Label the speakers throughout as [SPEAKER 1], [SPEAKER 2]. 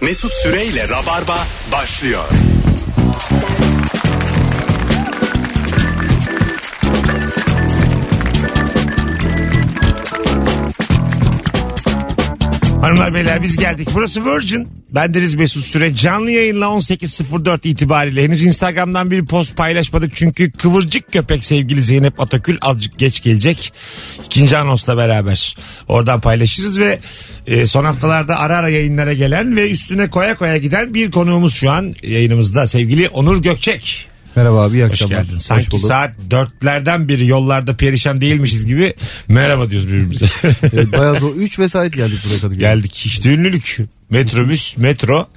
[SPEAKER 1] Mesut Süreyle Rabarba başlıyor.
[SPEAKER 2] Hanımlar beyler biz geldik. Burası Virgin. Bendeniz Mesut Süre. Canlı yayınla 18.04 itibariyle. Henüz Instagram'dan bir post paylaşmadık. Çünkü kıvırcık köpek sevgili Zeynep Atakül azıcık geç gelecek. İkinci anonsla beraber. Oradan paylaşırız ve e, son haftalarda ara ara yayınlara gelen ve üstüne koya koya giden bir konuğumuz şu an yayınımızda. Sevgili Onur Gökçek.
[SPEAKER 3] Merhaba abi iyi
[SPEAKER 2] Hoş
[SPEAKER 3] akşamlar.
[SPEAKER 2] geldin. Sanki
[SPEAKER 3] bulduk.
[SPEAKER 2] saat dörtlerden biri yollarda perişan değilmişiz gibi merhaba diyoruz birbirimize.
[SPEAKER 3] Evet, bayağı zor. 3 vesait geldik buraya kadar.
[SPEAKER 2] Geldik işte ünlülük. Metrobüs, metro.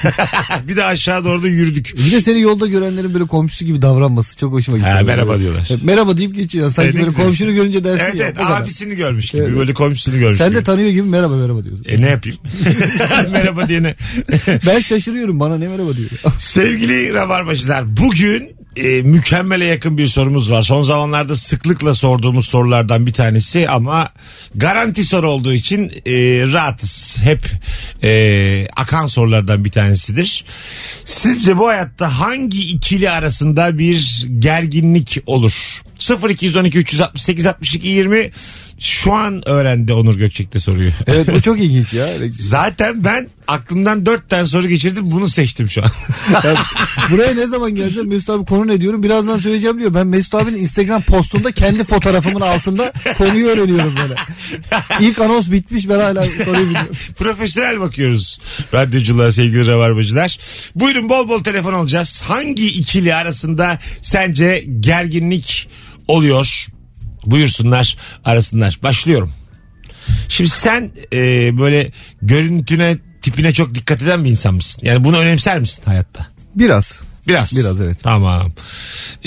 [SPEAKER 2] bir de aşağı doğru da yürüdük.
[SPEAKER 3] Bir de seni yolda görenlerin böyle komşusu gibi davranması çok hoşuma gitti.
[SPEAKER 2] Ha,
[SPEAKER 3] Böyle.
[SPEAKER 2] merhaba diyorlar.
[SPEAKER 3] Evet, merhaba deyip geçiyor. Sanki
[SPEAKER 2] Evet, ne
[SPEAKER 3] böyle
[SPEAKER 2] güzel.
[SPEAKER 3] komşunu görünce dersin
[SPEAKER 2] Evet,
[SPEAKER 3] ya.
[SPEAKER 2] evet
[SPEAKER 3] bu kadar.
[SPEAKER 2] abisini görmüş gibi
[SPEAKER 3] Evet.
[SPEAKER 2] böyle komşusunu görmüş
[SPEAKER 3] Sen de
[SPEAKER 2] gibi.
[SPEAKER 3] tanıyor gibi merhaba merhaba diyorsun.
[SPEAKER 2] e ne yapayım? merhaba diyene.
[SPEAKER 3] Ben şaşırıyorum bana ne merhaba diyor.
[SPEAKER 2] Sevgili Rabarbacılar bugün e, mükemmele yakın bir sorumuz var. Son zamanlarda sıklıkla sorduğumuz sorulardan bir tanesi ama garanti soru olduğu için e, rahatız. Hep e, akan sorulardan bir tanesidir. Sizce bu hayatta hangi ikili arasında bir gerginlik olur? 0212 368 62 20 şu an öğrendi Onur Gökçek de soruyu.
[SPEAKER 3] Evet bu çok ilginç ya.
[SPEAKER 2] Zaten ben aklımdan dört tane soru geçirdim bunu seçtim şu an.
[SPEAKER 3] Ya, buraya ne zaman geleceğim Mesut abi konu ne diyorum birazdan söyleyeceğim diyor. Ben Mesut abinin Instagram postunda kendi fotoğrafımın altında konuyu öğreniyorum böyle. İlk anons bitmiş ben hala konuyu bilmiyorum.
[SPEAKER 2] Profesyonel bakıyoruz radyoculuğa sevgili rabarbacılar. Buyurun bol bol telefon alacağız. Hangi ikili arasında sence gerginlik oluyor? Buyursunlar arasınlar. Başlıyorum. Şimdi sen e, böyle görüntüne tipine çok dikkat eden bir insan mısın? Yani bunu önemser misin hayatta?
[SPEAKER 3] Biraz.
[SPEAKER 2] Biraz.
[SPEAKER 3] Biraz, evet.
[SPEAKER 2] Tamam.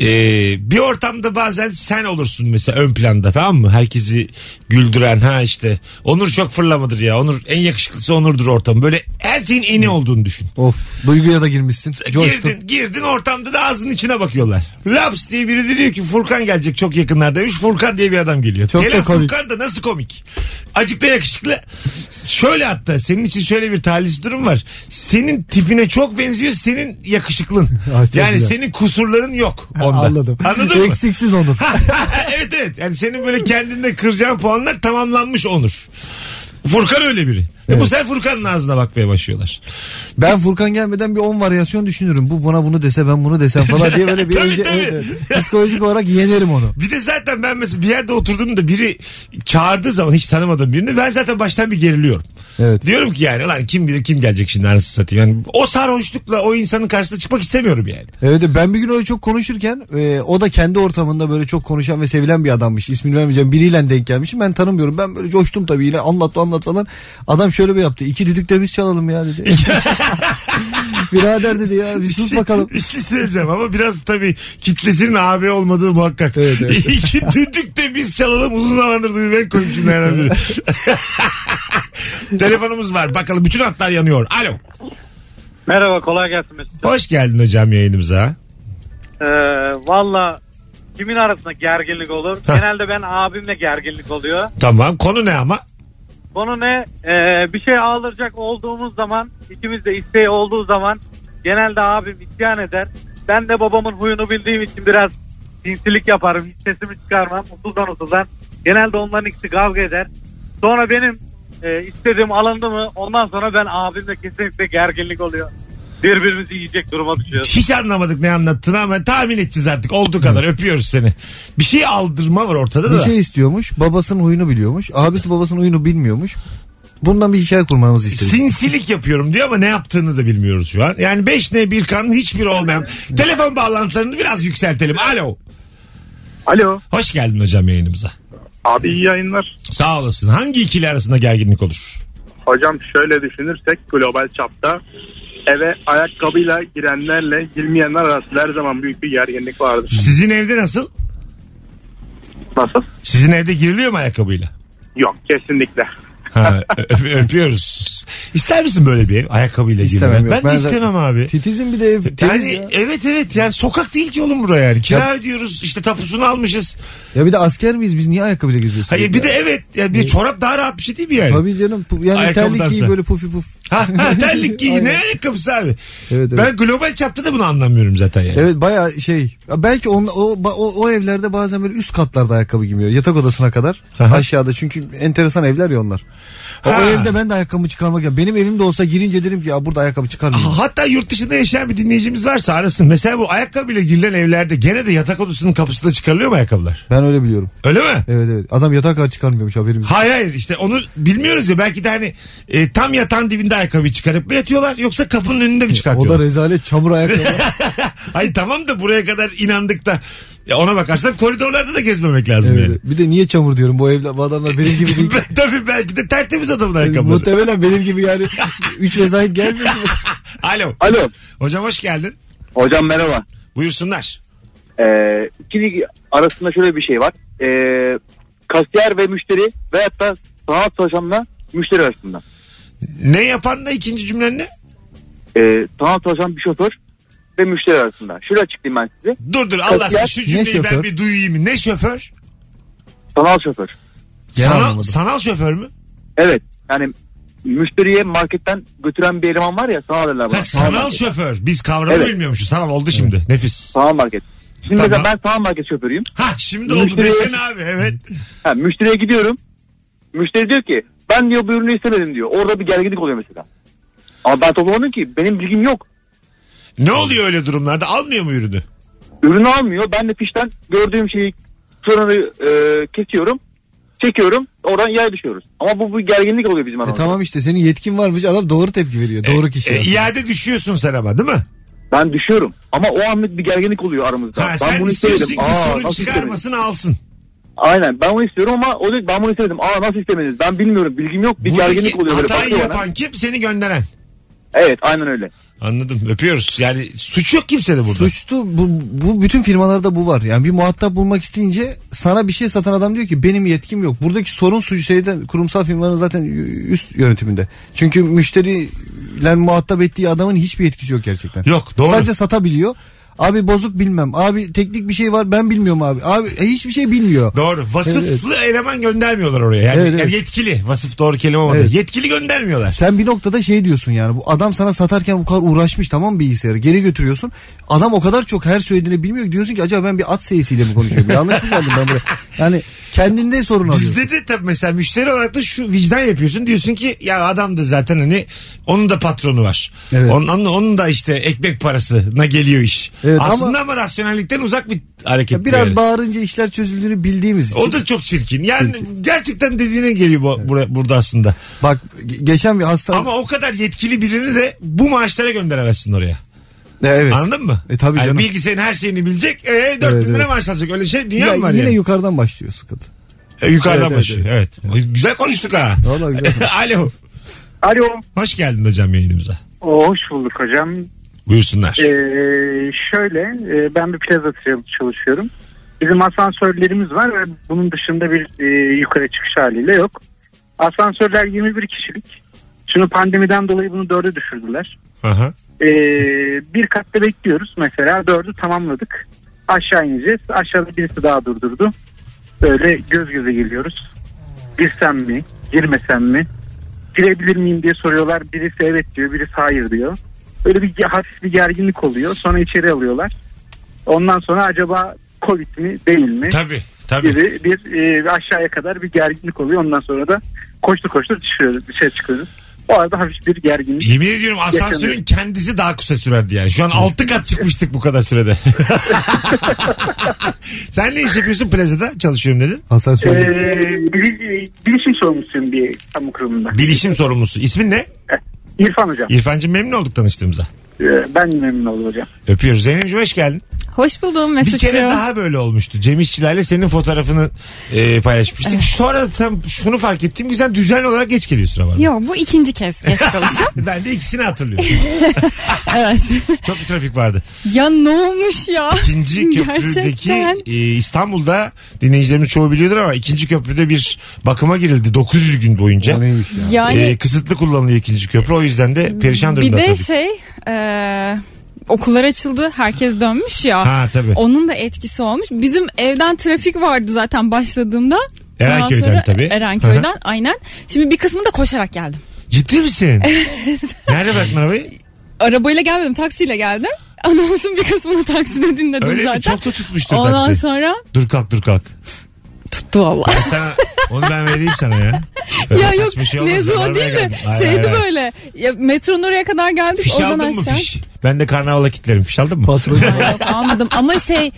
[SPEAKER 2] Ee, bir ortamda bazen sen olursun mesela ön planda tamam mı? Herkesi güldüren ha işte. Onur çok fırlamadır ya. Onur en yakışıklısı Onur'dur ortam. Böyle her şeyin eni olduğunu düşün.
[SPEAKER 3] Of duyguya da girmişsin. Coştun.
[SPEAKER 2] Girdin, girdin ortamda da ağzının içine bakıyorlar. Laps diye biri diyor ki Furkan gelecek çok yakınlar demiş. Furkan diye bir adam geliyor.
[SPEAKER 3] Çok da
[SPEAKER 2] Gelen
[SPEAKER 3] komik.
[SPEAKER 2] Furkan da nasıl komik. Acık da yakışıklı. Şöyle hatta senin için şöyle bir talihsiz durum var. Senin tipine çok benziyor senin yakışıklın.
[SPEAKER 3] Ah, çok
[SPEAKER 2] yani
[SPEAKER 3] güzel.
[SPEAKER 2] senin kusurların yok
[SPEAKER 3] Ha,
[SPEAKER 2] onda.
[SPEAKER 3] Anladım.
[SPEAKER 2] Anladın mı?
[SPEAKER 3] Eksiksiz olur.
[SPEAKER 2] evet evet. Yani senin böyle kendinde kıracağın puanlar tamamlanmış Onur. Furkan öyle biri. Ve bu
[SPEAKER 3] Evet.
[SPEAKER 2] sefer Furkan'ın ağzına bakmaya başlıyorlar.
[SPEAKER 3] ben Furkan gelmeden bir 10 varyasyon düşünürüm. Bu bana bunu dese ben bunu desem falan diye böyle bir
[SPEAKER 2] Tabii,
[SPEAKER 3] önce
[SPEAKER 2] tabii.
[SPEAKER 3] evet, evet. psikolojik olarak yenerim onu.
[SPEAKER 2] Bir de zaten ben mesela bir yerde oturduğumda biri çağırdığı zaman hiç tanımadığım birini ben zaten baştan bir geriliyorum.
[SPEAKER 3] Evet.
[SPEAKER 2] Diyorum ki yani lan kim bilir kim gelecek şimdi arası satayım. Yani o sarhoşlukla o insanın karşısına çıkmak istemiyorum yani.
[SPEAKER 3] Evet ben bir gün öyle çok konuşurken e, o da kendi ortamında böyle çok konuşan ve sevilen bir adammış. İsmini vermeyeceğim biriyle denk gelmişim ben tanımıyorum. Ben böyle coştum tabii yine anlattı anlat falan. Adam şöyle bir yaptı iki düdük de biz çalalım ya dedi. Birader dedi ya bir sus bakalım.
[SPEAKER 2] Bir şey söyleyeceğim ama biraz tabii kitlesinin AB olmadığı muhakkak.
[SPEAKER 3] Evet, evet.
[SPEAKER 2] İki düdük de biz çalalım uzun zamandır duymak koyayım cümlelerden biri. Telefonumuz var bakalım bütün hatlar yanıyor. Alo.
[SPEAKER 4] Merhaba kolay gelsin Mesut.
[SPEAKER 2] Hoş geldin hocam yayınımıza.
[SPEAKER 4] Ee, Valla kimin arasında gerginlik olur?
[SPEAKER 2] Heh.
[SPEAKER 4] Genelde ben abimle gerginlik oluyor.
[SPEAKER 2] Tamam konu ne ama?
[SPEAKER 4] Konu ne? Ee, bir şey alacak olduğumuz zaman ikimiz de isteği olduğu zaman genelde abim isyan eder. Ben de babamın huyunu bildiğim için biraz sinsilik yaparım. Hiç sesimi çıkarmam. Usuldan usuldan. Genelde onların ikisi kavga eder. Sonra benim e, istediğim alındı mı ondan sonra ben abimle kesinlikle gerginlik oluyor. Birbirimizi yiyecek duruma düşüyoruz.
[SPEAKER 2] Hiç anlamadık ne anlattığını ama tahmin edeceğiz artık olduğu kadar öpüyoruz seni. Bir şey aldırma var ortada
[SPEAKER 3] Bir
[SPEAKER 2] da.
[SPEAKER 3] şey istiyormuş babasının huyunu biliyormuş. Abisi babasının huyunu bilmiyormuş. Bundan bir hikaye kurmanızı istedim.
[SPEAKER 2] Sinsilik yapıyorum diyor ama ne yaptığını da bilmiyoruz şu an. Yani 5 ne 1 kanın hiçbiri olmayan. Telefon bağlantılarını biraz yükseltelim. Alo.
[SPEAKER 5] Alo.
[SPEAKER 2] Hoş geldin hocam yayınımıza.
[SPEAKER 5] Abi iyi yayınlar.
[SPEAKER 2] Sağ olasın. Hangi ikili arasında gerginlik olur?
[SPEAKER 5] Hocam şöyle düşünürsek global çapta eve ayakkabıyla girenlerle girmeyenler arasında her zaman büyük bir gerginlik vardır.
[SPEAKER 2] Sizin evde nasıl?
[SPEAKER 5] Nasıl?
[SPEAKER 2] Sizin evde giriliyor mu ayakkabıyla?
[SPEAKER 5] Yok kesinlikle.
[SPEAKER 2] Ha, öp- öpüyoruz. İster misin böyle bir ev? Ayakkabıyla
[SPEAKER 3] İstemem
[SPEAKER 2] girme.
[SPEAKER 3] yok.
[SPEAKER 2] Ben, de
[SPEAKER 3] zaten-
[SPEAKER 2] istemem abi.
[SPEAKER 3] Titizim bir de ev. temiz
[SPEAKER 2] Yani
[SPEAKER 3] ya.
[SPEAKER 2] evet evet yani sokak değil ki oğlum buraya yani. Kira ödüyoruz işte tapusunu almışız.
[SPEAKER 3] Ya bir de asker miyiz biz niye ayakkabıyla geziyoruz?
[SPEAKER 2] Hayır bir de evet yani bir çorap daha rahat bir şey değil mi yani?
[SPEAKER 3] E, Tabii canım pu- yani terlik
[SPEAKER 2] Ayakkabıdansa.
[SPEAKER 3] giy böyle pufi puf.
[SPEAKER 2] Ha, ha terlik giy ne
[SPEAKER 3] Aynen.
[SPEAKER 2] ayakkabısı abi.
[SPEAKER 3] evet.
[SPEAKER 2] Ben global çapta da bunu anlamıyorum zaten yani.
[SPEAKER 3] Evet bayağı şey. Ya Belki on, o, ba- o o evlerde bazen böyle üst katlarda ayakkabı giymiyor. Yatak odasına kadar.
[SPEAKER 2] Aha.
[SPEAKER 3] Aşağıda çünkü enteresan evler ya onlar. O, o
[SPEAKER 2] Ha.
[SPEAKER 3] evde ben de ayakkabı çıkarmak ya. Benim evimde olsa girince derim ki ya burada ayakkabı çıkarmayayım.
[SPEAKER 2] Hatta yurt dışında yaşayan bir dinleyicimiz varsa arasın. Mesela bu ayakkabıyla girilen evlerde gene de yatak odasının kapısında çıkarılıyor mu ayakkabılar?
[SPEAKER 3] Ben öyle biliyorum.
[SPEAKER 2] Öyle mi?
[SPEAKER 3] Evet evet. Adam yatak kadar çıkarmıyormuş haberim. yok.
[SPEAKER 2] Hayır hayır işte onu bilmiyoruz ya belki de hani e, tam yatağın dibinde ayakkabıyı çıkarıp mı yatıyorlar yoksa kapının önünde mi
[SPEAKER 3] O da
[SPEAKER 2] çıkartıyorlar?
[SPEAKER 3] rezalet çamur ayakkabı.
[SPEAKER 2] Ay tamam da buraya kadar inandık da ya ona bakarsan koridorlarda da gezmemek lazım
[SPEAKER 3] Evet,
[SPEAKER 2] yani.
[SPEAKER 3] evet. Bir de niye çamur diyorum bu evler bu adamlar benim gibi değil.
[SPEAKER 2] Tabii belki de tertemiz adamın ayakkabıları.
[SPEAKER 3] Muhtemelen benim gibi yani üç rezalet gelmiyor. ki.
[SPEAKER 2] Alo.
[SPEAKER 6] Alo.
[SPEAKER 2] Hocam hoş geldin.
[SPEAKER 6] Hocam merhaba.
[SPEAKER 2] Buyursunlar.
[SPEAKER 6] Ee, iki lig arasında şöyle bir şey var. Ee, kasiyer ve müşteri veyahut da sanat çalışanla müşteri arasında.
[SPEAKER 2] Ne yapan da ikinci cümlen ne?
[SPEAKER 6] Ee, sanat çalışan bir şoför ve müşteri arasında. Şöyle açıklayayım ben size.
[SPEAKER 2] Dur dur Allah aşkına
[SPEAKER 6] Kasiyer,
[SPEAKER 2] şu
[SPEAKER 3] ne
[SPEAKER 2] cümleyi ben
[SPEAKER 3] şoför?
[SPEAKER 2] bir duyayım. Ne şoför?
[SPEAKER 6] Sanal şoför.
[SPEAKER 3] Gene
[SPEAKER 2] Sanal,
[SPEAKER 3] anlamadım.
[SPEAKER 2] sanal şoför mü?
[SPEAKER 6] Evet. Yani müşteriye marketten götüren bir eleman var ya sanal eleman.
[SPEAKER 2] Ha, sanal
[SPEAKER 6] market.
[SPEAKER 2] şoför. Biz kavramı
[SPEAKER 6] Evet.
[SPEAKER 2] bilmiyormuşuz. Tamam oldu şimdi. Nefis.
[SPEAKER 6] Sanal market. Şimdi
[SPEAKER 2] Tamam.
[SPEAKER 6] mesela ben sanal market şoförüyüm.
[SPEAKER 2] Ha şimdi oldu.
[SPEAKER 6] Müşteri-
[SPEAKER 2] Desene abi evet.
[SPEAKER 6] Ha, müşteriye gidiyorum. Müşteri diyor ki ben diyor bu ürünü istemedim diyor. Orada bir gerginlik oluyor mesela. Ama ben toplamadım ki benim bilgim yok.
[SPEAKER 2] Ne oluyor öyle durumlarda? Almıyor mu ürünü?
[SPEAKER 6] Ürünü almıyor. Ben de fişten gördüğüm şeyi sonra kesiyorum. Çekiyorum. Oradan yaya düşüyoruz. Ama bu bir gerginlik oluyor bizim
[SPEAKER 3] E
[SPEAKER 6] aramızda.
[SPEAKER 3] tamam işte senin yetkin varmış adam doğru tepki veriyor. Doğru kişi.
[SPEAKER 2] E,
[SPEAKER 3] aslında.
[SPEAKER 2] iade düşüyorsun sen ama değil mi?
[SPEAKER 6] Ben düşüyorum. Ama o anlık bir gerginlik oluyor aramızda.
[SPEAKER 2] Ha,
[SPEAKER 6] ben
[SPEAKER 2] sen
[SPEAKER 6] bunu
[SPEAKER 2] istiyorsun
[SPEAKER 6] istemedim.
[SPEAKER 2] ki
[SPEAKER 6] Aa,
[SPEAKER 2] sorun
[SPEAKER 6] nasıl istemedim?
[SPEAKER 2] çıkarmasın alsın.
[SPEAKER 6] Aynen ben bunu istiyorum ama o diyor ki, ben bunu istemedim. Aa nasıl istemediniz? Ben bilmiyorum. Bilgim yok. Bir gerginlik oluyor. Böyle
[SPEAKER 2] hatayı
[SPEAKER 6] bakıyor bana.
[SPEAKER 2] yapan kim? Seni gönderen.
[SPEAKER 6] Evet aynen öyle.
[SPEAKER 2] Anladım öpüyoruz. Yani suç yok kimsede burada.
[SPEAKER 3] Suçlu bu, bu bütün firmalarda bu var. Yani bir muhatap bulmak isteyince sana bir şey satan adam diyor ki benim yetkim yok. Buradaki sorun suç şeyde kurumsal firmanın zaten üst yönetiminde. Çünkü müşteriyle muhatap ettiği adamın hiçbir yetkisi yok gerçekten.
[SPEAKER 2] Yok doğru.
[SPEAKER 3] Sadece satabiliyor. Abi bozuk bilmem. Abi teknik bir şey var ben bilmiyorum abi. Abi e, hiçbir şey bilmiyor.
[SPEAKER 2] Doğru. Vasıflı eleman göndermiyorlar oraya. Yani,
[SPEAKER 3] Evet, evet.
[SPEAKER 2] yani yetkili. Vasıf doğru kelime olmadı.
[SPEAKER 3] Evet.
[SPEAKER 2] Yetkili göndermiyorlar.
[SPEAKER 3] Sen bir noktada şey diyorsun yani bu adam sana satarken bu kadar uğraşmış tamam mı bilgisayarı geri götürüyorsun. Adam o kadar çok her söylediğini bilmiyor ki diyorsun ki acaba ben bir at seyisiyle mi konuşuyorum? Yanlış mı geldim ben buraya? Yani kendinde sorun arıyorsun.
[SPEAKER 2] Bizde de tabii mesela müşteri olarak da şu vicdan yapıyorsun. Diyorsun ki ya adam da zaten hani onun da patronu var.
[SPEAKER 3] Evet.
[SPEAKER 2] Onun, onun, onun da işte ekmek parasına geliyor iş.
[SPEAKER 3] Evet, ama-
[SPEAKER 2] Aslında ama, rasyonellikten uzak bir hareket.
[SPEAKER 3] Ya biraz
[SPEAKER 2] yani.
[SPEAKER 3] bağırınca işler çözüldüğünü bildiğimiz için.
[SPEAKER 2] O da çok çirkin. Yani gerçekten dediğine geliyor bu, bura- burada aslında.
[SPEAKER 3] Bak ge- geçen bir hasta...
[SPEAKER 2] Ama o kadar yetkili birini de bu maaşlara gönderemezsin oraya.
[SPEAKER 3] E, evet.
[SPEAKER 2] Anladın mı?
[SPEAKER 3] E, tabii
[SPEAKER 2] Yani
[SPEAKER 3] canım.
[SPEAKER 2] bilgisayarın her şeyini bilecek. E, 4000
[SPEAKER 3] Evet,
[SPEAKER 2] lira
[SPEAKER 3] evet.
[SPEAKER 2] maaş alacak. Öyle şey dünya
[SPEAKER 3] Ya
[SPEAKER 2] mı var
[SPEAKER 3] yine
[SPEAKER 2] yani?
[SPEAKER 3] yukarıdan başlıyor sıkıntı.
[SPEAKER 2] E, yukarıdan
[SPEAKER 3] Evet, evet,
[SPEAKER 2] başlıyor. Evet, Ay, Güzel konuştuk ha.
[SPEAKER 3] Vallahi güzel konuştuk.
[SPEAKER 2] Alo.
[SPEAKER 4] Alo.
[SPEAKER 2] Hoş geldin hocam yayınımıza.
[SPEAKER 4] Hoş bulduk hocam.
[SPEAKER 2] Buyursunlar.
[SPEAKER 4] Ee, şöyle e, ben bir plazacı çalışıyorum. Bizim asansörlerimiz var ve bunun dışında bir e, yukarı çıkış haliyle yok. Asansörler 21 kişilik. Şimdi pandemiden dolayı bunu 4'e düşürdüler.
[SPEAKER 2] Aha.
[SPEAKER 4] Ee, bir katta bekliyoruz mesela 4'ü tamamladık. Aşağı ineceğiz. Aşağıda birisi daha durdurdu. Böyle göz göze geliyoruz. Girsem mi? Girmesem mi? Girebilir miyim diye soruyorlar. Birisi evet diyor, birisi hayır diyor. Öyle bir hafif bir gerginlik oluyor. Sonra içeri alıyorlar. Ondan sonra acaba Covid mi değil mi?
[SPEAKER 2] Tabii. Tabii.
[SPEAKER 4] gibi bir e, aşağıya kadar bir gerginlik oluyor. Ondan sonra da koştur koştur çıkıyoruz, dışarı çıkıyoruz. O arada hafif bir gerginlik.
[SPEAKER 2] Yemin ediyorum asansörün
[SPEAKER 4] Yaşanıyor.
[SPEAKER 2] kendisi daha kısa sürerdi yani. Şu an 6 kat çıkmıştık bu kadar sürede. Sen ne iş yapıyorsun plazada? Çalışıyorum dedin.
[SPEAKER 3] Hasan
[SPEAKER 4] Ee,
[SPEAKER 3] söyledi.
[SPEAKER 4] bil- bilişim sorumlusuyum bir kamu kurumunda.
[SPEAKER 2] Bilişim sorumlusu. İsmin ne?
[SPEAKER 4] İrfan hocam.
[SPEAKER 2] İrfancığım memnun olduk tanıştığımıza.
[SPEAKER 4] Ee, ben memnun oldum hocam.
[SPEAKER 2] Öpüyoruz. Zeynep'ciğim hoş geldin.
[SPEAKER 7] Hoş buldum
[SPEAKER 2] Bir
[SPEAKER 7] Mesut'cuğum.
[SPEAKER 2] kere daha böyle olmuştu. Cem İşçilerle senin fotoğrafını e, paylaşmıştık. Sonra sen şunu fark ettim ki sen düzenli olarak geç geliyorsun ama.
[SPEAKER 7] Yok bu ikinci kez geç kalışım.
[SPEAKER 2] Ben de ikisini hatırlıyorum.
[SPEAKER 7] evet.
[SPEAKER 2] Çok bir trafik vardı.
[SPEAKER 7] ya ne olmuş ya?
[SPEAKER 2] İkinci köprüdeki
[SPEAKER 7] Gerçekten.
[SPEAKER 2] e, İstanbul'da dinleyicilerimiz çoğu biliyordur ama ikinci köprüde bir bakıma girildi 900 gün boyunca.
[SPEAKER 3] O neymiş ya?
[SPEAKER 7] Yani
[SPEAKER 2] E, kısıtlı kullanılıyor ikinci köprü o yüzden de perişan
[SPEAKER 7] bir
[SPEAKER 2] durumda
[SPEAKER 7] de
[SPEAKER 2] tabii.
[SPEAKER 7] şey e, okullar açıldı herkes dönmüş ya.
[SPEAKER 2] Ha tabii.
[SPEAKER 7] Onun da etkisi olmuş. Bizim evden trafik vardı zaten başladığımda. Ondan
[SPEAKER 2] Erenköy'den
[SPEAKER 7] sonra
[SPEAKER 2] tabii.
[SPEAKER 7] Erenköy'den
[SPEAKER 2] Hı
[SPEAKER 7] aynen. Şimdi bir kısmını da koşarak geldim.
[SPEAKER 2] Ciddi misin? Nerede bıraktın arabayı?
[SPEAKER 7] Arabayla gelmedim taksiyle geldim. Anonsun bir kısmını takside dinledim
[SPEAKER 2] Öyle
[SPEAKER 7] zaten.
[SPEAKER 2] mi? Çok da tutmuştur
[SPEAKER 7] Ondan
[SPEAKER 2] taksi.
[SPEAKER 7] sonra
[SPEAKER 2] Dur kalk dur kalk.
[SPEAKER 7] tuttu valla.
[SPEAKER 2] Ben sana, onu ben vereyim sana ya. Öyle
[SPEAKER 7] ya yok
[SPEAKER 2] saçma şey olmaz.
[SPEAKER 7] mevzu
[SPEAKER 2] Ben
[SPEAKER 7] o değil
[SPEAKER 2] vermedim.
[SPEAKER 7] mi?
[SPEAKER 2] Hayır,
[SPEAKER 7] Şeydi
[SPEAKER 2] hayır, hayır.
[SPEAKER 7] böyle. Ya, metronun oraya kadar geldik.
[SPEAKER 2] Fiş
[SPEAKER 7] oradan
[SPEAKER 2] aldın mı
[SPEAKER 7] aşağı.
[SPEAKER 2] fiş? Ben de karnavala kitlerim. Fiş aldın mı?
[SPEAKER 3] Patron.
[SPEAKER 7] Yok, almadım ama şey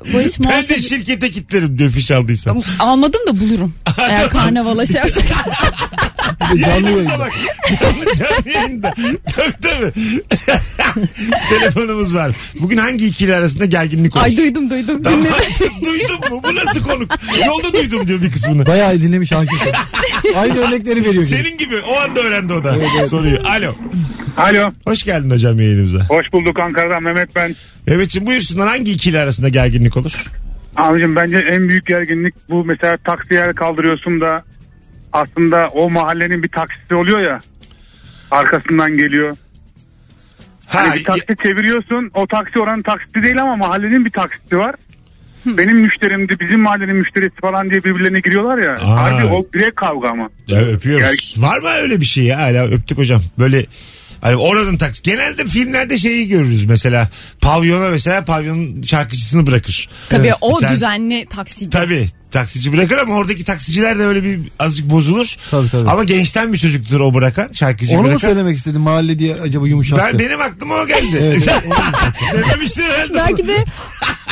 [SPEAKER 7] Barış
[SPEAKER 2] ben de şey-
[SPEAKER 7] muhasebe
[SPEAKER 2] şirkete kitlerim diyor fiş aldıysan.
[SPEAKER 7] almadım da bulurum. Eğer karnavala şey yapacaksan.
[SPEAKER 3] Canlı
[SPEAKER 2] Yayınımıza
[SPEAKER 3] yayında.
[SPEAKER 2] bak. Canlı, canlı yayında. Tabii tabii. Telefonumuz var. Bugün hangi ikili arasında gerginlik olur?
[SPEAKER 7] Ay duydum duydum.
[SPEAKER 2] Tamam.
[SPEAKER 7] Dinledim.
[SPEAKER 2] duydum mu? Bu nasıl konuk? Yolda duydum diyor bir kısmını.
[SPEAKER 3] Bayağı dinlemiş hakim. Aynı örnekleri veriyor. gibi.
[SPEAKER 2] Senin gibi. O anda öğrendi o da soruyu. Alo.
[SPEAKER 5] Alo.
[SPEAKER 2] Hoş geldin hocam yayınımıza.
[SPEAKER 5] Hoş bulduk Ankara'dan Mehmet ben.
[SPEAKER 2] Mehmetciğim buyursunlar hangi ikili arasında gerginlik olur?
[SPEAKER 5] Abicim bence en büyük gerginlik bu mesela taksi yer kaldırıyorsun da aslında o mahallenin bir taksisi oluyor ya arkasından geliyor. Hani bir taksi çeviriyorsun o taksi oranın taksisi değil ama mahallenin bir taksisi var. Benim müşterimdi bizim mahallenin müşterisi falan diye birbirlerine giriyorlar ya.
[SPEAKER 2] Aa.
[SPEAKER 5] Harbi o direkt kavga ama.
[SPEAKER 2] Ya öpüyoruz. Var mı öyle bir şey ya? Hala öptük hocam. Böyle hani oranın taksi. Genelde filmlerde şeyi görürüz mesela. Pavyona mesela pavyonun şarkıcısını bırakır.
[SPEAKER 7] Tabii
[SPEAKER 2] Evet. Bir
[SPEAKER 7] o
[SPEAKER 2] tane-
[SPEAKER 7] düzenli taksici.
[SPEAKER 2] Tabii taksici bırakır ama oradaki taksiciler de öyle bir azıcık bozulur.
[SPEAKER 3] Tabii, tabii.
[SPEAKER 2] Ama gençten bir çocuktur o bırakan. Şarkıcı
[SPEAKER 3] Onu mu
[SPEAKER 2] bırakan.
[SPEAKER 3] söylemek istedi mahalle diye acaba yumuşattı?
[SPEAKER 2] ben, benim aklıma o geldi.
[SPEAKER 3] Evet,
[SPEAKER 2] Dememiştir herhalde.
[SPEAKER 7] Belki de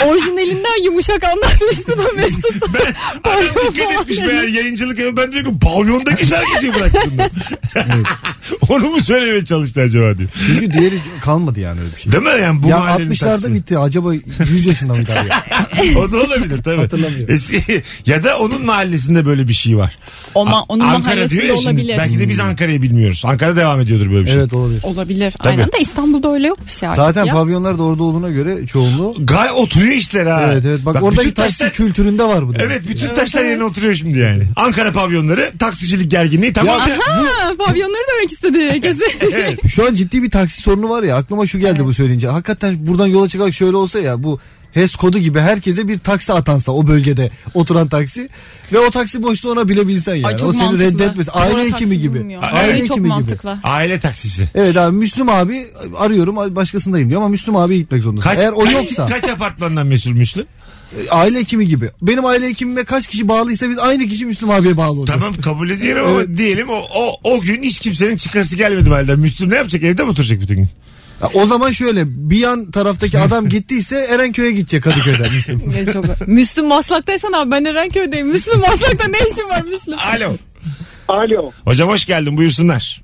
[SPEAKER 7] orijinalinden yumuşak anlatmıştı da Mesut.
[SPEAKER 2] Ben, adam dikkat etmiş meğer yayıncılık evi. Ben diyorum ki pavyondaki şarkıcıyı bıraktım. diyor. Onu mu söylemeye çalıştı acaba diyor.
[SPEAKER 3] Çünkü diğeri kalmadı yani öyle bir şey.
[SPEAKER 2] Değil mi yani bu
[SPEAKER 3] ya
[SPEAKER 2] mahallenin
[SPEAKER 3] 60'larda
[SPEAKER 2] taksisi.
[SPEAKER 3] bitti. Acaba 100 yaşında mı kaldı?
[SPEAKER 2] O da olabilir tabii.
[SPEAKER 3] Hatırlamıyorum.
[SPEAKER 2] Eski- ya da onun mahallesinde böyle bir şey var.
[SPEAKER 7] Oma, onun
[SPEAKER 2] Ankara diyor
[SPEAKER 7] mahallesinde
[SPEAKER 2] ya şimdi.
[SPEAKER 7] olabilir.
[SPEAKER 2] Belki de biz Ankara'yı bilmiyoruz. Ankara'da devam ediyordur böyle bir şey.
[SPEAKER 3] Hmm. evet olabilir.
[SPEAKER 7] Olabilir.
[SPEAKER 2] Tabii.
[SPEAKER 7] Aynen de İstanbul'da öyle yokmuş ya.
[SPEAKER 3] Zaten
[SPEAKER 7] ya.
[SPEAKER 3] pavyonlar da orada olduğuna göre çoğunluğu.
[SPEAKER 2] Gay oturuyor işler ha.
[SPEAKER 3] Evet evet. Bak, oradaki
[SPEAKER 2] bütün
[SPEAKER 3] taksi
[SPEAKER 2] taşlar-
[SPEAKER 3] kültüründe var bu da.
[SPEAKER 2] Evet bütün taşlar yerine oturuyor şimdi yani. Ankara pavyonları taksicilik gerginliği tamam.
[SPEAKER 7] Ha, pavyonları demek istedi kesin.
[SPEAKER 2] Evet.
[SPEAKER 3] Şu an ciddi bir taksi sorunu var ya aklıma şu geldi bu söyleyince. Hakikaten buradan yola çıkarak şöyle olsa ya bu HES kodu gibi herkese bir taksi atansa o bölgede oturan taksi ve o taksi boşluğuna bilebilsen yani.
[SPEAKER 7] Ay çok
[SPEAKER 3] o seni
[SPEAKER 7] mantıklı.
[SPEAKER 3] reddetmez. Aile
[SPEAKER 7] Doğru
[SPEAKER 3] hekimi
[SPEAKER 7] taksi
[SPEAKER 3] gibi.
[SPEAKER 7] bulmuyor.
[SPEAKER 2] Aile
[SPEAKER 7] Ay,
[SPEAKER 3] Aile
[SPEAKER 7] çok
[SPEAKER 3] hekimi gibi.
[SPEAKER 7] mantıklı.
[SPEAKER 2] Aile taksisi.
[SPEAKER 3] Evet abi Müslüm abi arıyorum başkasındayım diyor ama Müslüm abi gitmek zorundasın.
[SPEAKER 2] Kaç,
[SPEAKER 3] Eğer o
[SPEAKER 2] kaç-
[SPEAKER 3] yoksa
[SPEAKER 2] Kaç apartmandan mesul Müslüm?
[SPEAKER 3] aile hekimi gibi. Benim aile hekimime kaç kişi bağlıysa biz aynı kişi Müslüm abiye bağlı olacağız.
[SPEAKER 2] Tamam kabul ediyorum ama diyelim o, o, o gün hiç kimsenin çıkası gelmedi halde. Müslüm ne yapacak evde mi oturacak bütün gün?
[SPEAKER 3] Ya O zaman şöyle bir yan taraftaki adam gittiyse Erenköy'e gidecek Kadıköy'den Müslüm.
[SPEAKER 7] Ne çok... Müslüm Maslak'taysan abi ben Erenköy'deyim. Müslüm Maslak'ta ne işin var Müslüm?
[SPEAKER 2] Alo.
[SPEAKER 5] Alo.
[SPEAKER 2] Hocam hoş geldin buyursunlar.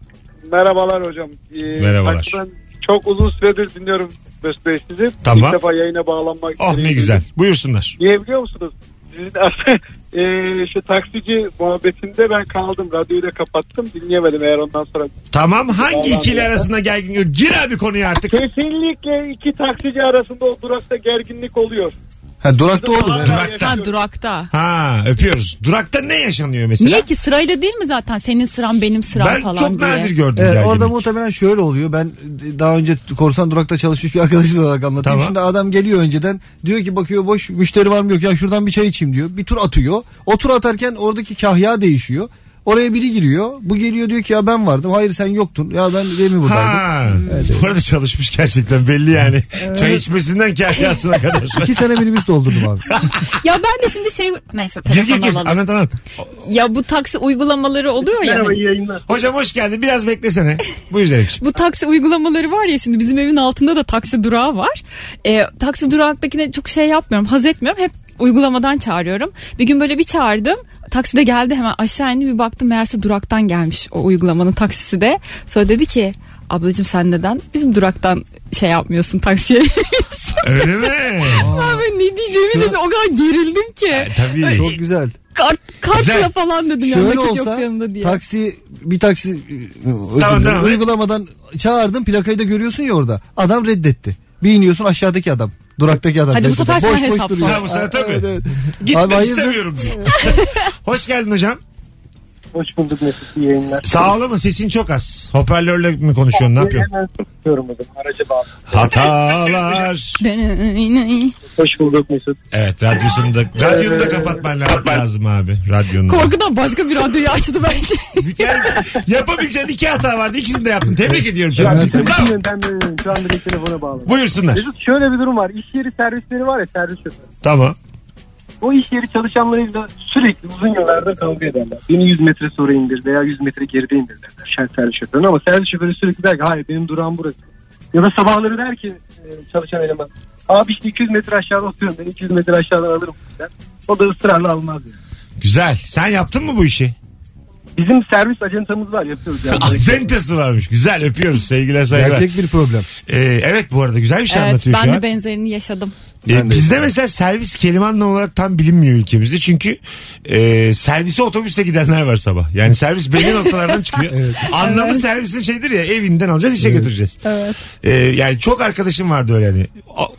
[SPEAKER 5] Merhabalar hocam. Ee,
[SPEAKER 2] Merhabalar.
[SPEAKER 5] hakikaten çok uzun süredir dinliyorum Mesut Bey sizi.
[SPEAKER 2] Tamam.
[SPEAKER 5] İlk defa yayına bağlanmak
[SPEAKER 2] Oh ne
[SPEAKER 5] gerekiyor.
[SPEAKER 2] güzel buyursunlar.
[SPEAKER 5] Niye biliyor musunuz? Sizin
[SPEAKER 8] e,
[SPEAKER 5] eee, şu taksici muhabbetinde ben kaldım. Radyoyu da kapattım. Dinleyemedim eğer ondan sonra.
[SPEAKER 2] Tamam hangi ikili arasında gergin yok? Gir abi konuya artık.
[SPEAKER 5] Kesinlikle iki taksici arasında o durakta gerginlik oluyor.
[SPEAKER 3] Ha, durakta olur. evet.
[SPEAKER 2] Durakta.
[SPEAKER 7] Ha durakta.
[SPEAKER 2] Ha öpüyoruz. Durakta ne yaşanıyor mesela?
[SPEAKER 7] Niye ki sırayla değil mi zaten senin sıran benim sıram
[SPEAKER 2] Ben
[SPEAKER 7] falan
[SPEAKER 2] çok
[SPEAKER 7] diye.
[SPEAKER 2] nadir gördüm
[SPEAKER 3] Evet,
[SPEAKER 2] gerginlik.
[SPEAKER 3] orada muhtemelen şöyle oluyor. Ben daha önce korsan durakta çalışmış bir arkadaş olarak anlatayım.
[SPEAKER 2] Tamam.
[SPEAKER 3] Şimdi adam geliyor önceden diyor ki bakıyor boş müşteri var mı yok ya şuradan bir çay içeyim diyor. Bir tur atıyor. O tur atarken oradaki kahya değişiyor. Oraya biri giriyor. Bu geliyor diyor ki ya ben vardım. Hayır sen yoktun. Ya ben Remi buradaydım.
[SPEAKER 2] Ha. Bu arada çalışmış gerçekten belli yani. Çay içmesinden kahyasına kadar.
[SPEAKER 3] İki sene minibüs doldurdum abi.
[SPEAKER 7] Ya ben de şimdi şey neyse
[SPEAKER 2] Gir gir
[SPEAKER 7] telefon
[SPEAKER 2] gir
[SPEAKER 7] alalım.
[SPEAKER 2] anlat anlat.
[SPEAKER 7] Ya bu taksi uygulamaları oluyor ya. hani.
[SPEAKER 5] yayınlar.
[SPEAKER 2] Hocam hoş geldin biraz beklesene. Buyur Zeynep'ciğim.
[SPEAKER 7] Bu taksi uygulamaları var ya şimdi bizim evin altında da taksi durağı var. Ee, taksi durağındakine çok şey yapmıyorum, haz etmiyorum. Hep uygulamadan çağırıyorum. Bir gün böyle bir çağırdım. Takside geldi hemen aşağı indi bir baktım meğerse duraktan gelmiş o uygulamanın taksisi de. Sonra dedi ki ablacığım sen neden bizim duraktan şey yapmıyorsun taksiye?
[SPEAKER 2] Öyle mi?
[SPEAKER 7] Abi ne diyeceğimi şaşırdım. O kadar gerildim ki.
[SPEAKER 2] E, Tabii.
[SPEAKER 3] Çok güzel.
[SPEAKER 7] Kart,
[SPEAKER 2] Güzel.
[SPEAKER 7] kartla falan dedim ya
[SPEAKER 3] Şöyle
[SPEAKER 7] nakit
[SPEAKER 3] olsa
[SPEAKER 7] yok yanında diye.
[SPEAKER 3] taksi bir taksi e, özür
[SPEAKER 2] Tamam,
[SPEAKER 3] dilerim,
[SPEAKER 2] tamam.
[SPEAKER 3] uygulamadan çağırdım plakayı da görüyorsun ya orada. Adam reddetti. Bir iniyorsun aşağıdaki adam. Duraktaki adam.
[SPEAKER 7] Hadi bu
[SPEAKER 3] reddetti.
[SPEAKER 7] sefer sen hesap sor.
[SPEAKER 3] duruyor.
[SPEAKER 2] Ha, bu sefer
[SPEAKER 3] Aa,
[SPEAKER 2] tabii.
[SPEAKER 3] evet, evet. Abi
[SPEAKER 2] Gitmek
[SPEAKER 3] hayırdır?
[SPEAKER 2] istemiyorum diyor. Hoş geldin hocam.
[SPEAKER 8] Hoş bulduk Mesut iyi yayınlar.
[SPEAKER 2] Sağ ol ama sesin çok az. Hoparlörle mi konuşuyorsun? Ne yapıyorsun?
[SPEAKER 8] Hemen tutuyorum o zaman araca bağlı.
[SPEAKER 2] Hatalar.
[SPEAKER 8] Hoş bulduk Mesut.
[SPEAKER 2] Evet radyosunu da, radyonu da kapatman lazım, lazım abi. Radyonu da.
[SPEAKER 7] Korkudan başka bir radyoyu açtı bence.
[SPEAKER 2] Yani yapabileceğin iki hata vardı. İkisini de yaptın. Tebrik ediyorum.
[SPEAKER 8] Ben
[SPEAKER 2] seni.
[SPEAKER 8] bütün
[SPEAKER 2] Bravo.
[SPEAKER 8] yöntemlerini şu an direkt telefona bağladım.
[SPEAKER 2] Buyursunlar.
[SPEAKER 8] Mesut şöyle bir durum var. İş yeri servisleri var ya servis şoförü.
[SPEAKER 2] Tamam.
[SPEAKER 8] O iş yeri çalışanlarıyla sürekli uzun yıllarda kavga ederler. Beni 100 metre sonra indir veya 100 metre geride indir derler şer- servis şoförüne. Ama servis şoförü sürekli der ki hayır benim durağım burası. Ya da sabahları der ki e, çalışan eleman. Abi işte 200 metre aşağıda oturuyorum ben 200 metre aşağıdan alırım der. O da ısrarla almaz yani.
[SPEAKER 2] Güzel. Sen yaptın mı bu işi?
[SPEAKER 8] Bizim servis ajantamız var yapıyoruz yani.
[SPEAKER 2] Acentası varmış. Güzel öpüyoruz. Sevgiler saygılar.
[SPEAKER 3] Gerçek bir problem.
[SPEAKER 2] Ee, evet bu arada güzel bir şey
[SPEAKER 7] evet,
[SPEAKER 2] anlatıyor
[SPEAKER 7] ben
[SPEAKER 2] şu
[SPEAKER 7] de
[SPEAKER 2] an.
[SPEAKER 7] benzerini yaşadım.
[SPEAKER 2] Ee,
[SPEAKER 3] Ben de-
[SPEAKER 2] bizde mesela servis kelime anlamı olarak tam bilinmiyor ülkemizde. Çünkü e, servise otobüste gidenler var sabah. Yani servis belli noktalardan çıkıyor. Anlamı servisin şeydir ya evinden alacağız işe götüreceğiz.
[SPEAKER 7] Evet.
[SPEAKER 2] Ee, yani çok arkadaşım vardı öyle yani.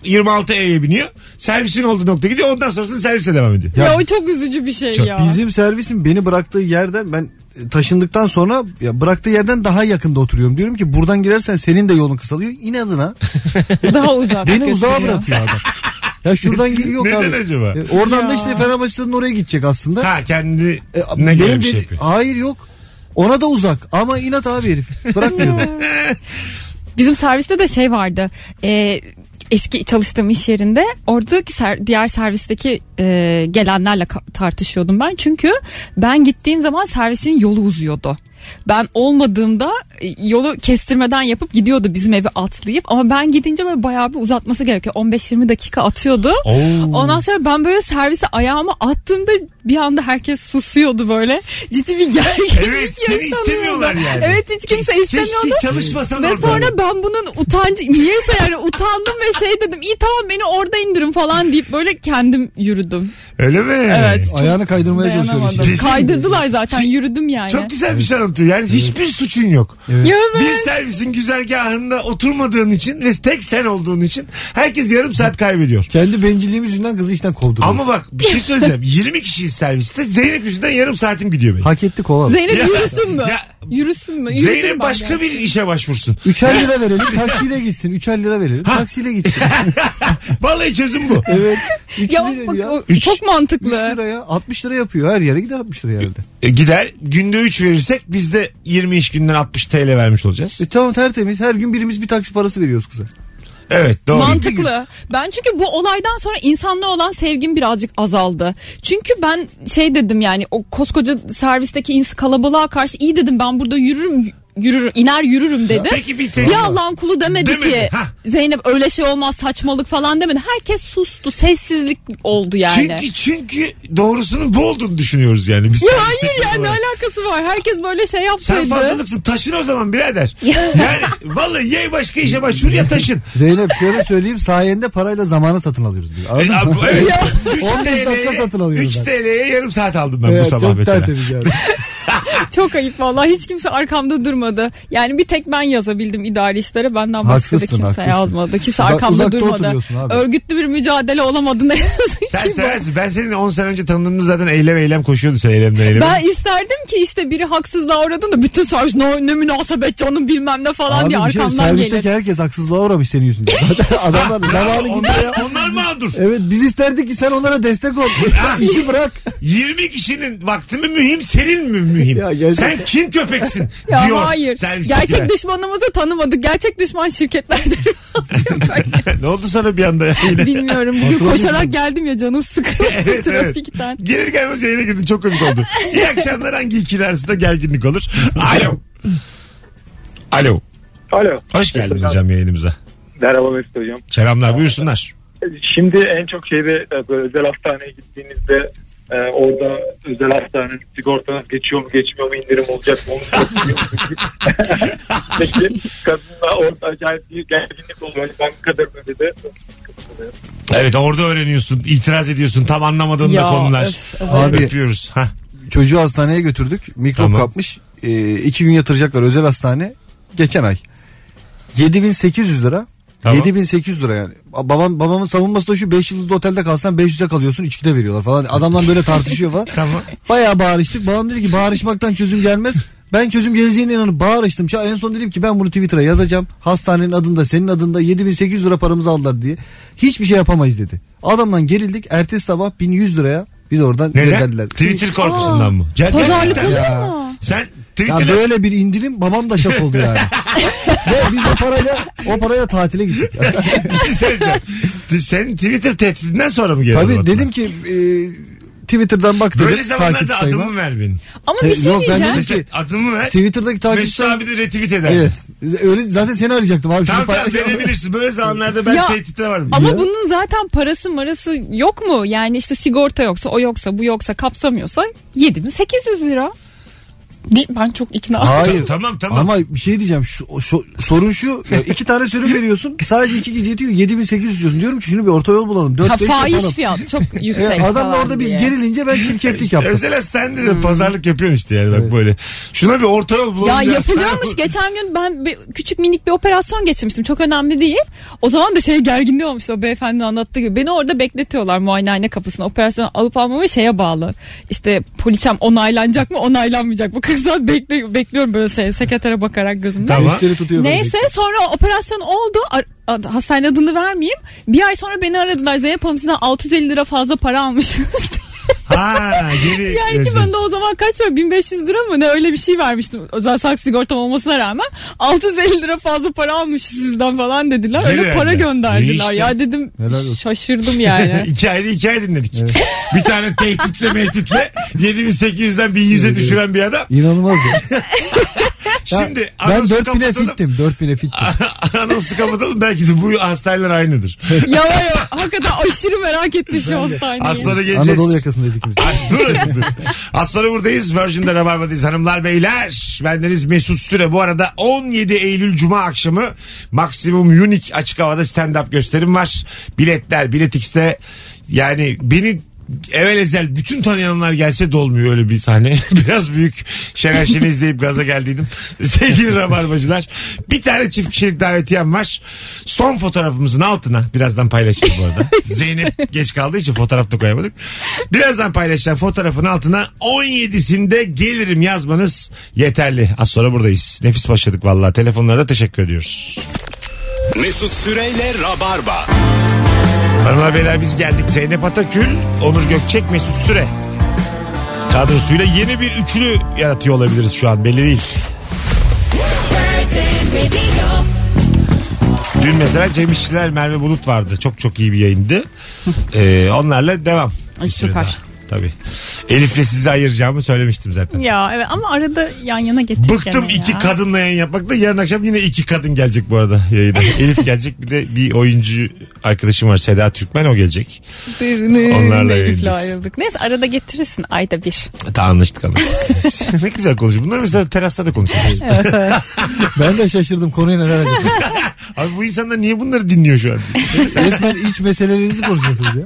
[SPEAKER 2] 26E'ye biniyor. Servisin olduğu nokta gidiyor. Ondan sonrasında servise devam ediyor.
[SPEAKER 7] Ya, o çok üzücü bir şey ya.
[SPEAKER 3] Bizim servisin beni bıraktığı yerden ben taşındıktan sonra ya bıraktığı yerden daha yakında oturuyorum. Diyorum ki buradan girersen senin de yolun kısalıyor. İnadına
[SPEAKER 7] Daha uzak.
[SPEAKER 3] beni uzağa
[SPEAKER 7] götürüyor.
[SPEAKER 3] bırakıyor adam. Ya şuradan gir yok
[SPEAKER 2] Neden
[SPEAKER 3] abi.
[SPEAKER 2] acaba?
[SPEAKER 3] E, Oradan da
[SPEAKER 7] Ya.
[SPEAKER 3] işte Fenerbahçe'den oraya gidecek aslında.
[SPEAKER 2] Ha kendi
[SPEAKER 3] E,
[SPEAKER 2] ne göre
[SPEAKER 3] benim
[SPEAKER 2] bir şey
[SPEAKER 3] dedi-
[SPEAKER 2] yapıyor.
[SPEAKER 3] Hayır yok. Ona da uzak ama inat abi herif. Bırakmıyor. da.
[SPEAKER 7] Bizim serviste de şey vardı. E, eski çalıştığım iş yerinde oradaki ser- diğer servisteki e, gelenlerle ka- tartışıyordum ben. Çünkü ben gittiğim zaman servisin yolu uzuyordu. Ben olmadığımda e, yolu kestirmeden yapıp gidiyordu bizim evi atlayıp ama ben gidince böyle bayağı bir uzatması gerekiyor. 15-20 dakika atıyordu.
[SPEAKER 2] Oo.
[SPEAKER 7] Ondan sonra ben böyle servise ayağımı attığımda bir anda herkes susuyordu böyle. Ciddi bir gerginlik
[SPEAKER 2] Evet seni
[SPEAKER 7] yaşanıyordu.
[SPEAKER 2] istemiyorlar yani.
[SPEAKER 7] Evet hiç kimse istemiyordu.
[SPEAKER 2] Keşke çalışmasan
[SPEAKER 7] Ve
[SPEAKER 2] orada.
[SPEAKER 7] sonra ben bunun utancı niyeyse yani utandım ve şey dedim iyi tamam beni orada indirin falan deyip böyle kendim yürüdüm.
[SPEAKER 2] Öyle mi?
[SPEAKER 7] Evet.
[SPEAKER 3] Ayağını kaydırmaya çalışıyor.
[SPEAKER 7] Dayanamadım.
[SPEAKER 3] işte.
[SPEAKER 2] Rezil.
[SPEAKER 7] Kaydırdılar zaten yürüdüm yani.
[SPEAKER 2] Çok güzel bir şey anlatıyor. Yani hiçbir suçun yok.
[SPEAKER 7] Ya
[SPEAKER 2] Bir
[SPEAKER 7] ben-
[SPEAKER 2] servisin güzergahında oturmadığın için ve tek sen olduğun için herkes yarım saat kaybediyor.
[SPEAKER 3] Kendi bencilliğim yüzünden kızı işten kovduruyor.
[SPEAKER 2] Ama bak bir şey söyleyeceğim. 20 kişiyiz serviste. Zeynep yüzünden yarım saatim gidiyor benim.
[SPEAKER 3] Hak etti kovalım.
[SPEAKER 7] Zeynep
[SPEAKER 2] Ya-
[SPEAKER 7] yürüsün mü?
[SPEAKER 2] Ya-
[SPEAKER 7] yürüsün mü? Yürüdüm ben
[SPEAKER 2] Zeynep başka
[SPEAKER 7] yani.
[SPEAKER 2] bir işe başvursun.
[SPEAKER 3] Üçer lira verelim taksiyle gitsin. Üçer lira verelim taksiyle gitsin.
[SPEAKER 2] Vallahi çözüm bu.
[SPEAKER 3] evet. Üç
[SPEAKER 7] Ya,
[SPEAKER 3] lira
[SPEAKER 7] bak,
[SPEAKER 3] ya.
[SPEAKER 7] o-
[SPEAKER 2] Üç.
[SPEAKER 7] çok
[SPEAKER 3] Üç
[SPEAKER 7] mantıklı.
[SPEAKER 3] liraya 60 lira yapıyor. Her yere gider 60 lira herhalde.
[SPEAKER 2] E, gider günde 3 verirsek biz de 20 iş günden 60 TL vermiş olacağız.
[SPEAKER 3] E tamam tertemiz. Her gün birimiz bir taksi parası veriyoruz kıza.
[SPEAKER 2] Evet doğru.
[SPEAKER 7] Mantıklı. Ben çünkü bu olaydan sonra insanla olan sevgim birazcık azaldı. Çünkü ben şey dedim yani o koskoca servisteki ins kalabalığa karşı iyi dedim ben burada yürürüm yürürüm iner yürürüm dedim.
[SPEAKER 2] Peki bir tek.
[SPEAKER 7] Ya Allah'ın kulu demedi,
[SPEAKER 2] Demedi,
[SPEAKER 7] ki
[SPEAKER 2] ha.
[SPEAKER 7] Zeynep öyle şey olmaz saçmalık falan demedi. Herkes sustu. Sessizlik oldu yani.
[SPEAKER 2] Çünkü çünkü doğrusunun bu olduğunu düşünüyoruz yani. Biz
[SPEAKER 7] Ya
[SPEAKER 2] serviste
[SPEAKER 7] hayır ya ne
[SPEAKER 2] olarak.
[SPEAKER 7] alakası var? Herkes böyle şey
[SPEAKER 2] Sen
[SPEAKER 7] yapsaydı.
[SPEAKER 2] fazlalıksın taşın o zaman birader. yani vallahi ye başka işe başvur ya taşın.
[SPEAKER 3] Zeynep şöyle söyleyeyim sayende parayla zamanı satın alıyoruz diyor. Anladın
[SPEAKER 2] E,
[SPEAKER 3] mı?
[SPEAKER 2] abi, evet.
[SPEAKER 3] 15
[SPEAKER 2] 3
[SPEAKER 3] dakika satın alıyorum
[SPEAKER 2] 3
[SPEAKER 3] ben.
[SPEAKER 2] TL'ye yarım saat aldım ben
[SPEAKER 3] Evet,
[SPEAKER 2] bu sabah
[SPEAKER 3] çok
[SPEAKER 2] mesela.
[SPEAKER 3] tertemiz yani.
[SPEAKER 7] Çok ayıp vallahi hiç kimse arkamda durmadı. Yani bir tek ben yazabildim idari işlere. Benden başka da
[SPEAKER 3] Haklısın,
[SPEAKER 7] kimse
[SPEAKER 3] haklısın.
[SPEAKER 7] yazmadı. Kimse
[SPEAKER 3] Uzak-
[SPEAKER 7] arkamda
[SPEAKER 3] uzakta
[SPEAKER 7] durmadı.
[SPEAKER 3] oturuyorsun abi.
[SPEAKER 7] Örgütlü bir mücadele olamadı ne yazık
[SPEAKER 2] Sen
[SPEAKER 7] ki. bu.
[SPEAKER 2] seversin. Ben senin 10 sene önce tanıdığımda zaten eylem eylem koşuyordu sen eylemden eyleme.
[SPEAKER 7] Ben isterdim ki işte biri haksızlığa uğradığında bütün sarj ne, ne münasebet canım bilmem ne falan diye
[SPEAKER 3] Abi bir şey,
[SPEAKER 7] arkamdan gelir.
[SPEAKER 3] servisteki herkes haksızlığa uğramış senin yüzünden. Zaten adamlar zamanı gidiyor ya.
[SPEAKER 2] onlar, onlar mağdur.
[SPEAKER 3] Evet biz isterdik ki sen onlara destek ol. İşi bırak.
[SPEAKER 2] 20 kişinin vakti mi mühim senin mi mühim?
[SPEAKER 3] Ya gerçekten.
[SPEAKER 2] Sen kim köpeksin?
[SPEAKER 7] Ya
[SPEAKER 2] diyor
[SPEAKER 7] hayır.
[SPEAKER 2] servistekiler.
[SPEAKER 7] Gerçek düşmanımızı tanımadık. Gerçek düşman şirketlerdir.
[SPEAKER 2] ne oldu sana bir anda ya yine?
[SPEAKER 7] Bilmiyorum. Bugün
[SPEAKER 3] Hatırlamıyorum.
[SPEAKER 7] koşarak geldim ya canım sıkıldı
[SPEAKER 2] Evet,
[SPEAKER 7] trafikten.
[SPEAKER 2] evet. Gelir gelmez yayına girdin çok komik oldu. İyi akşamlar hangi ikili arasında gerginlik olur? Alo. Alo.
[SPEAKER 8] Alo.
[SPEAKER 2] Hoş geldin hocam yayınımıza.
[SPEAKER 8] Merhaba Mesut hocam.
[SPEAKER 2] Selamlar buyursunlar.
[SPEAKER 8] Şimdi en çok şeyde e, böyle özel hastaneye gittiğinizde e, orada özel hastanenin sigortanız geçiyor mu geçmiyor mu indirim olacak mı onu soruyor. Peki kadınla orada acayip bir gerginlik oluyor. Ben bu kadar mı dedi. oluyor.
[SPEAKER 2] Evet orada öğreniyorsun. itiraz ediyorsun. Tam anlamadığın da
[SPEAKER 7] Ya,
[SPEAKER 2] konular.
[SPEAKER 7] öf, evet.
[SPEAKER 2] Abi.
[SPEAKER 3] Abi-
[SPEAKER 2] Öpüyoruz. Hah.
[SPEAKER 3] Çocuğu hastaneye götürdük. Mikrop
[SPEAKER 2] Tamam.
[SPEAKER 3] kapmış. Ee, iki gün yatıracaklar özel hastane. Geçen ay. 7800 lira.
[SPEAKER 2] Tamam.
[SPEAKER 3] 7800 lira yani. Ba- Babam, babamın savunması da şu 5 yıldızlı otelde kalsan 500'e kalıyorsun içkide veriyorlar falan. Adamlar böyle tartışıyor falan.
[SPEAKER 2] Tamam.
[SPEAKER 3] Bayağı bağırıştık. Babam dedi ki bağırışmaktan çözüm gelmez. Ben çözüm geleceğine inanıp bağırıştım. Ya en son dedim ki ben bunu Twitter'a yazacağım. Hastanenin adında senin adında 7800 lira paramızı aldılar diye. Hiçbir şey yapamayız dedi. Adamdan gerildik. Ertesi sabah 1100 liraya biz oradan
[SPEAKER 2] Neden?
[SPEAKER 3] gönderdiler.
[SPEAKER 2] Twitter korkusundan mı? Ger-
[SPEAKER 7] Pazarlık
[SPEAKER 2] gerçekten.
[SPEAKER 7] oluyor
[SPEAKER 3] Ya.
[SPEAKER 7] mu?
[SPEAKER 2] Sen
[SPEAKER 3] Ya
[SPEAKER 2] Twitter'a
[SPEAKER 3] böyle bir indirim babam da şok oldu yani. Ve biz o parayla o parayla tatile gittik.
[SPEAKER 2] bir şey söyleyeceğim. Sen Twitter tehdidinden sonra mı geldin?
[SPEAKER 3] Tabii
[SPEAKER 2] Batuhan?
[SPEAKER 3] dedim ki e, Twitter'dan bak dedim.
[SPEAKER 2] Böyle zamanlarda
[SPEAKER 3] takip sayıma.
[SPEAKER 2] adımı ver benim.
[SPEAKER 7] Ama bir
[SPEAKER 3] E,
[SPEAKER 7] şey
[SPEAKER 3] yok, ben
[SPEAKER 7] diyeceğim.
[SPEAKER 3] dedim-
[SPEAKER 2] Mesela
[SPEAKER 3] Peki.
[SPEAKER 2] adımı ver.
[SPEAKER 3] Twitter'daki takip
[SPEAKER 2] Mesut
[SPEAKER 3] sayım.
[SPEAKER 2] abi de retweet eder.
[SPEAKER 3] Evet. Öyle, zaten seni arayacaktım abi.
[SPEAKER 2] Tamam
[SPEAKER 3] Şimdi
[SPEAKER 2] tamam
[SPEAKER 3] paylaşamam.
[SPEAKER 2] verebilirsin. Böyle zamanlarda ben
[SPEAKER 7] Ya,
[SPEAKER 2] tehditte varım.
[SPEAKER 7] Ama bunun zaten parası marası yok mu? Yani işte sigorta yoksa, o yoksa, bu yoksa, kapsamıyorsa 7 mi 800 lira. Değil, ben çok ikna
[SPEAKER 3] Hayır.
[SPEAKER 2] Tamam, tamam.
[SPEAKER 3] Ama bir şey diyeceğim. Şu, şu- sorun şu. ya iki tane sürüm veriyorsun. Sadece iki gece yetiyor. 7800 diyorsun. Diyorum ki şunu bir orta yol bulalım. 4
[SPEAKER 7] Ha, fahiş fiyat çok yüksek.
[SPEAKER 3] E, Adam da
[SPEAKER 7] falan
[SPEAKER 3] orada biz
[SPEAKER 7] diye.
[SPEAKER 3] gerilince ben çirkeflik yaptım.
[SPEAKER 2] Özel hastanede de pazarlık yapıyorsun işte yani bak böyle. Şuna bir orta yol bulalım.
[SPEAKER 7] Ya
[SPEAKER 2] bir hastane
[SPEAKER 7] yapılıyormuş.
[SPEAKER 2] bulalım.
[SPEAKER 7] Geçen gün ben bir, küçük minik bir operasyon geçirmiştim. Çok önemli değil. O zaman da şey gerginliği olmuştu o beyefendi anlattığı gibi. Beni orada bekletiyorlar muayenehane kapısına. Operasyon alıp almamı şeye bağlı. İşte poliçem onaylanacak mı onaylanmayacak mı? 40 saat bekle, bekliyorum böyle şey sekretere bakarak gözümle.
[SPEAKER 2] Tamam.
[SPEAKER 3] Müşteri tutuyor. böyle.
[SPEAKER 7] Neyse sonra operasyon oldu. Ar- ad- hastane adını vermeyeyim. Bir ay sonra beni aradılar. Zeynep Hanım sizden 650 lira fazla para almışsınız.
[SPEAKER 2] Ha geri
[SPEAKER 7] yani ki
[SPEAKER 2] vereceğiz.
[SPEAKER 7] ben de o zaman kaç var? 1500 lira mı? Ne öyle bir şey vermiştim. Özel sağlık sigortam olmasına rağmen 650 lira fazla para almış sizden falan dediler. Öyle
[SPEAKER 2] Helal
[SPEAKER 7] para
[SPEAKER 2] ya.
[SPEAKER 7] gönderdiler.
[SPEAKER 2] İyi işte.
[SPEAKER 7] Ya dedim
[SPEAKER 3] Helal olsun.
[SPEAKER 7] şaşırdım yani.
[SPEAKER 2] İki ayrı hikaye dinledik. bir tane tehditle mehditle 7800'den 1100'e düşüren bir adam.
[SPEAKER 3] İnanılmaz ya.
[SPEAKER 2] Şimdi
[SPEAKER 3] ben
[SPEAKER 2] anonsu
[SPEAKER 3] 4000'e
[SPEAKER 2] kapatalım.
[SPEAKER 3] fittim. 4000'e fittim.
[SPEAKER 2] anonsu kapatalım. Belki de bu hastaneler aynıdır.
[SPEAKER 7] ya var ya hakikaten aşırı merak ettim şu hastaneyi.
[SPEAKER 2] Az sonra geleceğiz.
[SPEAKER 3] Anadolu yakasındayız ikimiz.
[SPEAKER 2] Ay, Dur. dur. Az sonra buradayız. Virgin'de Rabarba'dayız hanımlar beyler. Bendeniz Mesut Süre. Bu arada 17 Eylül Cuma akşamı Maximum Unique açık havada stand-up gösterim var. Biletler biletikste yani beni evvel ezel bütün tanıyanlar gelse dolmuyor öyle bir sahne. Biraz büyük Şener Şen'i izleyip gaza geldiydim. Sevgili Rabarbacılar. Bir tane çift kişilik davetiyem var. Son fotoğrafımızın altına birazdan paylaşacağız bu arada. Zeynep geç kaldığı için fotoğraf da koyamadık. Birazdan paylaşacağım fotoğrafın altına 17'sinde gelirim yazmanız yeterli. Az sonra buradayız. Nefis başladık vallahi. Telefonlara da teşekkür ediyoruz.
[SPEAKER 1] Mesut Süreyle Rabarba.
[SPEAKER 2] Hanımlar beyler biz geldik. Zeynep Atakül, Onur Gökçek, Mesut Süre. Kadrosuyla yeni bir üçlü yaratıyor olabiliriz şu an belli değil. Dün mesela Cem İşçiler Merve Bulut vardı. Çok çok iyi bir yayındı. Ee, onlarla devam.
[SPEAKER 7] Ay,
[SPEAKER 2] Bir süre
[SPEAKER 7] süper.
[SPEAKER 2] daha. Tabii. Elif'le sizi ayıracağımı söylemiştim zaten.
[SPEAKER 7] Ya evet ama arada yan yana getir
[SPEAKER 2] Bıktım
[SPEAKER 7] gene
[SPEAKER 2] iki
[SPEAKER 7] ya.
[SPEAKER 2] kadınla yayın yapmakta. Yarın akşam yine iki kadın gelecek bu arada yayına. Elif gelecek bir de bir oyuncu arkadaşım var Seda Türkmen o gelecek.
[SPEAKER 7] Dırnı-
[SPEAKER 2] Onlarla
[SPEAKER 7] Elif'le
[SPEAKER 2] yayındayız.
[SPEAKER 7] ayrıldık. Neyse arada getirirsin ayda bir.
[SPEAKER 2] Ta anlaştık anlaştık. ne güzel konuşuyor. Bunları mesela terasta da konuşuyoruz.
[SPEAKER 3] Ben de şaşırdım konuya neler alakası.
[SPEAKER 2] Abi bu insanlar niye bunları dinliyor şu an?
[SPEAKER 3] Resmen iç meselelerinizi konuşuyorsunuz ya.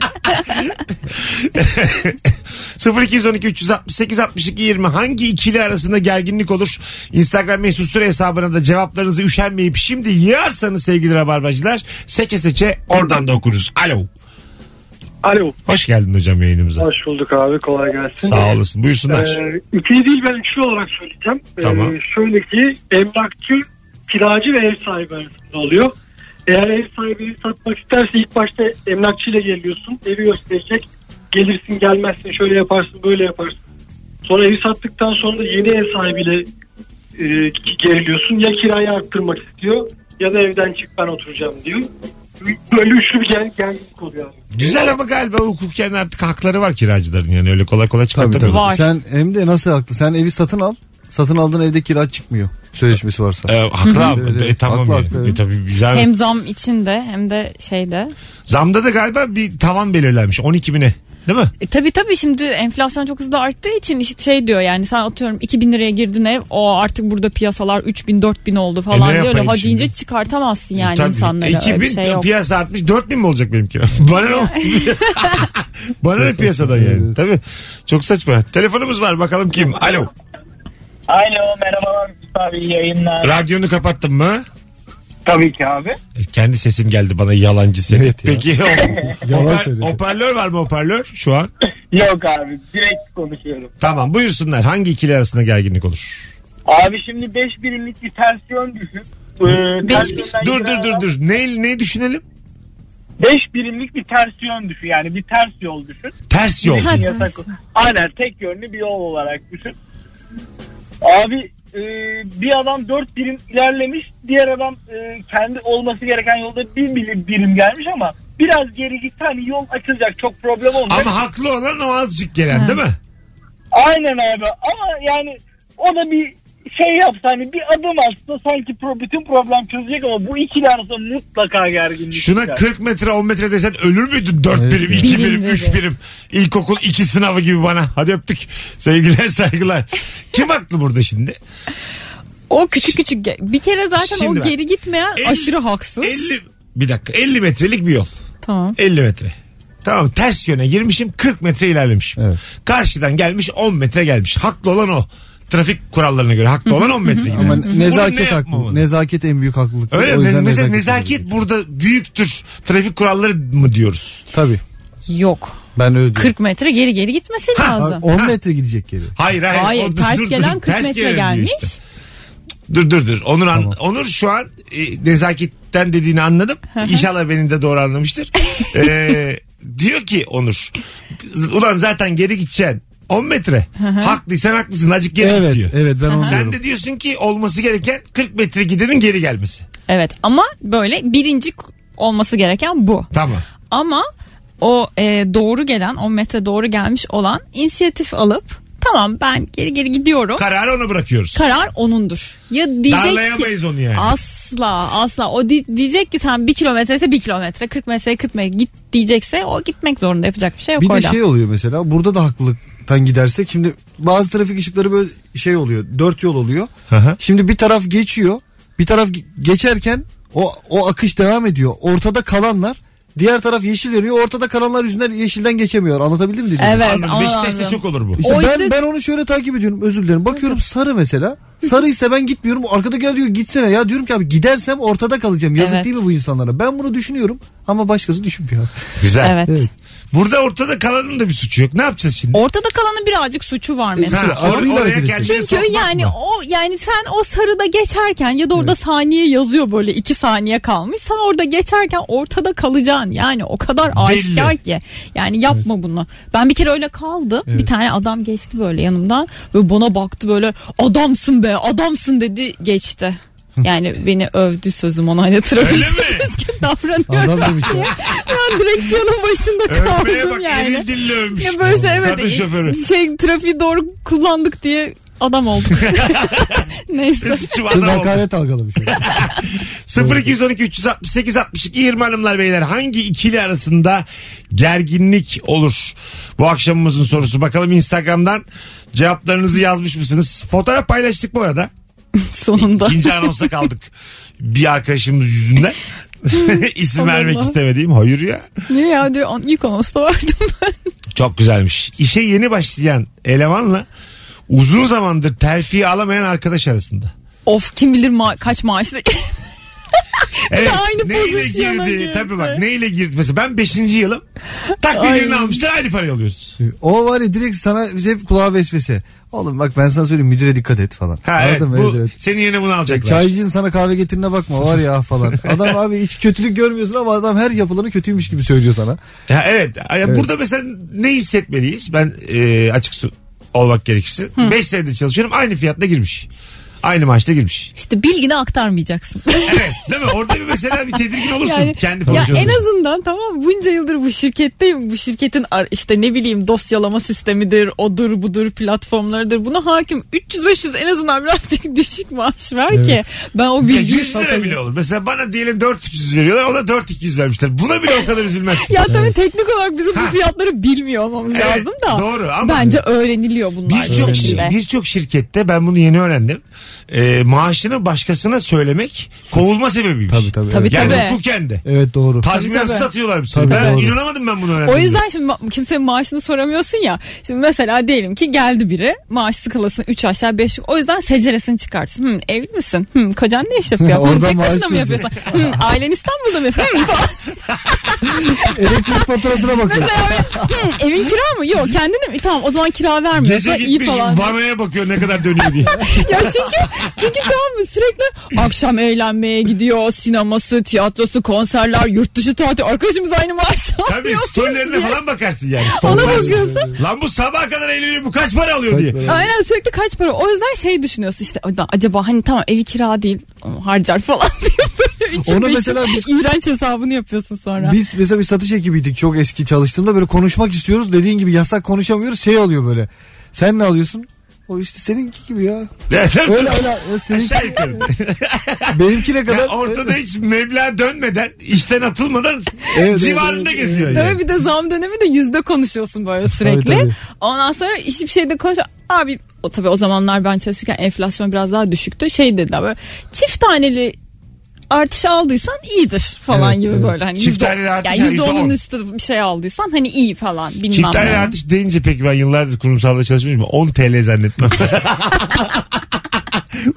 [SPEAKER 2] 0212 368 62 20 hangi ikili arasında gerginlik olur? Instagram mesut süre hesabına da cevaplarınızı üşenmeyip şimdi yığarsanız sevgili rabarbacılar seçe seçe oradan da okuruz. Alo.
[SPEAKER 8] Alo.
[SPEAKER 2] Hoş geldin hocam yayınımıza.
[SPEAKER 8] Hoş bulduk abi kolay gelsin.
[SPEAKER 2] Sağ olasın. Buyursunlar.
[SPEAKER 8] Ee, ikiyi değil ben üçlü olarak söyleyeceğim. Ee,
[SPEAKER 2] Tamam.
[SPEAKER 8] şöyle ki emlakçı, kiracı ve ev sahibi arasında oluyor. Eğer ev sahibi evi satmak isterse ilk başta emlakçıyla geliyorsun. Evi gösterecek. Gelirsin gelmezsin şöyle yaparsın böyle yaparsın. Sonra evi sattıktan sonra da yeni ev sahibiyle e, geriliyorsun. Ya kirayı arttırmak istiyor ya da evden çık ben oturacağım diyor. Böyle üçlü bir gel, gerginlik oluyor. abi.
[SPEAKER 2] Güzel ama galiba hukuken artık hakları var kiracıların yani öyle kolay kolay çıkartamıyor.
[SPEAKER 7] Var.
[SPEAKER 3] Sen hem de nasıl haklı? Sen evi satın al. Satın aldığın evde kira çıkmıyor. Sözleşmesi varsa.
[SPEAKER 2] Ee, haklı
[SPEAKER 3] Evet,
[SPEAKER 2] abi.
[SPEAKER 3] evet.
[SPEAKER 2] E, tamam
[SPEAKER 3] Haklı,
[SPEAKER 2] yani.
[SPEAKER 3] haklı.
[SPEAKER 2] E, tabii biz abi-
[SPEAKER 7] Hem zam içinde hem de şeyde.
[SPEAKER 2] Zamda da galiba bir tavan belirlenmiş 12 bine. Değil mi?
[SPEAKER 7] E, tabii tabii şimdi enflasyon çok hızlı arttığı için işte şey diyor yani sen atıyorum 2000 liraya girdin ev o artık burada piyasalar 3000 4000 oldu
[SPEAKER 2] E, ne
[SPEAKER 7] falan diyor.
[SPEAKER 2] yapayım
[SPEAKER 7] Ha
[SPEAKER 2] şimdi? E,
[SPEAKER 7] deyince çıkartamazsın yani
[SPEAKER 2] Tabii.
[SPEAKER 7] insanlara. öyle bir
[SPEAKER 2] 2000
[SPEAKER 7] şey yok.
[SPEAKER 2] piyasa artmış 4000 mi olacak benim kiram? Bana ne oldu? Bana ne piyasadan yani?
[SPEAKER 3] Evet.
[SPEAKER 2] Tabii. Çok saçma. Telefonumuz var bakalım kim? Alo.
[SPEAKER 9] Alo merhaba abi iyi yayınlar.
[SPEAKER 2] Radyonu kapattın mı?
[SPEAKER 9] Tabii ki abi.
[SPEAKER 2] E, Kendi sesim geldi bana yalancı seni.
[SPEAKER 3] Evet ya.
[SPEAKER 2] Peki o-
[SPEAKER 3] Yalan
[SPEAKER 2] hoparl-
[SPEAKER 3] söyledi.
[SPEAKER 2] hoparlör var mı hoparlör şu an?
[SPEAKER 9] Yok abi direkt konuşuyorum.
[SPEAKER 2] Tamam buyursunlar. Hangi ikili arasında gerginlik olur?
[SPEAKER 9] Abi şimdi 5 birimlik bir tersiyon düşün. Ee,
[SPEAKER 7] Beş
[SPEAKER 9] tersiyondan
[SPEAKER 2] Dur
[SPEAKER 9] giren
[SPEAKER 2] dur dur
[SPEAKER 9] adam-
[SPEAKER 2] dur. Ne, ne düşünelim?
[SPEAKER 9] 5 birimlik bir tersiyon düşün. Yani bir ters yol düşün.
[SPEAKER 2] Ters yol.
[SPEAKER 7] Ha,
[SPEAKER 9] Yasak-
[SPEAKER 7] ters.
[SPEAKER 9] Aynen tek yönlü bir yol olarak düşün. Abi e, bir adam 4 birim ilerlemiş. Diğer adam e, kendi olması gereken yolda 1 birim, birim gelmiş ama biraz geri gitti hani yol açılacak çok problem olmayacak.
[SPEAKER 2] Ama haklı olan o azıcık gelen
[SPEAKER 7] Ha.
[SPEAKER 2] değil mi?
[SPEAKER 9] Aynen abi ama yani o da bir şey yapsa hani bir adım atsa sanki pro, bütün problem çözecek ama bu ikili arasında mutlaka gerginlik
[SPEAKER 2] Şuna
[SPEAKER 9] çıkar.
[SPEAKER 2] 40 metre 10 metre desen ölür müydün? 4
[SPEAKER 3] Evet.
[SPEAKER 2] birim, 2
[SPEAKER 7] Birim
[SPEAKER 2] birim,
[SPEAKER 7] dedi.
[SPEAKER 2] 3 birim. İlkokul 2 sınavı gibi bana. Hadi öptük. Sevgiler saygılar. Kim haklı burada şimdi?
[SPEAKER 7] O küçük küçük ge- bir kere zaten
[SPEAKER 2] Şimdi
[SPEAKER 7] o
[SPEAKER 2] bak. E,
[SPEAKER 7] geri gitmeyen
[SPEAKER 2] Elli-
[SPEAKER 7] aşırı haksız.
[SPEAKER 2] 50 bir dakika 50 metrelik bir yol.
[SPEAKER 7] Tamam.
[SPEAKER 2] 50 metre. Tamam ters yöne girmişim 40 metre ilerlemişim.
[SPEAKER 3] Evet.
[SPEAKER 2] Karşıdan gelmiş 10 metre gelmiş. Haklı olan o. Trafik kurallarına göre haklı olan 10 metre gider.
[SPEAKER 3] Ama
[SPEAKER 2] Bunu ne
[SPEAKER 3] nezaket
[SPEAKER 2] yapmamalı?
[SPEAKER 3] haklı. Nezaket en büyük haklılık.
[SPEAKER 2] Öyle
[SPEAKER 3] O
[SPEAKER 2] mi?
[SPEAKER 3] yüzden
[SPEAKER 2] Mesela
[SPEAKER 3] haklılık.
[SPEAKER 2] nezaket burada büyüktür. Trafik kuralları mı diyoruz?
[SPEAKER 3] Tabii.
[SPEAKER 7] Yok.
[SPEAKER 3] Ben öyle diyorum.
[SPEAKER 7] 40 metre geri geri gitmesi
[SPEAKER 2] Ha,
[SPEAKER 7] lazım.
[SPEAKER 3] 10 metre gidecek geri.
[SPEAKER 2] Hayır hayır.
[SPEAKER 7] Hayır,
[SPEAKER 2] O-
[SPEAKER 7] ters gelen 40
[SPEAKER 2] ters
[SPEAKER 7] metre
[SPEAKER 2] gelen diyor
[SPEAKER 7] gelmiş.
[SPEAKER 2] işte. Dur dur dur. Onur an-
[SPEAKER 3] Tamam.
[SPEAKER 2] Onur şu an e, nezaketten dediğini anladım. İnşallah beni de doğru anlamıştır. Ee, diyor ki Onur. Ulan zaten geri gideceksin. 10 metre. Haklıysan haklısın. Acık geri
[SPEAKER 3] evet,
[SPEAKER 2] git diyor.
[SPEAKER 3] evet ben onu
[SPEAKER 2] Sen
[SPEAKER 3] diyorum.
[SPEAKER 2] de diyorsun ki olması gereken 40 metre gidenin geri gelmesi.
[SPEAKER 7] Evet ama böyle birinci olması gereken bu.
[SPEAKER 2] Tamam.
[SPEAKER 7] Ama o e, doğru gelen 10 metre doğru gelmiş olan inisiyatif alıp tamam ben geri geri gidiyorum.
[SPEAKER 2] Kararı ona bırakıyoruz.
[SPEAKER 7] Karar onundur. Ya diyecek
[SPEAKER 2] Darlayamayız
[SPEAKER 7] ki
[SPEAKER 2] onu yani.
[SPEAKER 7] asla asla o di- diyecek ki sen bir kilometre ise bir kilometre 40 metre 40 metre git diyecekse o gitmek zorunda yapacak bir şey yok
[SPEAKER 3] Bir de
[SPEAKER 7] orada.
[SPEAKER 3] şey oluyor mesela burada da haklılıktan gidersek şimdi bazı trafik ışıkları böyle şey oluyor. Dört yol oluyor.
[SPEAKER 2] Hı hı.
[SPEAKER 3] Şimdi bir taraf geçiyor. Bir taraf ge- geçerken o, o akış devam ediyor. Ortada kalanlar diğer taraf yeşil veriyor. Ortada kalanlar yüzünden yeşilden geçemiyor. Anlatabildim mi dediğimi?
[SPEAKER 7] Evet,
[SPEAKER 2] Anladım.
[SPEAKER 7] anladım.
[SPEAKER 2] Beşiktaş'ta çok olur bu.
[SPEAKER 3] İşte
[SPEAKER 7] O
[SPEAKER 3] ben,
[SPEAKER 7] yüzden-
[SPEAKER 3] ben onu şöyle takip ediyorum özür dilerim. Bakıyorum sarı mesela. Sarıysa ben gitmiyorum. Arkada gel diyor gitsene. Ya diyorum ki abi gidersem ortada kalacağım. Yazık
[SPEAKER 7] Evet.
[SPEAKER 3] değil mi bu insanlara? Ben bunu düşünüyorum ama başkası düşünmüyor.
[SPEAKER 2] Güzel.
[SPEAKER 7] Evet.
[SPEAKER 3] Evet.
[SPEAKER 2] Burada ortada kalanın da bir suçu yok. Ne yapacağız şimdi?
[SPEAKER 7] Ortada kalanın birazcık suçu var mesela.
[SPEAKER 2] E, Ha, or-
[SPEAKER 3] Arıyla
[SPEAKER 2] oraya
[SPEAKER 3] hareket edecek.
[SPEAKER 2] kendini
[SPEAKER 7] Çünkü
[SPEAKER 2] sokmak
[SPEAKER 7] yani
[SPEAKER 2] mı?
[SPEAKER 7] o yani sen o sarıda geçerken ya da orada saniye yazıyor böyle iki saniye kalmış. Sen orada geçerken ortada kalacaksın. Yani o kadar aşikar ki. Yani yapma bunu. Ben bir kere öyle kaldım. Bir tane adam geçti böyle yanımdan. Böyle bana baktı böyle adamsın be adamsın dedi geçti. Yani beni övdü sözüm ona hani
[SPEAKER 2] Öyle
[SPEAKER 7] trafikte
[SPEAKER 2] mi?
[SPEAKER 7] düzgün davranıyorum.
[SPEAKER 3] Adam demiş ya.
[SPEAKER 7] Ben direksiyonun başında
[SPEAKER 2] Övmeye
[SPEAKER 7] kaldım
[SPEAKER 2] bak
[SPEAKER 7] yani.
[SPEAKER 2] eril dilli övmüş.
[SPEAKER 7] Ya böyle şey evet.
[SPEAKER 2] Kadın şoförü.
[SPEAKER 7] Şey trafiği doğru kullandık diye adam olduk. Neyse.
[SPEAKER 2] Suçu
[SPEAKER 3] Kız
[SPEAKER 2] adam oldu.
[SPEAKER 3] hakaret algılamış.
[SPEAKER 2] 0212 368 62 20 hanımlar beyler hangi ikili arasında gerginlik olur? Bu akşamımızın sorusu. Bakalım Instagram'dan cevaplarınızı yazmış mısınız? Fotoğraf paylaştık bu arada.
[SPEAKER 7] Sonunda.
[SPEAKER 2] İkinci anonsa kaldık. bir arkadaşımız yüzünden. İsim
[SPEAKER 7] Aman
[SPEAKER 2] vermek
[SPEAKER 7] Allah.
[SPEAKER 2] istemediğim. Hayır ya.
[SPEAKER 7] Niye ya? Direkt on- ilk anonsta vardım ben.
[SPEAKER 2] Çok güzelmiş. İşe yeni başlayan elemanla uzun zamandır terfi alamayan arkadaş arasında.
[SPEAKER 7] Of kim bilir ma- kaç maaşlı.
[SPEAKER 2] Evet.
[SPEAKER 7] Aynı
[SPEAKER 2] neyle
[SPEAKER 7] pozisyona
[SPEAKER 2] girdi?
[SPEAKER 7] girdi.
[SPEAKER 2] Tabii bak neyle girdi? Mesela ben 5. yılım.
[SPEAKER 7] Ay.
[SPEAKER 2] Takdirini almışlar aynı parayı alıyoruz.
[SPEAKER 3] O var ya direkt sana hep kulağa vesvese. Oğlum bak ben sana söyleyeyim müdüre dikkat et falan.
[SPEAKER 2] Ha, evet,
[SPEAKER 3] Anladın mı?
[SPEAKER 2] bu,
[SPEAKER 3] Evet, evet.
[SPEAKER 2] Senin yerine bunu alacaklar.
[SPEAKER 3] Çaycının sana kahve getirine bakma var ya ah falan. Adam abi hiç kötülük görmüyorsun ama adam her yapılanı kötüymüş gibi söylüyor sana.
[SPEAKER 2] Ha, evet. Ya Burada mesela ne hissetmeliyiz? Ben e, açık su- olmak gerekirse. 5 senedir çalışıyorum aynı fiyatla girmiş. Aynı maçta girmiş.
[SPEAKER 7] İşte bilgini aktarmayacaksın.
[SPEAKER 2] Evet değil mi? Orada bir mesela bir tedirgin olursun.
[SPEAKER 7] Yani-
[SPEAKER 2] kendi
[SPEAKER 7] ya
[SPEAKER 2] pozisyonunda.
[SPEAKER 7] en azından tamam bunca yıldır bu şirketteyim. Bu şirketin ar- işte ne bileyim dosyalama sistemidir, odur budur platformlarıdır. Buna hakim 300-500 en azından birazcık düşük maaş ver ki ben o
[SPEAKER 2] Ya
[SPEAKER 7] bilgiyi
[SPEAKER 2] 100 lira
[SPEAKER 7] satayım.
[SPEAKER 2] bile olur. Mesela bana diyelim 400 veriyorlar ona 4200 vermişler. Buna bile o kadar üzülmezsin.
[SPEAKER 7] Ya tabii teknik olarak bizim bu fiyatları bilmiyor olmamız
[SPEAKER 2] Evet,
[SPEAKER 7] lazım da.
[SPEAKER 2] doğru ama-
[SPEAKER 7] Bence öğreniliyor bunlar bir
[SPEAKER 2] Birçok şey,
[SPEAKER 7] şekilde.
[SPEAKER 2] birçok şirkette ben bunu yeni öğrendim. Ee, maaşını başkasına söylemek kovulma sebebiymiş.
[SPEAKER 3] Tabii tabii.
[SPEAKER 7] Tabii,
[SPEAKER 3] evet.
[SPEAKER 2] Yani
[SPEAKER 7] tabii.
[SPEAKER 2] hukuken de.
[SPEAKER 3] Evet doğru.
[SPEAKER 2] Tazminat
[SPEAKER 7] tabii.
[SPEAKER 2] satıyorlar bir sürü.
[SPEAKER 3] Tabii,
[SPEAKER 2] Ben
[SPEAKER 3] doğru.
[SPEAKER 2] inanamadım ben bunu öğrendim.
[SPEAKER 7] O yüzden şimdi ma- kimsenin maaşını soramıyorsun ya. Şimdi mesela diyelim ki geldi biri maaş skalasını 3 aşağı 5 yukarı. O yüzden seceresini çıkartıyorsun. Hmm, evli misin? Hmm, kocan ne iş yapıyor? Hmm,
[SPEAKER 3] Orada
[SPEAKER 7] tek başına
[SPEAKER 3] maaş
[SPEAKER 7] mı yapıyorsun? Hmm, ailen İstanbul'da mı? Hmm, falan.
[SPEAKER 3] Elektrik faturasına bakın.
[SPEAKER 7] Mesela böyle, hmm, evin kira mı? Yok kendine mi? Tamam o zaman kira
[SPEAKER 2] Gece
[SPEAKER 7] vermiyorsa iyi
[SPEAKER 2] gitmiş
[SPEAKER 7] falan.
[SPEAKER 2] vanaya bakıyor ne kadar dönüyor diye.
[SPEAKER 7] ya çünkü çünkü tamam mı sürekli akşam eğlenmeye gidiyor. Sineması, tiyatrosu, konserler, yurt dışı tatil. Arkadaşımız aynı maaşla.
[SPEAKER 2] Tabii storylerine falan bakarsın yani.
[SPEAKER 7] Ona
[SPEAKER 2] Storylerine.
[SPEAKER 7] bakıyorsun.
[SPEAKER 2] Lan bu sabaha kadar eğleniyor bu kaç para alıyor
[SPEAKER 3] Kaç
[SPEAKER 2] diye.
[SPEAKER 3] para?
[SPEAKER 7] Aynen sürekli kaç para. O yüzden şey düşünüyorsun işte "Ulan acaba hani tamam evi kira değil o harcar falan diye böyle içi
[SPEAKER 3] Onu
[SPEAKER 7] dışı
[SPEAKER 3] mesela biz-
[SPEAKER 7] iğrenç hesabını yapıyorsun sonra.
[SPEAKER 3] Biz mesela bir satış ekibiydik çok eski çalıştığımda böyle konuşmak istiyoruz. Dediğin gibi yasak konuşamıyoruz şey alıyor böyle. Sen ne alıyorsun? O işte seninki gibi ya. Öyle öyle. Ya seninki,
[SPEAKER 2] Aşağı yukarı.
[SPEAKER 3] benimki ne kadar?
[SPEAKER 2] Ya ortada hiç meblağ dönmeden, işten atılmadan
[SPEAKER 3] evet,
[SPEAKER 2] civarında
[SPEAKER 3] evet,
[SPEAKER 2] geziyor.
[SPEAKER 3] evet.
[SPEAKER 2] yani.
[SPEAKER 7] Tabii bir de zam dönemi de yüzde konuşuyorsun böyle sürekli.
[SPEAKER 3] tabii.
[SPEAKER 7] Ondan sonra hiçbir şeyde konuş. Abi o tabii o zamanlar ben çalışırken enflasyon biraz daha düşüktü. Şey dediler böyle çift taneli artış aldıysan iyidir falan
[SPEAKER 3] Evet,
[SPEAKER 7] gibi
[SPEAKER 3] evet.
[SPEAKER 7] böyle hani
[SPEAKER 2] Çift
[SPEAKER 7] yüzde-
[SPEAKER 2] taneli artış,
[SPEAKER 7] yani yüzde
[SPEAKER 2] yani yüzde
[SPEAKER 7] onun
[SPEAKER 2] on.
[SPEAKER 7] üstü bir şey aldıysan hani iyi falan bilmem
[SPEAKER 2] Çift tane
[SPEAKER 7] ne.
[SPEAKER 2] artış deyince peki ben yıllardır kurumsalda çalışmışım. 10 TL zannetmem.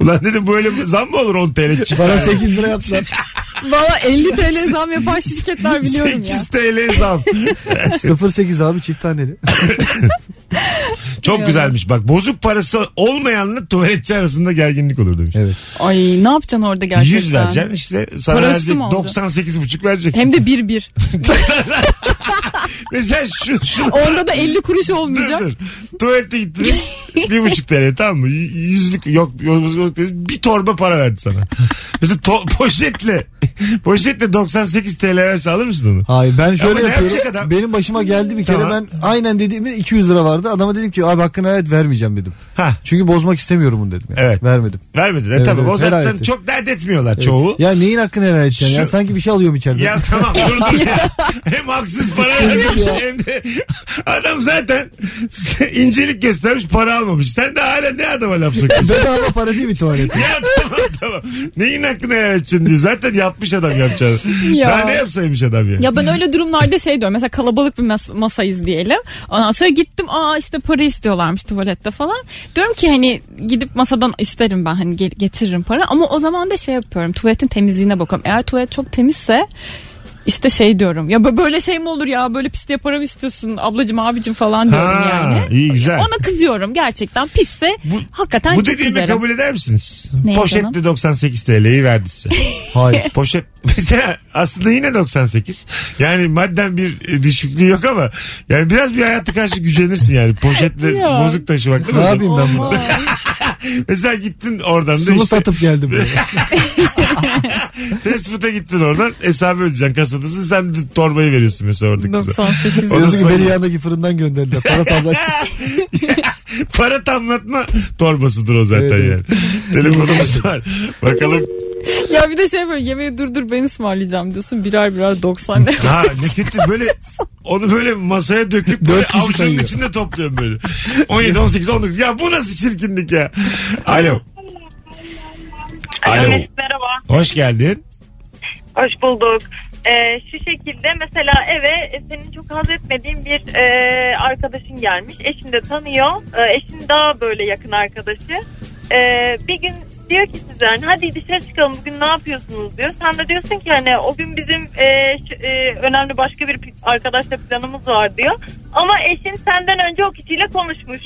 [SPEAKER 2] Ulan dedim böyle zam mı olur 10 TL çift
[SPEAKER 3] Bana 8 lira yaptılar.
[SPEAKER 7] Valla 50 TL zam yapan şirketler biliyorum ya.
[SPEAKER 2] 8 TL zam. Şey-
[SPEAKER 3] 0.8 abi çift taneli.
[SPEAKER 2] Çok güzelmiş bak. Bozuk parası olmayanla tuvaletçi arasında gerginlik olur demiş.
[SPEAKER 3] Evet.
[SPEAKER 7] Ay ne yapacaksın orada gerçekten?
[SPEAKER 2] 100 vereceksin işte sana
[SPEAKER 7] Parası
[SPEAKER 2] verecek
[SPEAKER 7] mı olacak?
[SPEAKER 2] 98,5 verecek.
[SPEAKER 7] Hem de bir bir.
[SPEAKER 2] Mesela şu, şu
[SPEAKER 7] Orada da 50 kuruş olmayacak.
[SPEAKER 2] Dur, dur. Tuvalete gittiniz. bir buçuk TL tamam mı? Y- Yüzlük yok, yok, yok dediniz. Bir torba para verdi sana. Mesela to- poşetle poşetle 98 TL verse alır mısın onu?
[SPEAKER 3] Hayır ben şöyle
[SPEAKER 2] Ama ne
[SPEAKER 3] yapıyorum.
[SPEAKER 2] yapacak adam?
[SPEAKER 3] Benim başıma geldi bir kere
[SPEAKER 2] Tamam.
[SPEAKER 3] ben aynen dediğimde 200 lira vardı. Adama dedim ki abi hakkını hayat vermeyeceğim dedim.
[SPEAKER 2] Ha.
[SPEAKER 3] Çünkü bozmak istemiyorum bunu dedim. yani.
[SPEAKER 2] Evet.
[SPEAKER 3] Vermedim.
[SPEAKER 2] Vermedi.
[SPEAKER 3] Evet,
[SPEAKER 2] tabii
[SPEAKER 3] evet,
[SPEAKER 2] o zaten
[SPEAKER 3] helal etti.
[SPEAKER 2] çok dert etmiyorlar çoğu. Ya,
[SPEAKER 3] Ya neyin hakkını helal edeceksin ya?
[SPEAKER 2] Şu-
[SPEAKER 3] Sanki bir şey alıyorum içeride.
[SPEAKER 2] tamam dur dur ya. Hem haksız para vermiş hem de adam zaten incelik göstermiş para almamış. Sen de hala ne adama laf sokuyorsun?
[SPEAKER 3] Bedava para değil mi tuvalet?
[SPEAKER 2] Ya tamam tamam. Neyin hakkını helal edeceksin diyor. Zaten yapmış adam yapacağını.
[SPEAKER 7] Ya.
[SPEAKER 2] Daha ne yapsaymış adam ya?
[SPEAKER 7] Ya ben öyle durumlarda şey diyorum. Mesela kalabalık bir mas- masayız diyelim. Ondan sonra gittim. Aa işte para istiyorlarmış tuvalette falan. Diyorum ki hani gidip masadan isterim ben hani gel- getiririm para. Ama o zaman da şey yapıyorum. Tuvaletin temizliğine bakıyorum. Eğer tuvalet çok temizse işte şey diyorum. Ya bö- böyle şey mi olur ya? Böyle pisliğe para mı istiyorsun? Ablacım abicim falan diyorum
[SPEAKER 2] Ha,
[SPEAKER 7] yani.
[SPEAKER 2] iyi güzel.
[SPEAKER 7] Ona kızıyorum gerçekten. Pisse
[SPEAKER 2] Bu-
[SPEAKER 7] hakikaten
[SPEAKER 2] Bu
[SPEAKER 7] çok
[SPEAKER 2] dediğimi
[SPEAKER 7] kızarım.
[SPEAKER 2] kabul eder misiniz?
[SPEAKER 7] Neye
[SPEAKER 2] Poşetli
[SPEAKER 7] canım?
[SPEAKER 2] 98 TL'yi verdi size.
[SPEAKER 3] Hayır.
[SPEAKER 2] Poşet mesela aslında yine 98. Yani madden bir e, düşüklüğü yok ama yani biraz bir hayata karşı gücenirsin yani. Poşetle
[SPEAKER 7] Ya.
[SPEAKER 2] bozuk taşımak değil mi?
[SPEAKER 3] Ne yapayım ben bunu?
[SPEAKER 7] Aman.
[SPEAKER 2] Mesela gittin oradan da
[SPEAKER 3] Sulu
[SPEAKER 2] işte
[SPEAKER 3] satıp geldim. Böyle.
[SPEAKER 2] fast food'a gittin oradan hesabı ödeyeceksin kasadasın sen de torbayı veriyorsun mesela orada kıza.
[SPEAKER 7] 98.
[SPEAKER 2] O da
[SPEAKER 3] Diyorsun ki beni
[SPEAKER 2] soyun.
[SPEAKER 3] yanındaki fırından gönderdiler. Para tablaçı.
[SPEAKER 2] Para tamlatma torbasıdır o zaten
[SPEAKER 3] Evet,
[SPEAKER 2] yani. Telefonumuz var. Bakalım.
[SPEAKER 7] Ya bir de şey böyle yemeği durdur ben ısmarlayacağım diyorsun. Birer birer 90 lira.
[SPEAKER 2] Ha ne kötü böyle onu böyle masaya döküp böyle
[SPEAKER 3] Dört kişi
[SPEAKER 2] avucunun
[SPEAKER 3] sayıyor.
[SPEAKER 2] içinde topluyorum böyle. 17, 18, 19. Ya bu nasıl çirkinlik ya? Alo. Alo.
[SPEAKER 10] Merhaba.
[SPEAKER 2] Hoş geldin.
[SPEAKER 10] Hoş bulduk. Ee, şu şekilde mesela eve e, senin çok haz etmediğin bir e, arkadaşın gelmiş. Eşin de tanıyor. Ee, eşin daha böyle yakın arkadaşı. Ee, bir gün diyor ki size hani, hadi dışarı çıkalım bugün ne yapıyorsunuz diyor. Sen de diyorsun ki hani o gün bizim e, ş- e, önemli başka bir pi- arkadaşla planımız var diyor. Ama eşin senden önce o kişiyle konuşmuş.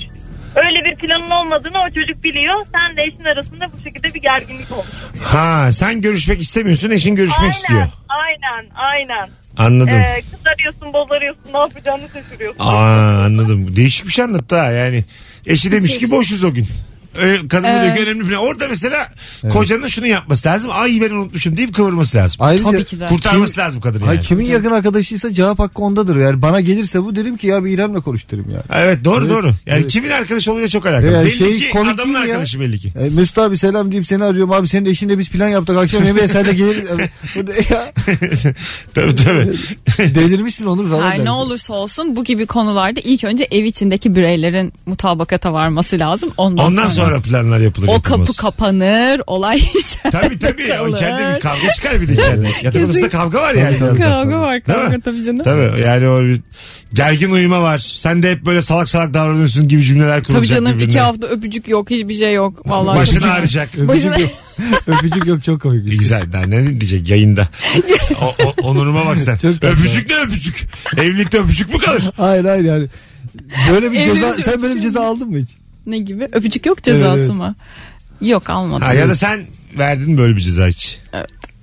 [SPEAKER 10] Öyle bir planın olmadığını o çocuk biliyor. Sen de eşin arasında bu şekilde bir gerginlik olmuş.
[SPEAKER 2] Ha sen görüşmek istemiyorsun eşin görüşmek
[SPEAKER 10] aynen,
[SPEAKER 2] istiyor.
[SPEAKER 10] Aynen, aynen.
[SPEAKER 2] Anladım.
[SPEAKER 10] Ee, kızarıyorsun, bozarıyorsun, ne yapacağını şaşırıyorsun.
[SPEAKER 2] Aa anladım. Değişik bir şey anlattı ha yani. Eşi demiş ki boşuz o gün. Ö- Kadının
[SPEAKER 7] Evet.
[SPEAKER 2] öykü önemli falan. Orada mesela kocanın şunu yapması lazım. Ay ben unutmuşum deyip kıvırması lazım.
[SPEAKER 3] Ayrıca
[SPEAKER 7] Tabii ki de.
[SPEAKER 2] Kurtarması lazım kadını
[SPEAKER 3] Ay,
[SPEAKER 2] yani.
[SPEAKER 3] kimin yakın arkadaşıysa cevap hakkı ondadır. Yani bana gelirse bu derim ki ya bir İrem'le konuş derim ya.
[SPEAKER 2] Evet doğru
[SPEAKER 3] Evet,
[SPEAKER 2] doğru. Yani
[SPEAKER 3] evet.
[SPEAKER 2] kimin arkadaş olduğuyla çok alakalı.
[SPEAKER 3] Yani
[SPEAKER 2] belli
[SPEAKER 3] şey
[SPEAKER 2] ki
[SPEAKER 3] komik
[SPEAKER 2] adamın
[SPEAKER 3] değil ya.
[SPEAKER 2] arkadaşı belli ki.
[SPEAKER 3] E, Mesut abi selam deyip seni arıyorum. Abi senin eşinle biz plan yaptık. Akşam yemeğe sen de gelir. Burada ya,
[SPEAKER 2] tabii tabii.
[SPEAKER 3] delirmişsin olur falan.
[SPEAKER 7] Her
[SPEAKER 3] derim.
[SPEAKER 7] ne olursa olsun bu gibi konularda ilk önce ev içindeki bireylerin mutabakata varması lazım. Ondan,
[SPEAKER 2] Ondan sonra planlar yapılır.
[SPEAKER 7] o
[SPEAKER 2] yapılmaz.
[SPEAKER 7] kapı kapanır, olay
[SPEAKER 2] Tabii tabii. O
[SPEAKER 7] Kalır.
[SPEAKER 2] içeride bir kavga çıkar bir de içeride. Yatak odasında kavga var yani.
[SPEAKER 3] Tabii,
[SPEAKER 2] biraz da.
[SPEAKER 7] kavga var
[SPEAKER 2] Değil
[SPEAKER 7] kavga
[SPEAKER 2] mi?
[SPEAKER 7] tabii canım.
[SPEAKER 2] Tabii yani o bir gergin uyuma var. Sen de hep böyle salak salak davranıyorsun gibi cümleler
[SPEAKER 7] Tabii
[SPEAKER 2] kurulacak.
[SPEAKER 7] canım
[SPEAKER 2] birbirine.
[SPEAKER 7] iki hafta öpücük yok hiçbir şey yok. Vallahi
[SPEAKER 2] Başın
[SPEAKER 7] öpücük-
[SPEAKER 2] ağrıyacak.
[SPEAKER 7] Başına-
[SPEAKER 3] Öpücük yok çok komik bir şey.
[SPEAKER 2] Güzel daha ne diyecek yayında. O, o- onuruma bak sen.
[SPEAKER 3] Çok tatlı.
[SPEAKER 2] öpücük ne öpücük? Evlilikte öpücük mü kalır?
[SPEAKER 3] Hayır hayır yani. Böyle bir
[SPEAKER 7] Evlenince
[SPEAKER 3] ceza
[SPEAKER 7] öpücük
[SPEAKER 3] sen böyle bir ceza aldın mı hiç?
[SPEAKER 7] Ne gibi? Öpücük yok cezası
[SPEAKER 3] Evet, evet.
[SPEAKER 7] mı? Yok almadım.
[SPEAKER 2] Ha, ya da sen verdin böyle bir ceza hiç.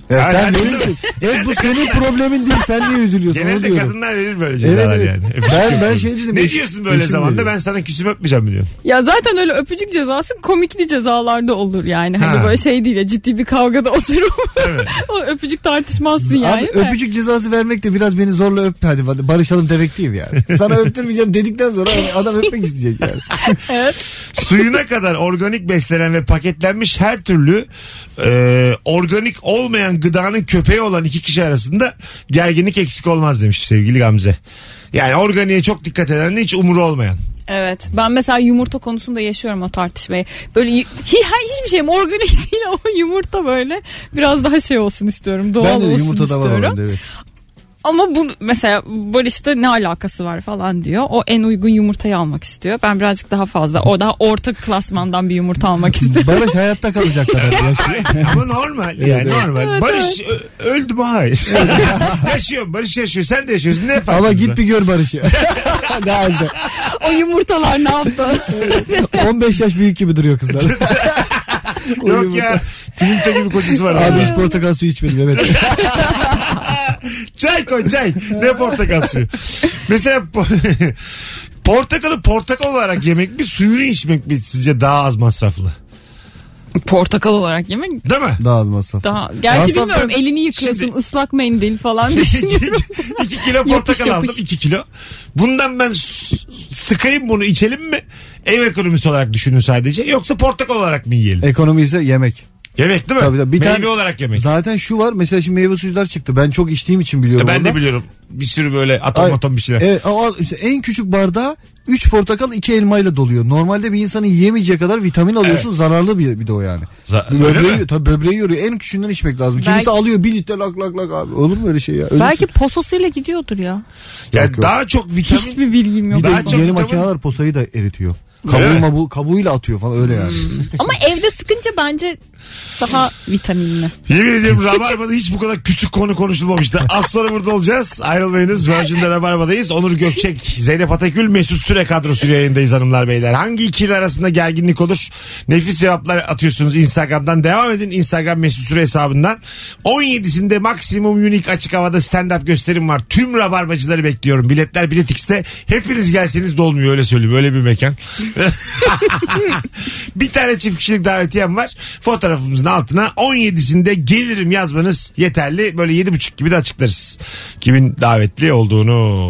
[SPEAKER 3] Ya
[SPEAKER 2] Hayır,
[SPEAKER 3] sen
[SPEAKER 2] hayır,
[SPEAKER 3] verirsin. Evet bu senin problemin değil sen niye üzülüyorsun onu
[SPEAKER 2] Genelde
[SPEAKER 3] diyorum.
[SPEAKER 2] kadınlar verir böyle cezalar
[SPEAKER 3] evet.
[SPEAKER 2] yani. Öpücük
[SPEAKER 3] Ben-
[SPEAKER 2] yok.
[SPEAKER 3] ben şey dedim,
[SPEAKER 2] Ne
[SPEAKER 3] eşim-
[SPEAKER 2] diyorsun böyle
[SPEAKER 3] eşim
[SPEAKER 2] zamanda
[SPEAKER 3] dedi.
[SPEAKER 2] ben sana küsüm öpmeyeceğim mi diyorum.
[SPEAKER 7] Ya zaten öyle öpücük cezası komikli cezalarda olur yani.
[SPEAKER 2] Ha.
[SPEAKER 7] Hani böyle şey değil ya ciddi bir kavgada oturup
[SPEAKER 2] Evet.
[SPEAKER 7] o öpücük tartışmazsın yani.
[SPEAKER 3] Abi
[SPEAKER 7] de.
[SPEAKER 3] öpücük cezası vermek de biraz beni zorla öp hadi bana- barışalım demek değil yani. Sana öptürmeyeceğim dedikten sonra adam öpmek isteyecek yani.
[SPEAKER 2] Suyuna kadar organik beslenen ve paketlenmiş her türlü e, organik olmayan gıdanın köpeği olan iki kişi arasında gerginlik eksik olmaz demiş sevgili Gamze. Yani organiğe çok dikkat eden de hiç umuru olmayan.
[SPEAKER 7] Evet ben mesela yumurta konusunda yaşıyorum o tartışmayı. Böyle y- hi, her- hiçbir şeyim organik değil ama yumurta böyle biraz daha şey olsun istiyorum. Doğal
[SPEAKER 3] ben de
[SPEAKER 7] olsun
[SPEAKER 3] yumurta da var
[SPEAKER 7] istiyorum.
[SPEAKER 3] orada evet.
[SPEAKER 7] Ama bu mesela Barış'ta ne alakası var falan diyor. O en uygun yumurtayı almak istiyor. Ben birazcık daha fazla o daha orta klasmandan bir yumurta almak istedim.
[SPEAKER 3] Barış hayatta kalacak kadar yaşıyor.
[SPEAKER 2] Ama normal yani normal. Barış ö- öldü mü? Hayır. yaşıyor Barış yaşıyor sen de yaşıyorsun ne fark
[SPEAKER 3] Ama
[SPEAKER 2] ediyor?
[SPEAKER 3] git bir gör Barış'ı. ne halde?
[SPEAKER 7] o yumurtalar ne yaptı?
[SPEAKER 3] 15 yaş büyük gibi duruyor kızlar.
[SPEAKER 2] Yok ya filmte gibi kocası var.
[SPEAKER 3] Abi
[SPEAKER 2] orada.
[SPEAKER 3] hiç portakal suyu içmedim evet.
[SPEAKER 2] Çay koy çay. Ne portakal suyu. Mesela po- portakalı portakal olarak yemek mi suyunu içmek mi sizce daha az masraflı?
[SPEAKER 7] Portakal olarak yemek
[SPEAKER 2] Değil mi?
[SPEAKER 3] Daha az masraf.
[SPEAKER 7] daha. Gerçi
[SPEAKER 3] Masraf
[SPEAKER 7] bilmiyorum elini yıkıyorsun
[SPEAKER 2] Şimdi-
[SPEAKER 7] ıslak mendil falan düşünüyorum.
[SPEAKER 2] 2 kilo
[SPEAKER 7] Yapış,
[SPEAKER 2] portakal aldım
[SPEAKER 7] yapış.
[SPEAKER 2] 2 kilo. Bundan ben s- sıkayım bunu içelim mi? Ev ekonomisi olarak düşünün sadece. Yoksa portakal olarak mı yiyelim?
[SPEAKER 3] Ekonomi ise yemek.
[SPEAKER 2] yemek değil mi?
[SPEAKER 3] Tabii tabii. Bir
[SPEAKER 2] Meyve
[SPEAKER 3] tane-
[SPEAKER 2] olarak yemek.
[SPEAKER 3] Zaten şu var mesela şimdi meyve suyular çıktı. Ben çok içtiğim için biliyorum.
[SPEAKER 2] Ya E, ben
[SPEAKER 3] onu.
[SPEAKER 2] de biliyorum. Bir sürü böyle atom
[SPEAKER 3] Ay, e,
[SPEAKER 2] atom bir şeyler.
[SPEAKER 3] Evet, o- o- işte en küçük bardağı 3 portakal 2 elmayla doluyor. Normalde bir insanın yiyemeyeceği kadar vitamin alıyorsun. Zararlı bir, bir de o yani.
[SPEAKER 2] Za-
[SPEAKER 3] Bir
[SPEAKER 2] öyle
[SPEAKER 3] böbreği,
[SPEAKER 2] mi?
[SPEAKER 3] tabii böbreği yoruyor. En küçüğünden içmek lazım.
[SPEAKER 7] Belki-
[SPEAKER 3] Kimisi alıyor 1 litre lak lak lak abi. Olur mu öyle şey ya? Ölürsün.
[SPEAKER 7] Belki pososuyla gidiyordur ya.
[SPEAKER 2] Yani
[SPEAKER 3] Yok, yok.
[SPEAKER 2] daha çok vitamin
[SPEAKER 7] Hiçbir bilgim yok.
[SPEAKER 2] Bir daha
[SPEAKER 3] Bir de
[SPEAKER 2] çok
[SPEAKER 3] yeni
[SPEAKER 2] vitamin-
[SPEAKER 3] makineler posayı da eritiyor.
[SPEAKER 2] Öyle
[SPEAKER 3] Kabuğuma bu kabuğuyla atıyor falan öyle yani.
[SPEAKER 7] Ama evde sıkınca bence daha vitaminli.
[SPEAKER 2] Yemin ediyorum Rabarba'da hiç bu kadar küçük konu konuşulmamıştı. Az sonra burada olacağız. Ayrılmayınız. Virgin'de Rabarba'dayız. Onur Gökçek, Zeynep Atakül, Mesut Süre kadrosuyla yayındayız hanımlar beyler. Hangi ikili arasında gerginlik olur? Nefis cevaplar atıyorsunuz Instagram'dan. Devam edin Instagram Mesut Süre hesabından. 17'sinde maksimum unik açık havada stand-up gösterim var. Tüm Rabarbacıları bekliyorum. Biletler Bilet X'te. Hepiniz gelseniz dolmuyor öyle söyleyeyim. Öyle bir mekan. Bir tane çift kişilik davetiyem var. Fotoğrafımızın altına 17'sinde gelirim yazmanız yeterli. Böyle 7.30 gibi de açıklarız. Kimin davetli olduğunu.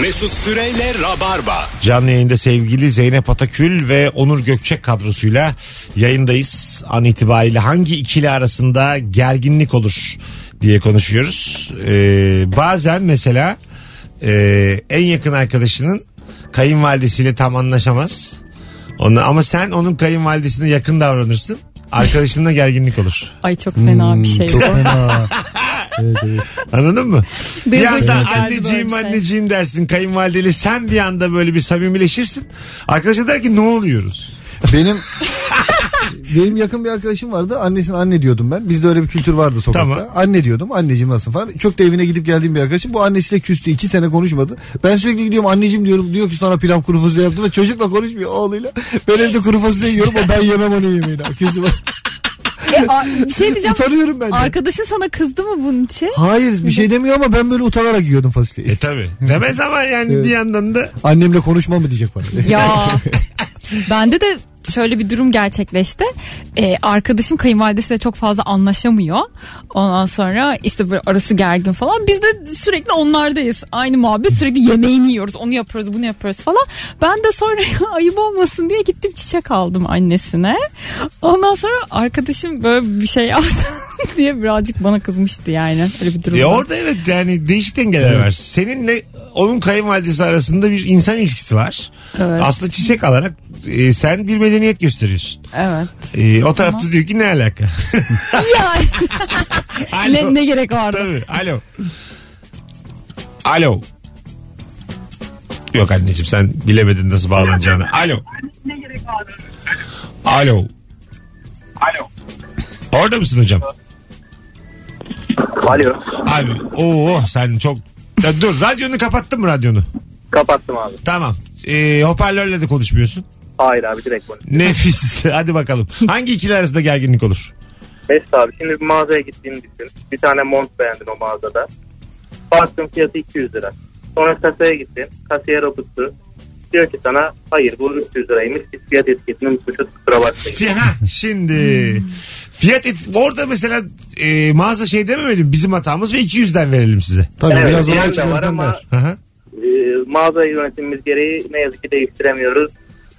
[SPEAKER 1] Mesut Süreyle Rabarba.
[SPEAKER 2] Canlı yayında sevgili Zeynep Atakül ve Onur Gökçek kadrosuyla yayındayız. An itibariyle hangi ikili arasında gerginlik olur diye konuşuyoruz. Ee, bazen mesela e, en yakın arkadaşının kayınvalidesiyle tam anlaşamaz. Ona, ama sen onun kayınvalidesine yakın davranırsın. Arkadaşınla gerginlik olur.
[SPEAKER 7] Ay çok fena bir şey.
[SPEAKER 3] Çok fena. evet, evet.
[SPEAKER 2] Anladın mı? bir
[SPEAKER 7] Benim başıma
[SPEAKER 2] yandan
[SPEAKER 7] geldi böyle
[SPEAKER 2] anneciğim
[SPEAKER 7] bir şey.
[SPEAKER 2] anneciğim dersin kayınvalideyle sen bir anda böyle bir samimileşirsin. Arkadaşa der ki ne oluyoruz?
[SPEAKER 3] Benim Benim yakın bir arkadaşım vardı. Annesine anne diyordum ben. Bizde öyle bir kültür vardı sokakta.
[SPEAKER 2] Tamam.
[SPEAKER 3] Anne diyordum. Anneciğim nasıl falan. Çok da evine gidip geldiğim bir arkadaşım. Bu annesiyle küstü. iki sene konuşmadı. Ben sürekli gidiyorum anneciğim diyorum. Diyor ki sana pilav kuru fasulye yaptı ve çocukla konuşmuyor oğluyla. Ben evde kuru fasulye yiyorum. O ben yemem onu yemeğini. Küstü bana.
[SPEAKER 7] Aa, bir şey diyeceğim.
[SPEAKER 3] Utanıyorum ben de.
[SPEAKER 7] Arkadaşın sana kızdı mı bunun için?
[SPEAKER 3] Hayır bir şey demiyor ama ben böyle utanarak yiyordum fasulyeyi.
[SPEAKER 2] E tabi. Demez ama yani
[SPEAKER 3] Evet.
[SPEAKER 2] bir yandan da
[SPEAKER 3] Annemle konuşma mı diyecek bana.
[SPEAKER 7] Ya. Bende de şöyle bir durum gerçekleşti. Ee, arkadaşım kayınvalidesiyle çok fazla anlaşamıyor. Ondan sonra işte böyle arası gergin falan. Biz de sürekli onlardayız. Aynı muhabbet sürekli yemeğini yiyoruz. Onu yapıyoruz bunu yapıyoruz falan. Ben de sonra ayıp olmasın diye gittim çiçek aldım annesine. Ondan sonra arkadaşım böyle bir şey yapsın diye birazcık bana kızmıştı yani. Öyle bir durum.
[SPEAKER 2] Ya
[SPEAKER 7] var.
[SPEAKER 2] orada evet yani değişik dengeler var. Seninle onun kayınvalidesi arasında bir insan ilişkisi var.
[SPEAKER 7] Evet.
[SPEAKER 2] Aslında çiçek alarak e, sen bir medeniyet gösteriyorsun.
[SPEAKER 7] Evet.
[SPEAKER 2] E, o tarafta diyor ki ne alaka?
[SPEAKER 7] Yani
[SPEAKER 2] Alo.
[SPEAKER 7] ne, ne gerek vardı?
[SPEAKER 2] Tabii. Alo. Alo. Yok anneciğim sen bilemedin nasıl bağlanacağını. Alo. Alo.
[SPEAKER 5] Alo.
[SPEAKER 2] Orada mısın hocam?
[SPEAKER 6] Alo.
[SPEAKER 2] Abi oo sen çok... Ya dur radyonu kapattın mı radyonu?
[SPEAKER 6] Kapattım abi.
[SPEAKER 2] Tamam. Ee, hoparlörle de konuşmuyorsun.
[SPEAKER 6] Hayır abi direkt bunu.
[SPEAKER 2] Nefis. Hadi bakalım. Hangi ikili arasında gerginlik olur?
[SPEAKER 6] Best abi şimdi bir mağazaya gittiğimi düşün. Bir tane mont beğendin o mağazada. Baktım fiyatı 200 lira. Sonra kasaya gittin. Kasiyer okuttu. Diyor ki sana hayır bu 300 liraymış. Biz fiyat etiketinin buçuk kusura bakmayın.
[SPEAKER 2] Ha, şimdi fiyat et- orada mesela e, mağaza şey dememedim bizim hatamız ve 200'den verelim size.
[SPEAKER 3] Tabii
[SPEAKER 6] Evet,
[SPEAKER 3] biraz
[SPEAKER 6] bir
[SPEAKER 3] olay
[SPEAKER 6] yandan var
[SPEAKER 3] çıkarsan
[SPEAKER 6] ama-
[SPEAKER 3] der.
[SPEAKER 2] Hı hı.
[SPEAKER 6] Ee, mağaza yönetimimiz gereği ne yazık ki değiştiremiyoruz.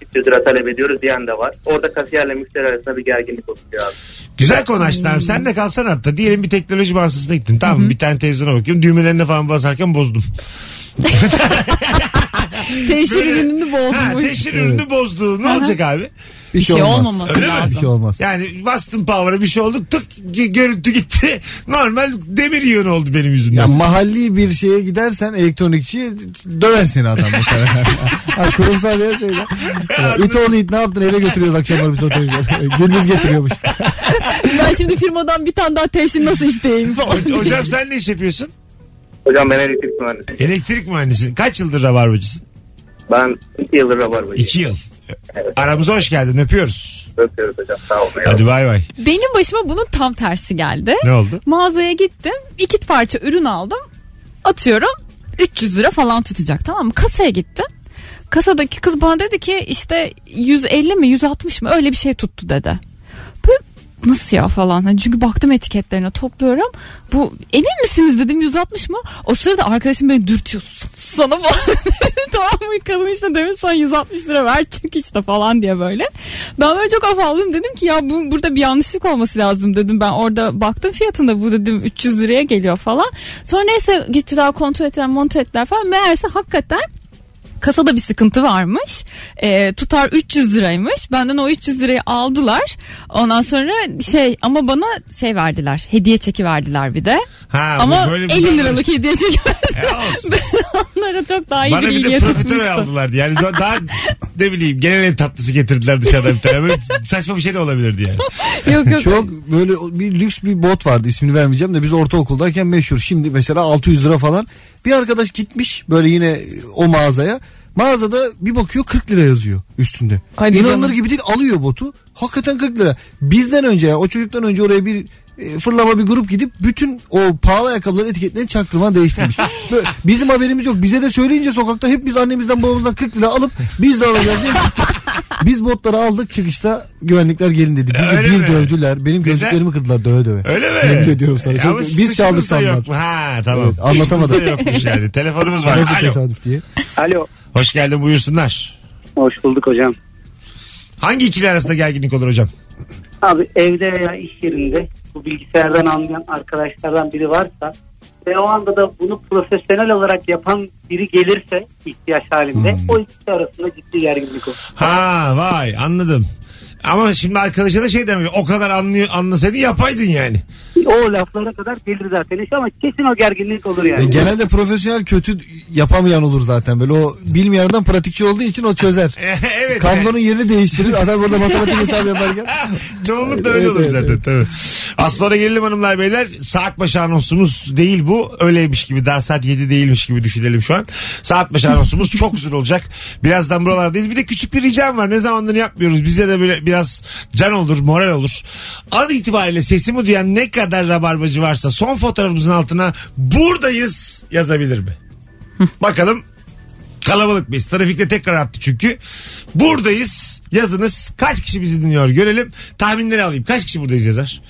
[SPEAKER 6] 300 lira talep ediyoruz diyen de var. Orada kasiyerle müşteri arasında bir gerginlik oluşuyor abi.
[SPEAKER 2] Güzel konu açtı abi. Sen de kalsan hatta. Diyelim bir teknoloji mağazasına gittin. Tamam mı? bir tane televizyona bakıyorum. Düğmelerine falan basarken bozdum.
[SPEAKER 7] Teşhir
[SPEAKER 2] Böyle-
[SPEAKER 7] ürününü
[SPEAKER 2] Ha,
[SPEAKER 7] bozmuş.
[SPEAKER 2] teşhir ürünü bozdu. Ne
[SPEAKER 7] Aha.
[SPEAKER 2] olacak abi?
[SPEAKER 3] Bir şey
[SPEAKER 7] şey
[SPEAKER 3] olmaz.
[SPEAKER 7] olmaması
[SPEAKER 2] Öyle mi? lazım.
[SPEAKER 3] Bir şey olmaz.
[SPEAKER 2] Yani bastın power'a bir şey oldu. Tık g- görüntü gitti. Normal demir yığını oldu benim yüzümden.
[SPEAKER 3] Ya mahalli bir şeye gidersen elektronikçi döver seni adam bu kadar. ha, kurumsal bir şey. ya. Ya, it oğlu it ne yaptın eve götürüyoruz akşamları biz otobüs. Gündüz getiriyormuş.
[SPEAKER 7] Ben şimdi firmadan bir tane daha teşhir nasıl isteyeyim falan.
[SPEAKER 2] Hoca- Hocam sen ne iş yapıyorsun?
[SPEAKER 6] Hocam ben elektrik mühendisiyim.
[SPEAKER 2] Elektrik mühendisi. Kaç yıldır rabarbacısın?
[SPEAKER 6] Ben 2 yıldır rabarbacıyım.
[SPEAKER 2] İki yıl. Aramıza hoş geldin. Öpüyoruz.
[SPEAKER 6] Öpüyoruz hocam. Sağ olun.
[SPEAKER 2] Hadi bay bay.
[SPEAKER 7] Benim başıma bunun tam tersi geldi.
[SPEAKER 2] Ne oldu?
[SPEAKER 7] Mağazaya gittim. iki parça ürün aldım. Atıyorum 300 lira falan tutacak tamam mı? Kasaya gittim. Kasadaki kız bana dedi ki işte 150 mi 160 mı öyle bir şey tuttu dedi. Böyle nasıl ya falan. Hani çünkü baktım etiketlerine topluyorum. Bu emin misiniz dedim 160 mı? O sırada arkadaşım beni dürtüyor. "Sus Sana falan. tamam mı kadın işte demin sana 160 lira ver çık işte falan diye böyle. Ben böyle çok afaldım dedim ki ya bu, burada bir yanlışlık olması lazım dedim. Ben orada baktım fiyatında bu dedim 300 liraya geliyor falan. Sonra neyse gittiler kontrol ettiler monte ettiler falan. Meğerse hakikaten kasada bir sıkıntı varmış. Ee, tutar 300 liraymış. Benden o 300 lirayı aldılar. Ondan sonra şey ama bana şey verdiler. Hediye çeki verdiler bir de.
[SPEAKER 2] Ha, bu
[SPEAKER 7] ama
[SPEAKER 2] böyle bir şey.
[SPEAKER 7] 50
[SPEAKER 2] davranış.
[SPEAKER 7] liralık hediye çeki
[SPEAKER 2] Ya olsun.
[SPEAKER 7] onlara çok daha iyi
[SPEAKER 2] Bana
[SPEAKER 7] bir
[SPEAKER 2] bir de
[SPEAKER 7] hediye
[SPEAKER 2] profiterol
[SPEAKER 7] tutmuştu.
[SPEAKER 2] aldılar. Yani daha, daha ne bileyim genel el tatlısı getirdiler dışarıdan bir tane. Böyle saçma bir şey de olabilirdi yani.
[SPEAKER 7] Yok yok.
[SPEAKER 3] Çok böyle bir lüks bir bot vardı ismini vermeyeceğim de biz ortaokuldayken meşhur. Şimdi mesela 600 lira falan. Bir arkadaş gitmiş böyle yine o mağazaya. Mağazada bir bakıyor 40 lira yazıyor üstünde.
[SPEAKER 7] Hadi
[SPEAKER 3] İnanılır
[SPEAKER 7] canım.
[SPEAKER 3] gibi değil alıyor botu. Hakikaten 40 lira. Bizden önce yani o çocuktan önce oraya bir e, fırlama bir grup gidip bütün o pahalı ayakkabıların etiketlerini çaktırma değiştirmiş. Böyle bizim haberimiz yok. Bize de söyleyince sokakta hep biz annemizden babamızdan 40 lira alıp biz de alacağız. diye- biz botları aldık çıkışta güvenlikler gelin dedi. Bizi
[SPEAKER 2] Öyle
[SPEAKER 3] bir
[SPEAKER 2] mi?
[SPEAKER 3] dövdüler. Benim
[SPEAKER 2] Neden?
[SPEAKER 3] gözlüklerimi kırdılar döve döve.
[SPEAKER 2] Öyle mi?
[SPEAKER 3] Yemin ediyorum sana.
[SPEAKER 2] Ya
[SPEAKER 3] Çok-
[SPEAKER 2] ama
[SPEAKER 3] biz
[SPEAKER 2] suçumuz
[SPEAKER 3] çaldık
[SPEAKER 2] da
[SPEAKER 3] sandılar.
[SPEAKER 2] yok mu? Ha tamam.
[SPEAKER 3] Evet, anlatamadım.
[SPEAKER 2] Suçumuz da yokmuş yani. Telefonumuz var.
[SPEAKER 3] Nasıl
[SPEAKER 2] Alo.
[SPEAKER 3] tesadüf diye.
[SPEAKER 5] Alo.
[SPEAKER 2] Hoş geldin buyursunlar.
[SPEAKER 5] Hoş bulduk hocam.
[SPEAKER 2] Hangi ikili arasında gerginlik olur hocam?
[SPEAKER 5] Abi evde veya iş yerinde bu bilgisayardan anlayan arkadaşlardan biri varsa ve o anda da bunu profesyonel olarak yapan biri gelirse ihtiyaç halinde
[SPEAKER 3] Hmm.
[SPEAKER 5] o ikisi arasında ciddi gerginlik olur.
[SPEAKER 2] Ha vay anladım. Ama şimdi arkadaşa da şey demek o kadar anlıyor, anlasaydın yapaydın yani.
[SPEAKER 5] O laflara kadar gelir zaten iş ama kesin o gerginlik olur
[SPEAKER 3] E,
[SPEAKER 5] yani.
[SPEAKER 3] genelde profesyonel kötü yapamayan olur zaten. Böyle o bilmeyen adam pratikçi olduğu için o çözer.
[SPEAKER 2] evet.
[SPEAKER 3] Kablonun yerini değiştirir. Adam orada matematik hesabı yaparken.
[SPEAKER 2] Çoğunlukla öyle
[SPEAKER 3] Evet,
[SPEAKER 2] olur
[SPEAKER 3] evet,
[SPEAKER 2] zaten. Tabii. Az sonra gelelim hanımlar beyler. Saat başı anonsumuz değil bu. Öyleymiş gibi daha saat 7 değilmiş gibi düşünelim şu an. Saat başı anonsumuz çok uzun olacak. Birazdan buralardayız. Bir de küçük bir ricam var. Ne zamandır yapmıyoruz. Bize de böyle biraz can olur, moral olur. An itibariyle sesimi duyan ne kadar rabarbacı varsa son fotoğrafımızın altına buradayız yazabilir mi? Bakalım Kalabalık biz. Trafikte tekrar arttı çünkü. Buradayız. Yazınız. Kaç kişi bizi dinliyor görelim. Tahminleri alayım. Kaç kişi buradayız yazar?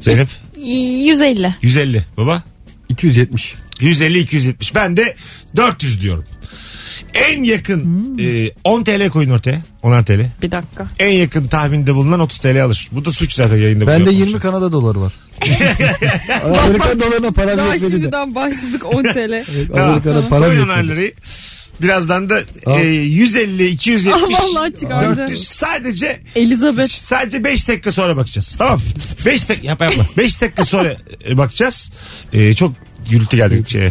[SPEAKER 2] Zeynep.
[SPEAKER 7] 150.
[SPEAKER 2] 150. Baba.
[SPEAKER 3] 270.
[SPEAKER 2] 150-270. Ben de 400 diyorum. En yakın
[SPEAKER 7] Hmm.
[SPEAKER 2] e, 10 TL koyun ortaya. 10 TL.
[SPEAKER 7] Bir dakika.
[SPEAKER 2] En yakın tahminde bulunan 30 TL alır. Bu da suç zaten yayında.
[SPEAKER 3] Bende
[SPEAKER 2] buluyor
[SPEAKER 3] 20 Kanada doları var. Amerikan dolarına para
[SPEAKER 7] Daha
[SPEAKER 3] vermedi de.
[SPEAKER 7] şimdiden başladık 10 TL.
[SPEAKER 3] Amerika'da para
[SPEAKER 2] Koyun
[SPEAKER 3] biriktirdi.
[SPEAKER 2] onarları. Birazdan da
[SPEAKER 3] Al.
[SPEAKER 2] e, 150, 270,
[SPEAKER 7] Ah, vallahi çıkardı.
[SPEAKER 2] 400 sadece
[SPEAKER 7] Elizabeth.
[SPEAKER 2] sadece 5 dakika sonra bakacağız. Tamam. 5 dakika yapma yapma. 5 dakika sonra e, bakacağız. E, çok gürültü geldi şey,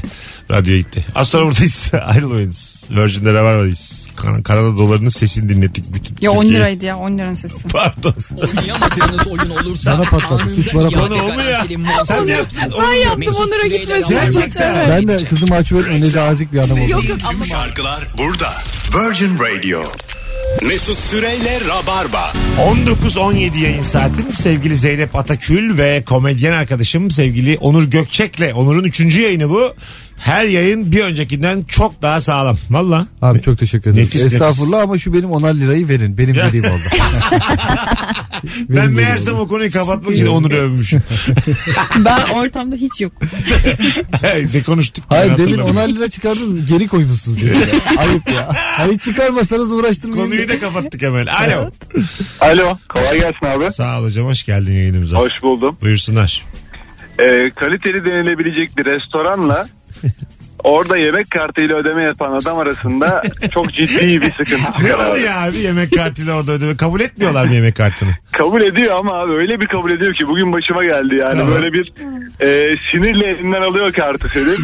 [SPEAKER 2] radyoya gitti. Az sonra buradayız. Ayrılmayınız. Virgin'de Rabarba'dayız. Kan Kanada dolarının sesini dinlettik bütün.
[SPEAKER 7] Ya 10
[SPEAKER 2] Türkiye'ye.
[SPEAKER 7] liraydı ya 10 liranın sesi.
[SPEAKER 2] Pardon.
[SPEAKER 11] Oynayamadığınız oyun olursa
[SPEAKER 3] Bana patladı,
[SPEAKER 11] anında
[SPEAKER 3] suç bana
[SPEAKER 11] iade
[SPEAKER 2] patladı. Bana o mu ya?
[SPEAKER 11] garantili muhasebe.
[SPEAKER 2] Sen yap-
[SPEAKER 7] Ben yaptım
[SPEAKER 11] Mesut
[SPEAKER 7] onlara
[SPEAKER 11] Süreyle
[SPEAKER 7] gitmesin.
[SPEAKER 11] Rabarba.
[SPEAKER 2] Gerçekten.
[SPEAKER 7] Evet.
[SPEAKER 3] Ben de kızımı açıp ötmeye nazik bir adam oldum.
[SPEAKER 7] Yok yok ama
[SPEAKER 1] Tüm şarkılar burada. Virgin Radio. Mesut Süreyle Rabarba.
[SPEAKER 2] 19-17 yayın saatim sevgili Zeynep Atakül ve komedyen arkadaşım sevgili Onur Gökçek'le. Onur'un 3. yayını bu. Her yayın bir öncekinden çok daha sağlam. Valla.
[SPEAKER 3] Abi çok teşekkür ederim.
[SPEAKER 2] Nefis, nefis.
[SPEAKER 3] Estağfurullah ama şu benim 10'ar lirayı verin. Benim dediğim oldu. Benim
[SPEAKER 2] Ben
[SPEAKER 3] dediğim
[SPEAKER 2] meğersem
[SPEAKER 3] oldu.
[SPEAKER 2] o konuyu kapatmak için Onur'u övmüşüm.
[SPEAKER 7] ben ortamda hiç yok.
[SPEAKER 2] ne konuştuk? ben
[SPEAKER 3] Hayır demin
[SPEAKER 2] hatırlamıyorum.
[SPEAKER 3] 10'ar lira çıkardın geri koymuşsunuz. Yani. Ayıp ya. Hayır çıkarmasanız uğraştırmayın.
[SPEAKER 2] Konuyu da kapattık hemen. Alo.
[SPEAKER 5] Alo kolay gelsin abi.
[SPEAKER 2] Sağ ol hocam hoş geldin yayınımıza.
[SPEAKER 5] Hoş buldum.
[SPEAKER 2] Buyursunlar.
[SPEAKER 5] Ee, kaliteli denilebilecek bir restoranla orada yemek kartıyla ödeme yapan adam arasında çok ciddi bir sıkıntı.
[SPEAKER 2] Ne
[SPEAKER 5] var abi.
[SPEAKER 2] oluyor abi yemek kartıyla orada ödeme? Kabul etmiyorlar mı yemek kartını?
[SPEAKER 5] Kabul ediyor ama abi öyle bir kabul ediyor ki bugün başıma geldi yani
[SPEAKER 2] Tamam.
[SPEAKER 5] böyle bir e, sinirle elinden alıyor kartı senin.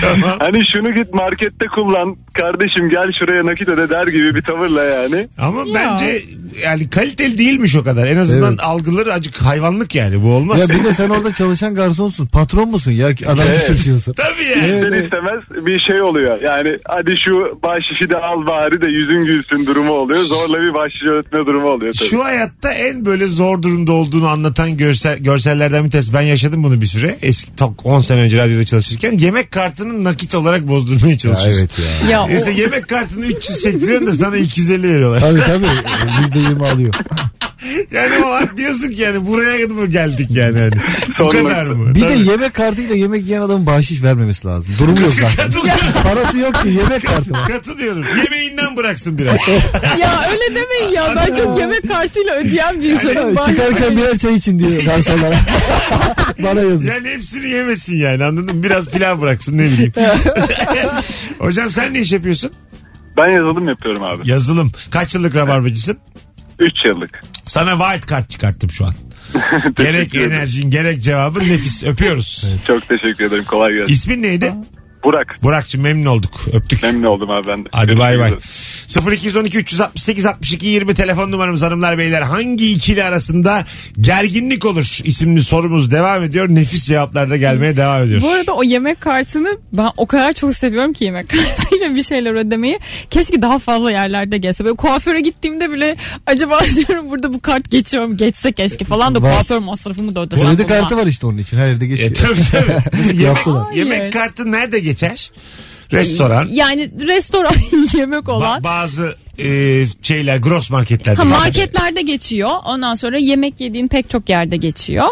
[SPEAKER 2] Tamam.
[SPEAKER 5] hani şunu git markette kullan kardeşim gel şuraya nakit öde der gibi bir tavırla yani.
[SPEAKER 2] Ama
[SPEAKER 7] Ya.
[SPEAKER 2] bence yani kaliteli değilmiş o kadar. En azından
[SPEAKER 3] Evet.
[SPEAKER 2] algıları acık hayvanlık yani. Bu olmaz.
[SPEAKER 3] Ya bir de sen orada çalışan garsonsun. Patron musun ya? Adam evet. çalışıyorsun.
[SPEAKER 2] Tabii ya.
[SPEAKER 3] Evet.
[SPEAKER 5] İster istemez bir şey oluyor. Yani hadi şu bahşişi de al bari de yüzün gülsün durumu oluyor. Zorla bir bahşiş öğretme durumu oluyor tabii.
[SPEAKER 2] Şu hayatta en böyle zor durumda olduğunu anlatan görsel, görsellerden bir tanesi. Ben yaşadım bunu bir süre. Eski tok- 10 sene önce radyoda çalışırken yemek kartını nakit olarak bozdurmaya çalışıyorsun.
[SPEAKER 3] ya.
[SPEAKER 7] Ya o,
[SPEAKER 2] Neyse yemek kartını 300 çektiriyorsun da sana 250 veriyorlar.
[SPEAKER 3] Tabii tabii. %20 alıyor.
[SPEAKER 2] Yani o an diyorsun ki yani buraya mı geldik yani. Hani. Bu
[SPEAKER 5] Son
[SPEAKER 2] kadar mı?
[SPEAKER 3] Bir
[SPEAKER 2] Tabii.
[SPEAKER 3] de yemek kartıyla yemek yiyen adamın bahşiş vermemesi lazım. Durumu yok zaten. Parası yok ki yemek kartı var.
[SPEAKER 2] Katılıyorum. Yemeğinden bıraksın biraz.
[SPEAKER 7] ya öyle demeyin ya. Ben çok yemek kartıyla ödeyen bir insanım. Ben-
[SPEAKER 3] Çıkarken birer çay için diyor garsonlara. Bana yazın.
[SPEAKER 2] Yani hepsini yemesin yani anladın mı? Biraz pilav bıraksın ne bileyim. Hocam sen ne iş yapıyorsun?
[SPEAKER 5] Ben yazılım yapıyorum abi.
[SPEAKER 2] Yazılım. Kaç yıllık rabarbacısın?
[SPEAKER 5] 3 yıllık.
[SPEAKER 2] Sana wild card çıkarttım şu an. gerek
[SPEAKER 5] Teşekkür ederim.
[SPEAKER 2] enerjin gerek cevabın nefis. Öpüyoruz.
[SPEAKER 5] Çok teşekkür ederim. Kolay gelsin.
[SPEAKER 2] İsmin neydi?
[SPEAKER 5] Burak.
[SPEAKER 2] Burak'cığım memnun olduk. Öptük.
[SPEAKER 5] Memnun oldum abi ben de.
[SPEAKER 2] Hadi bay bay.
[SPEAKER 5] Görüşmek üzere.
[SPEAKER 2] 0212 368 62 20 telefon numaramız hanımlar beyler. Hangi ikili arasında gerginlik olur isimli sorumuz devam ediyor. Nefis cevaplar da gelmeye devam ediyor.
[SPEAKER 7] Bu arada o yemek kartını ben o kadar çok seviyorum ki yemek kartıyla bir şeyler ödemeyi. Keşke daha fazla yerlerde gelse. Böyle kuaföre gittiğimde bile acaba diyorum burada bu kart geçiyor mu? Geçse keşke falan da
[SPEAKER 3] Var.
[SPEAKER 7] kuaför masrafımı da ödesem.
[SPEAKER 3] Kredi
[SPEAKER 7] bundan.
[SPEAKER 3] kartı var işte onun için. Her yerde
[SPEAKER 2] E,
[SPEAKER 3] geçiyor.
[SPEAKER 2] tabii tabii. yemek,
[SPEAKER 3] Yaptılar.
[SPEAKER 2] yemek
[SPEAKER 7] Hayır.
[SPEAKER 2] kartı nerede geçer? Restoran.
[SPEAKER 7] Yani restoran yemek olan.
[SPEAKER 2] ba- bazı e, şeyler gross marketlerde.
[SPEAKER 7] Ha, marketlerde geçiyor. Ondan sonra yemek yediğin pek çok yerde geçiyor.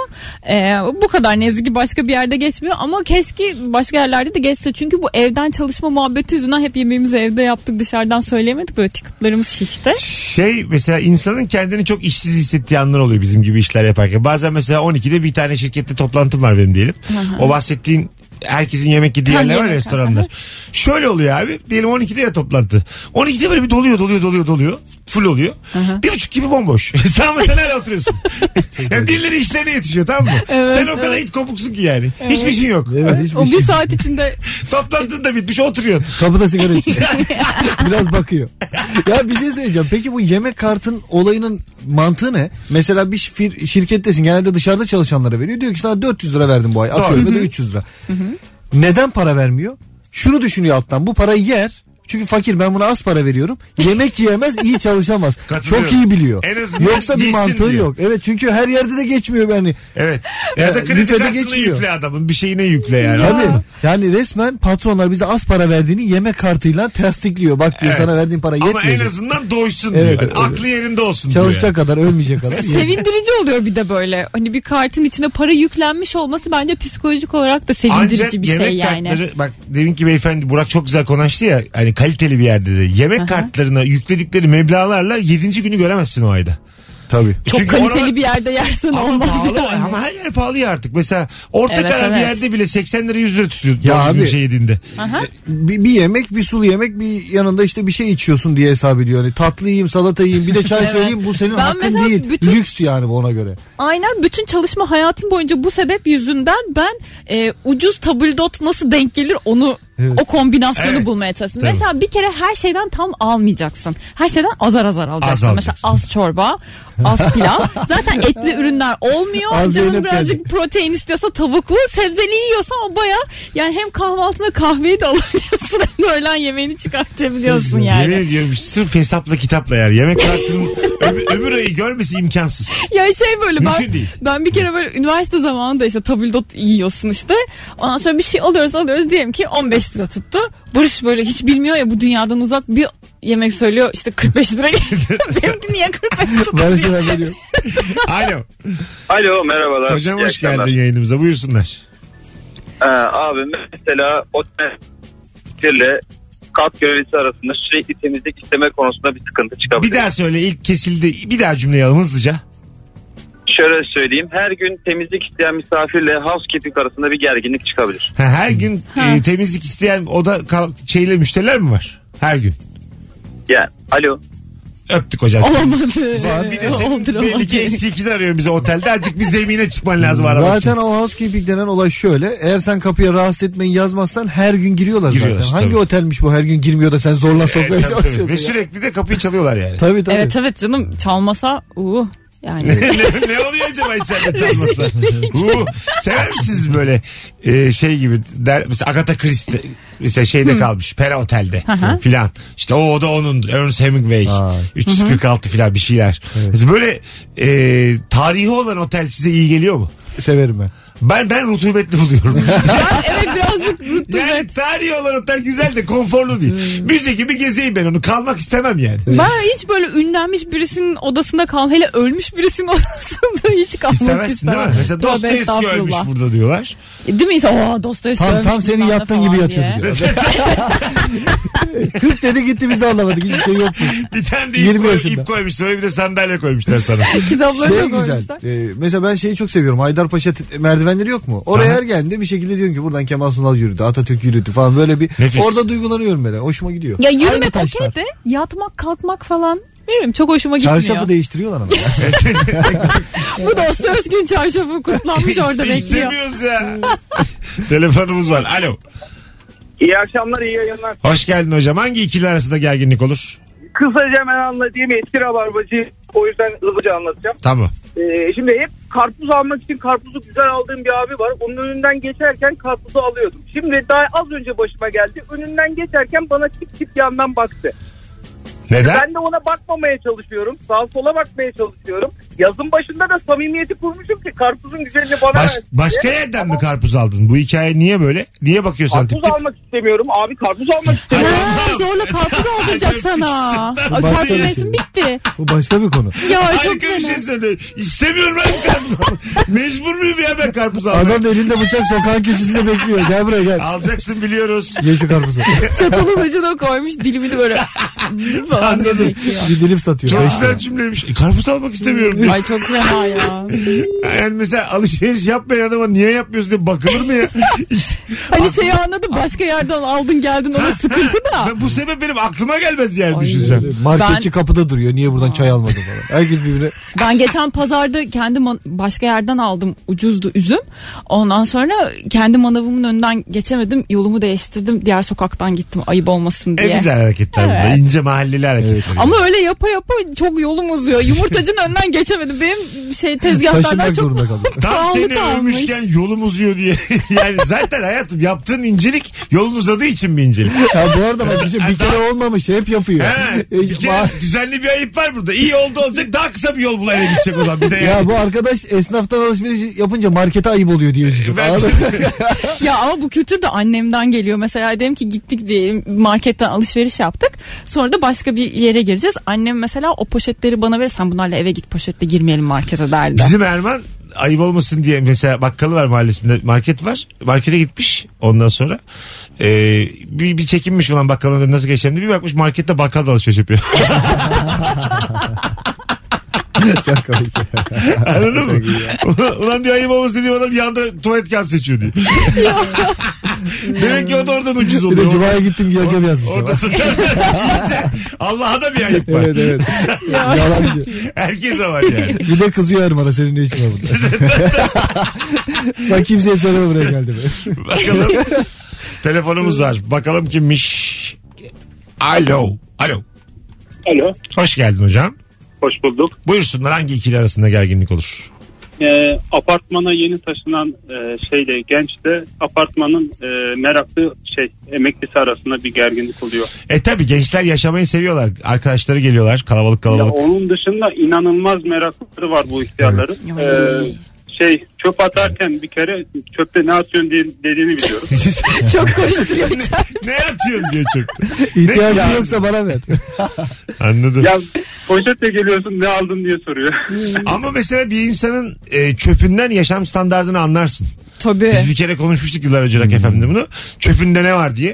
[SPEAKER 7] Ee, bu kadar ne yazık ki başka bir yerde geçmiyor. Ama keşke başka yerlerde de geçse. Çünkü bu evden çalışma muhabbeti yüzünden hep yemeğimizi evde yaptık. Dışarıdan söyleyemedik. Böyle ticketlarımız şişti.
[SPEAKER 2] şey mesela insanın kendini çok işsiz hissettiği anlar oluyor bizim gibi işler yaparken. Bazen mesela 12'de bir tane şirkette toplantım var benim diyelim. O bahsettiğin herkesin yemek yediği
[SPEAKER 7] Ha,
[SPEAKER 2] yerler var ya,
[SPEAKER 7] yemek.
[SPEAKER 2] restoranlar. Şöyle oluyor abi. Diyelim 12'de ya toplantı. 12'de böyle bir doluyor doluyor doluyor doluyor. Full oluyor. Bir buçuk gibi bomboş. Sen mesela hala oturuyorsun. yani birileri işlerine yetişiyor tamam mı?
[SPEAKER 7] Evet,
[SPEAKER 2] Sen o kadar it kopuksun ki yani. Hiçbir şey yok.
[SPEAKER 3] Evet, hiçbir
[SPEAKER 7] O
[SPEAKER 3] şey.
[SPEAKER 7] bir saat içinde
[SPEAKER 2] Toplantın da bitmiş oturuyorsun.
[SPEAKER 3] Kapıda sigara içiyor. Biraz bakıyor. Ya bir şey söyleyeceğim. Peki bu yemek kartın olayının mantığı ne? Mesela bir şir- şirkettesin. Genelde dışarıda çalışanlara veriyor. Diyor ki sana 400 lira verdim bu ay. Atıyorum ya da 300 lira. Neden para vermiyor? Şunu düşünüyor alttan. Bu parayı yer. Çünkü fakir ben buna az para veriyorum. Yemek yiyemez, iyi çalışamaz.
[SPEAKER 2] Katılıyorum.
[SPEAKER 3] Çok iyi biliyor.
[SPEAKER 2] En azından
[SPEAKER 3] Yoksa bir
[SPEAKER 2] yesin
[SPEAKER 3] mantığı
[SPEAKER 2] diyor.
[SPEAKER 3] yok. Evet çünkü her yerde de geçmiyor yani.
[SPEAKER 2] Evet. Ya da
[SPEAKER 3] Ee,
[SPEAKER 2] kredi
[SPEAKER 3] büfede
[SPEAKER 2] kartını
[SPEAKER 3] geçmiyor.
[SPEAKER 2] yükle adamın. Bir şeyine yükle yani.
[SPEAKER 3] Tabii. Yani resmen patronlar bize az para verdiğini yemek kartıyla tasdikliyor. Bak diyor
[SPEAKER 2] Evet.
[SPEAKER 3] sana verdiğim para yetmiyor.
[SPEAKER 2] Ama en azından doysun
[SPEAKER 3] Evet,
[SPEAKER 2] diyor. Hani
[SPEAKER 3] evet.
[SPEAKER 2] Aklı yerinde olsun
[SPEAKER 3] Çalışacak
[SPEAKER 2] diyor.
[SPEAKER 3] kadar ölmeyecek kadar.
[SPEAKER 7] Sevindirici oluyor bir de böyle. Hani bir kartın içine para yüklenmiş olması bence psikolojik olarak da
[SPEAKER 2] Yani.
[SPEAKER 7] sevindirici
[SPEAKER 2] Ancak
[SPEAKER 7] bir
[SPEAKER 2] yemek
[SPEAKER 7] şey yani.
[SPEAKER 2] kartları bak demin ki beyefendi Burak çok güzel konuştu ya hani kaliteli bir yerde de yemek
[SPEAKER 7] Aha.
[SPEAKER 2] kartlarına yükledikleri meblağlarla 7. günü göremezsin o ayda.
[SPEAKER 3] Tabii.
[SPEAKER 7] Çok
[SPEAKER 2] Çünkü
[SPEAKER 7] kaliteli
[SPEAKER 2] oralar-
[SPEAKER 7] bir yerde yersen
[SPEAKER 2] ama
[SPEAKER 7] olmaz
[SPEAKER 2] pahalı
[SPEAKER 7] yani.
[SPEAKER 2] ama her yer pahalı ya artık. Mesela orta
[SPEAKER 7] Evet,
[SPEAKER 2] karar bir
[SPEAKER 7] evet.
[SPEAKER 2] yerde bile 80 lira 100 lira tutuyor.
[SPEAKER 3] Ya
[SPEAKER 2] Ya abi.
[SPEAKER 3] abi.
[SPEAKER 2] Şey yediğinde.
[SPEAKER 7] Aha.
[SPEAKER 3] bir, bir yemek bir sulu yemek bir yanında işte bir şey içiyorsun diye hesap ediyor. Yani tatlı yiyeyim salata yiyeyim bir de çay
[SPEAKER 7] Evet.
[SPEAKER 3] söyleyeyim bu senin
[SPEAKER 7] Ben
[SPEAKER 3] hakkın
[SPEAKER 7] mesela
[SPEAKER 3] değil.
[SPEAKER 7] bütün-
[SPEAKER 3] Lüks yani bu ona göre.
[SPEAKER 7] Aynen bütün çalışma hayatım boyunca bu sebep yüzünden ben e, ucuz tabldot nasıl denk gelir onu
[SPEAKER 3] Evet.
[SPEAKER 7] o kombinasyonu
[SPEAKER 2] Evet.
[SPEAKER 7] bulmaya çalıştım.
[SPEAKER 2] Tabii.
[SPEAKER 7] Mesela bir kere her şeyden tam almayacaksın. Her şeyden azar azar alacaksın.
[SPEAKER 2] alacaksın.
[SPEAKER 7] Mesela az çorba, az pilav. Zaten etli ürünler olmuyor.
[SPEAKER 3] Az
[SPEAKER 7] Canın
[SPEAKER 3] Zeynep
[SPEAKER 7] birazcık
[SPEAKER 3] geldi.
[SPEAKER 7] protein istiyorsa tavuklu, sebzeli yiyorsa o baya yani hem kahvaltına kahveyi de alabiliyorsun hem de öğlen yemeğini çıkartabiliyorsun yani.
[SPEAKER 2] Yemin ediyorum sırf hesapla kitapla yer. Yemek kartının ömür, ömür ayı görmesi imkansız.
[SPEAKER 7] Ya şey böyle
[SPEAKER 2] Mümkün
[SPEAKER 7] ben,
[SPEAKER 2] değil.
[SPEAKER 7] ben bir kere böyle üniversite zamanında işte tabildot yiyorsun işte. Ondan sonra bir şey alıyoruz alıyoruz diyelim ki 15 lira tuttu. Barış böyle hiç bilmiyor ya bu dünyadan uzak bir yemek söylüyor işte 45 lira. Benimki niye 45
[SPEAKER 3] Böyle
[SPEAKER 7] tuttu?
[SPEAKER 3] şeyler geliyor.
[SPEAKER 2] Alo.
[SPEAKER 6] Alo merhabalar.
[SPEAKER 2] Hocam
[SPEAKER 6] İyi
[SPEAKER 2] hoş
[SPEAKER 6] akşamlar.
[SPEAKER 2] geldin yayınımıza. Buyursunlar.
[SPEAKER 6] Ee, abi mesela otelciyle kat görevlisi arasında sürekli temizlik isteme konusunda bir sıkıntı
[SPEAKER 2] Bir
[SPEAKER 6] çıkabilir.
[SPEAKER 2] daha söyle ilk kesildi. Bir daha cümleyi alın hızlıca.
[SPEAKER 6] Şöyle söyleyeyim her gün temizlik isteyen misafirle housekeeping arasında bir gerginlik çıkabilir.
[SPEAKER 2] Ha, her gün
[SPEAKER 7] Ha.
[SPEAKER 2] e, temizlik isteyen oda kal- şeyle müşteriler mi var? Her gün.
[SPEAKER 6] Yani alo.
[SPEAKER 2] Öptük hocam.
[SPEAKER 7] Olmadı.
[SPEAKER 2] Sen bir de senin
[SPEAKER 7] Olmadı,
[SPEAKER 2] belli
[SPEAKER 7] olmadı.
[SPEAKER 2] ki eksi ikini arıyor bize otelde. Azıcık bir zemine çıkman lazım araba
[SPEAKER 3] Zaten
[SPEAKER 2] için.
[SPEAKER 3] o housekeeping denen olay şöyle. Eğer sen kapıya rahatsız etmeyi yazmazsan her gün giriyorlar,
[SPEAKER 2] Giriyorlar,
[SPEAKER 3] zaten. Hangi
[SPEAKER 2] tabii.
[SPEAKER 3] otelmiş bu her gün girmiyor da sen zorla sokmaya
[SPEAKER 2] Evet, tabii, tabii.
[SPEAKER 3] çalışıyorsun.
[SPEAKER 2] Ve
[SPEAKER 3] ya.
[SPEAKER 2] sürekli de kapıyı çalıyorlar yani.
[SPEAKER 3] Tabii tabii.
[SPEAKER 7] Evet evet canım çalmasa uuu yani.
[SPEAKER 2] ne, ne oluyor acaba içeride çalmasa? Hu, sever misiniz böyle e, şey gibi der, mesela Agatha Christie mesela şeyde kalmış Pera Otel'de
[SPEAKER 7] Aha.
[SPEAKER 2] filan. İşte o oda onun Ernest Hemingway
[SPEAKER 3] Aa.
[SPEAKER 2] 346 filan bir şeyler. Mesela böyle e, tarihi olan otel size iyi geliyor mu?
[SPEAKER 3] Severim ben.
[SPEAKER 2] Ben ben rutubetli buluyorum.
[SPEAKER 7] evet birazcık rutubet. Hmm.
[SPEAKER 2] yani tarihi olan otel güzel de konforlu değil. Müze gibi gezeyim ben onu kalmak istemem yani.
[SPEAKER 7] Ben hiç böyle ünlenmiş birisinin odasında kal hele ölmüş birisinin odasında hiç kalmak istemem.
[SPEAKER 2] İstemezsin değil mi? Mesela
[SPEAKER 7] Tövbe
[SPEAKER 2] Dostoyevski ölmüş
[SPEAKER 7] estağfurullah.
[SPEAKER 2] burada diyorlar.
[SPEAKER 7] Değil mi? Aa Dostoyevski
[SPEAKER 3] Tam,
[SPEAKER 7] ölmüş
[SPEAKER 3] tam senin
[SPEAKER 7] bilmem ne
[SPEAKER 3] yattığın gibi
[SPEAKER 7] falan
[SPEAKER 3] yatıyordu
[SPEAKER 7] diye.
[SPEAKER 3] diyor. 40 dedi gitti biz de anlamadık. Hiçbir şey yoktu.
[SPEAKER 2] Bir tane de ip,
[SPEAKER 3] 20
[SPEAKER 2] koy-
[SPEAKER 3] yaşında.
[SPEAKER 2] ip koymuş sonra bir de sandalye koymuşlar sana.
[SPEAKER 7] Kitapları
[SPEAKER 3] şey
[SPEAKER 7] da
[SPEAKER 3] güzel.
[SPEAKER 7] koymuşlar.
[SPEAKER 3] e, mesela ben şeyi çok seviyorum. Haydarpaşa t- merdivenleri yok mu? Oraya
[SPEAKER 2] Aha.
[SPEAKER 3] her geldiğinde bir şekilde diyorum ki buradan Kemal Sunal yürüdü, Atatürk yürüdü falan böyle bir.
[SPEAKER 2] Nefis.
[SPEAKER 3] Orada duygulanıyorum böyle. Hoşuma gidiyor.
[SPEAKER 7] Ya
[SPEAKER 3] Aynı
[SPEAKER 7] yürümek
[SPEAKER 3] taşlar.
[SPEAKER 7] okey de yatmak kalkmak falan bilmiyorum çok hoşuma gitmiyor.
[SPEAKER 3] Çarşafı değiştiriyorlar ama.
[SPEAKER 7] Bu Dostoyevski'nin çarşafı kutlanmış orada
[SPEAKER 2] İşte
[SPEAKER 7] bekliyor.
[SPEAKER 2] İstemiyoruz ya. Telefonumuz var. Alo.
[SPEAKER 4] İyi akşamlar, iyi yayınlar.
[SPEAKER 2] Hoş geldin hocam. Hangi ikili arasında gerginlik olur?
[SPEAKER 4] Kısaca hemen anlatayım. Eski rabarbacı o yüzden hızlıca anlatacağım.
[SPEAKER 2] Tamam.
[SPEAKER 4] Ee, şimdi hep karpuz almak için karpuzu güzel aldığım bir abi var. Onun önünden geçerken karpuzu alıyordum. Şimdi daha az önce başıma geldi. Önünden geçerken bana tip tip yandan baktı.
[SPEAKER 2] Neden?
[SPEAKER 4] Ben de ona bakmamaya çalışıyorum. Sağa sola bakmaya çalışıyorum. Yazın başında da samimiyeti kurmuşum ki karpuzun güzelini bana
[SPEAKER 2] Baş-
[SPEAKER 4] versin diye.
[SPEAKER 2] başka yerden mi
[SPEAKER 4] Ama
[SPEAKER 2] karpuz aldın? Bu hikaye niye böyle? Niye bakıyorsun tip
[SPEAKER 4] Karpuz
[SPEAKER 2] tip?
[SPEAKER 4] almak istemiyorum. Abi karpuz almak
[SPEAKER 7] Ha,
[SPEAKER 4] istemiyorum.
[SPEAKER 7] zorla karpuz aldıracak sana. Ay,
[SPEAKER 3] Başka
[SPEAKER 7] Karpuz
[SPEAKER 3] bir
[SPEAKER 7] mevsim
[SPEAKER 3] şey.
[SPEAKER 7] bitti.
[SPEAKER 3] Bu başka bir konu.
[SPEAKER 7] Ya çok
[SPEAKER 2] Harika bir şey
[SPEAKER 7] fena.
[SPEAKER 2] söylüyorsun. İstemiyorum ben karpuz almak. Mecbur muyum ya ben karpuz almak?
[SPEAKER 3] Adam da elinde bıçak sokağın köşesinde bekliyor. Gel buraya gel.
[SPEAKER 2] Alacaksın biliyoruz.
[SPEAKER 3] Ye şu karpuzu.
[SPEAKER 7] Çatalın ucuna koymuş dilimini böyle falan diye bekliyor.
[SPEAKER 3] Bir dilim satıyor.
[SPEAKER 2] Çok
[SPEAKER 3] Beş lira.
[SPEAKER 2] güzel cümleymiş. E, karpuz almak istemiyorum diyor.
[SPEAKER 7] Ay çok fena ya.
[SPEAKER 2] Yani mesela alışveriş yapmayan adama niye yapmıyorsun diye bakılır mı ya? İşte-
[SPEAKER 7] Hani şeyi anladım başka yerden aldın geldin ona sıkıntı da.
[SPEAKER 2] Ben bu sebep benim aklıma gelmez yani
[SPEAKER 7] Ay.
[SPEAKER 2] düşünsem.
[SPEAKER 3] Marketçi
[SPEAKER 7] Ben-
[SPEAKER 3] kapıda duruyor. Niye buradan çay almadı falan. Herkes birbirine
[SPEAKER 7] Ben geçen pazarda kendi man- başka yerden aldım ucuzdu üzüm. Ondan sonra kendi manavımın önünden geçemedim. Yolumu değiştirdim. Diğer sokaktan gittim ayıp olmasın diye.
[SPEAKER 2] E güzel hareketler bunlar. İnce mahalleli hareket.
[SPEAKER 7] Ama öyle yapa yapa çok yolum uzuyor. Yumurtacın önünden geçemedim. Benim şey tezgahlardan
[SPEAKER 3] Taşınmak
[SPEAKER 7] çok
[SPEAKER 3] zorunda kaldım.
[SPEAKER 2] Tam
[SPEAKER 7] pahalı
[SPEAKER 2] seni
[SPEAKER 7] kalmış.
[SPEAKER 2] övmüşken yolum uzuyor diye. yani zaten hayatım yaptığın incelik yolun uzadığı için mi incelik?
[SPEAKER 3] Ya bu arada bak bir şey- bir kere olmamış hep yapıyor.
[SPEAKER 2] He,
[SPEAKER 3] E,
[SPEAKER 2] bir kere
[SPEAKER 3] ma-
[SPEAKER 2] düzenli bir ayıp var burada. İyi oldu olacak daha kısa bir yol bul eve gidecek o zaman. Bir de yani.
[SPEAKER 3] ya bu arkadaş esnaftan alışveriş yapınca markete ayıp oluyor diye düşündüm.
[SPEAKER 2] Bence
[SPEAKER 3] Anladın mı?
[SPEAKER 7] Ya ama bu kültür de annemden geliyor. Mesela diyelim ki gittik diyelim marketten alışveriş yaptık. Sonra da başka bir yere gireceğiz. Annem mesela o poşetleri bana verirsen bunlarla eve git poşetle girmeyelim markete derdi.
[SPEAKER 2] Bizim Erman ayıp olmasın diye mesela bakkalı var mahallesinde market var. Markete gitmiş ondan sonra. e, bir, bir çekinmiş olan bakkalın önüne nasıl geçeceğim diye bir bakmış markette bakkal da alışveriş yapıyor.
[SPEAKER 3] Çok komik.
[SPEAKER 2] Anladın mı? Ulan, ulan diyor ayıp olmasın diye adam yanda tuvalet kağıdı seçiyor diyor. Demek ki o da oradan ucuz
[SPEAKER 3] Bir de
[SPEAKER 2] oluyor.
[SPEAKER 3] Cuma'ya gittim geleceğim yazmış. ama.
[SPEAKER 2] Orada Allah'a da bir ayıp var.
[SPEAKER 3] Evet evet.
[SPEAKER 7] Ya,
[SPEAKER 3] Yalancı.
[SPEAKER 2] Herkese var yani.
[SPEAKER 3] Bir de kızıyor Erman'a senin ne işin var burada. Bak kimseye söyleme buraya geldi.
[SPEAKER 2] Bakalım. Telefonumuz var. Bakalım kimmiş. Alo. Alo.
[SPEAKER 9] Alo.
[SPEAKER 2] Hoş geldin hocam.
[SPEAKER 9] Hoş bulduk.
[SPEAKER 2] Buyursunlar hangi ikili arasında gerginlik olur?
[SPEAKER 9] Ee, apartmana yeni taşınan e, şeyle genç de apartmanın e, meraklı şey emeklisi arasında bir gerginlik oluyor.
[SPEAKER 2] E tabi gençler yaşamayı seviyorlar. Arkadaşları geliyorlar kalabalık
[SPEAKER 9] Ya
[SPEAKER 2] kalabalık.
[SPEAKER 9] onun dışında inanılmaz meraklıları var bu ihtiyarların.
[SPEAKER 7] Evet.
[SPEAKER 9] Ee, şey çöp atarken bir kere çöpte ne atıyorsun diye, dediğini biliyorum.
[SPEAKER 7] Çok koşturuyor.
[SPEAKER 2] ne atıyorsun diyor çöpte. Ne-
[SPEAKER 3] İhtiyacın
[SPEAKER 2] Ya,
[SPEAKER 3] yoksa bana ver.
[SPEAKER 2] Anladım.
[SPEAKER 9] ya poşetle geliyorsun ne aldın diye soruyor.
[SPEAKER 2] Ama mesela bir insanın e, çöpünden yaşam standartını anlarsın.
[SPEAKER 7] Tabii.
[SPEAKER 2] Biz bir kere konuşmuştuk yıllar önce Rock FM'de bunu. Çöpünde ne var diye.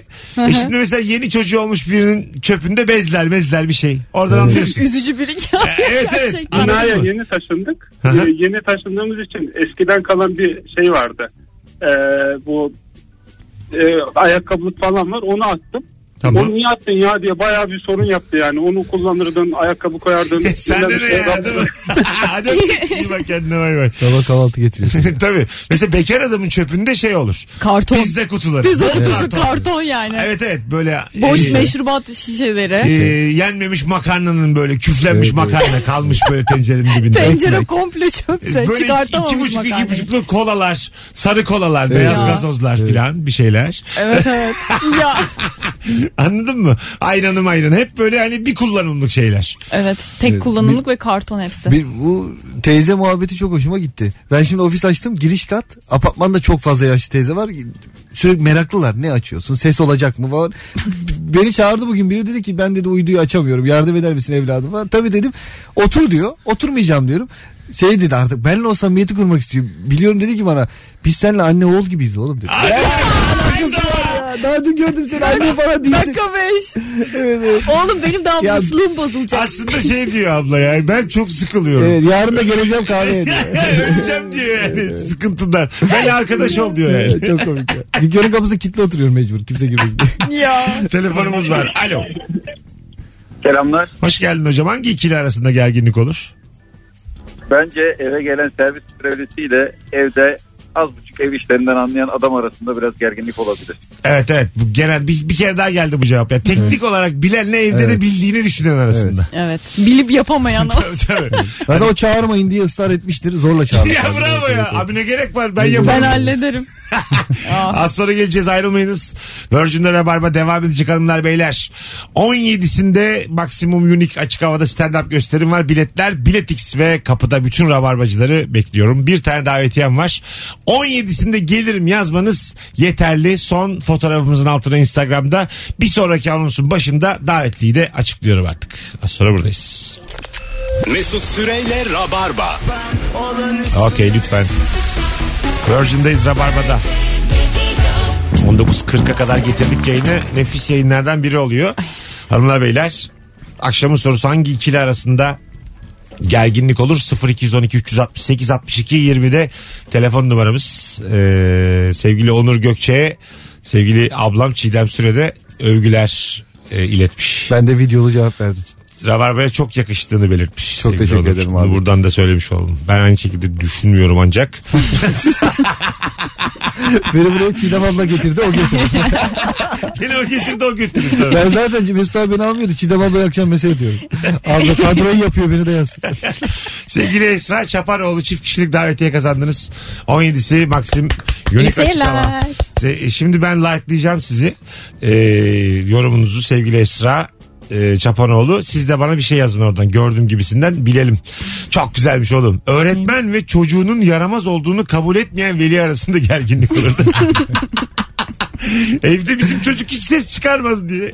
[SPEAKER 2] E şimdi mesela yeni çocuğu olmuş birinin çöpünde bezler bezler bir şey. Oradan anlıyorsun.
[SPEAKER 7] Üzücü bir hikaye.
[SPEAKER 2] evet evet.
[SPEAKER 7] Gerçekten.
[SPEAKER 9] Binaya
[SPEAKER 2] Anladın mı?
[SPEAKER 9] yeni taşındık.
[SPEAKER 2] Hı hı.
[SPEAKER 9] Ee, yeni taşındığımız için eskiden kalan bir şey vardı. Ee, bu e, ayakkabılık falan var onu attım.
[SPEAKER 2] Tamam.
[SPEAKER 9] Onu niye attın ya diye bayağı bir sorun yaptı yani. Onu kullanırdın, ayakkabı koyardın.
[SPEAKER 2] Sen de
[SPEAKER 9] bilmem şey
[SPEAKER 2] ne
[SPEAKER 9] işte,
[SPEAKER 2] ya
[SPEAKER 3] şey
[SPEAKER 2] değil mi? Hadi öptük. iyi bak kendine bay bay.
[SPEAKER 3] Sabah kahvaltı getiriyorsun.
[SPEAKER 2] Tabii. Mesela bekar adamın çöpünde şey olur.
[SPEAKER 7] Karton.
[SPEAKER 2] Pizza kutuları.
[SPEAKER 7] Biz
[SPEAKER 2] Bol
[SPEAKER 7] kutusu karton yani.
[SPEAKER 2] Evet evet böyle.
[SPEAKER 7] Boş
[SPEAKER 2] e,
[SPEAKER 7] meşrubat
[SPEAKER 2] e,
[SPEAKER 7] şişeleri.
[SPEAKER 2] yenmemiş makarnanın böyle küflenmiş
[SPEAKER 3] Evet, evet.
[SPEAKER 2] makarna kalmış böyle tencerenin dibinde.
[SPEAKER 7] Tencere komple çöpte.
[SPEAKER 2] E, Böyle
[SPEAKER 7] Çıkartamamış
[SPEAKER 2] iki buçuk iki
[SPEAKER 7] makarnayı.
[SPEAKER 2] buçukluk kolalar, sarı kolalar, beyaz
[SPEAKER 7] Ya.
[SPEAKER 2] gazozlar filan bir şeyler.
[SPEAKER 7] Evet evet. ya.
[SPEAKER 2] Anladın mı? Ayranım ayran. Hep böyle hani bir kullanımlık şeyler.
[SPEAKER 7] Evet. Tek kullanımlık ve karton hepsi.
[SPEAKER 3] Bir, bu teyze muhabbeti çok hoşuma gitti. Ben şimdi ofis açtım giriş kat apartmanda çok fazla yaşlı teyze var. Sürekli meraklılar ne açıyorsun ses olacak mı falan. Beni çağırdı bugün biri dedi ki ben dedi uyduyu açamıyorum yardım eder misin evladım falan. Tabii dedim otur diyor oturmayacağım diyorum. Şey dedi artık benle o samimiyeti kurmak istiyor. Biliyorum dedi ki bana biz seninle anne oğul gibiyiz oğlum dedi. Ya, alakası var ya. Daha dün gördüm seni anne falan değilsin.
[SPEAKER 7] Dakika beş.
[SPEAKER 3] Evet, evet.
[SPEAKER 7] Oğlum benim daha
[SPEAKER 3] Ya-
[SPEAKER 7] musluğum bozulacak.
[SPEAKER 2] Aslında şey diyor abla ya ben çok sıkılıyorum.
[SPEAKER 3] Evet, yarın da geleceğim kahveye diyor.
[SPEAKER 2] Öleceğim diyor yani sıkıntıdan. Ben arkadaş ol diyor yani.
[SPEAKER 3] Çok komik ya. Dükkanın kapısı kilitli oturuyor mecbur. Kimse girmez diye.
[SPEAKER 7] Ya.
[SPEAKER 2] Telefonumuz var. Alo.
[SPEAKER 9] Selamlar.
[SPEAKER 2] Hoş geldin hocam. Hangi ikili arasında gerginlik olur?
[SPEAKER 12] Bence eve gelen servis sürevlisiyle evde az buçuk ev işlerinden anlayan adam arasında biraz gerginlik olabilir.
[SPEAKER 2] Evet evet. Bu genel bir, bir kere daha geldi bu cevap. Ya teknik olarak bilenle evde de
[SPEAKER 3] Evet.
[SPEAKER 2] bildiğini düşünen arasında.
[SPEAKER 7] Evet. Bilip yapamayan o.
[SPEAKER 2] Tabii tabii.
[SPEAKER 3] Ben o çağırmayın diye ısrar etmiştir. Zorla çağırmış.
[SPEAKER 2] ya bravo ya. Abi ne gerek var ben
[SPEAKER 7] Ben
[SPEAKER 2] yaparım.
[SPEAKER 7] hallederim. Aa,
[SPEAKER 2] Az sonra geleceğiz ayrılmayınız. Virgin'de Rabarba devam edecek hanımlar beyler. 17'sinde Maximum Unique açık havada stand-up gösterim var. Biletler Biletix ve kapıda bütün Rabarbacıları bekliyorum. Bir tane davetiyem var. 17'sinde gelirim yazmanız yeterli. Son fotoğrafımızın altına Instagram'da bir sonraki anonsun başında davetliyi de açıklıyorum artık. Az sonra buradayız.
[SPEAKER 1] Mesut Süreyle Rabarba.
[SPEAKER 2] Okey lütfen. Virgin'dayız Rabarba'da. 19.40'a kadar getirdik yayını. Nefis yayınlardan biri oluyor. Hanımlar beyler akşamın sorusu hangi ikili arasında gerginlik olur 0212 368 62 20'de telefon numaramız Ee, sevgili Onur Gökçe'ye sevgili ablam Çiğdem Süre'de övgüler e, iletmiş.
[SPEAKER 3] Ben de videolu cevap verdim.
[SPEAKER 2] Rabarba'ya çok yakıştığını belirtmiş. Çok
[SPEAKER 3] teşekkür ederim abi.
[SPEAKER 2] Buradan da söylemiş oldum. Ben aynı şekilde düşünmüyorum ancak.
[SPEAKER 3] Beni buraya Çiğdem abla getirdi o getirdi.
[SPEAKER 2] Beni o getirdi o götürdü. tabii.
[SPEAKER 3] ben zaten Mesut abi beni almıyordu. Çiğdem abla akşam mesaj ediyorum. Abla kadroyu yapıyor beni de yazsın.
[SPEAKER 2] Sevgili Esra Çaparoğlu çift kişilik davetiye kazandınız. 17'si Maxim Unique
[SPEAKER 7] İyi
[SPEAKER 2] açık
[SPEAKER 7] seyirler.
[SPEAKER 2] hava. Se- e, Şimdi ben likelayacağım sizi. Ee, yorumunuzu sevgili Esra e, Çapanoğlu. Siz de bana bir şey yazın oradan gördüğüm gibisinden bilelim. Çok güzelmiş oğlum. Öğretmen ve çocuğunun yaramaz olduğunu kabul etmeyen veli arasında gerginlik olurdu. Evde bizim çocuk hiç ses çıkarmaz diye.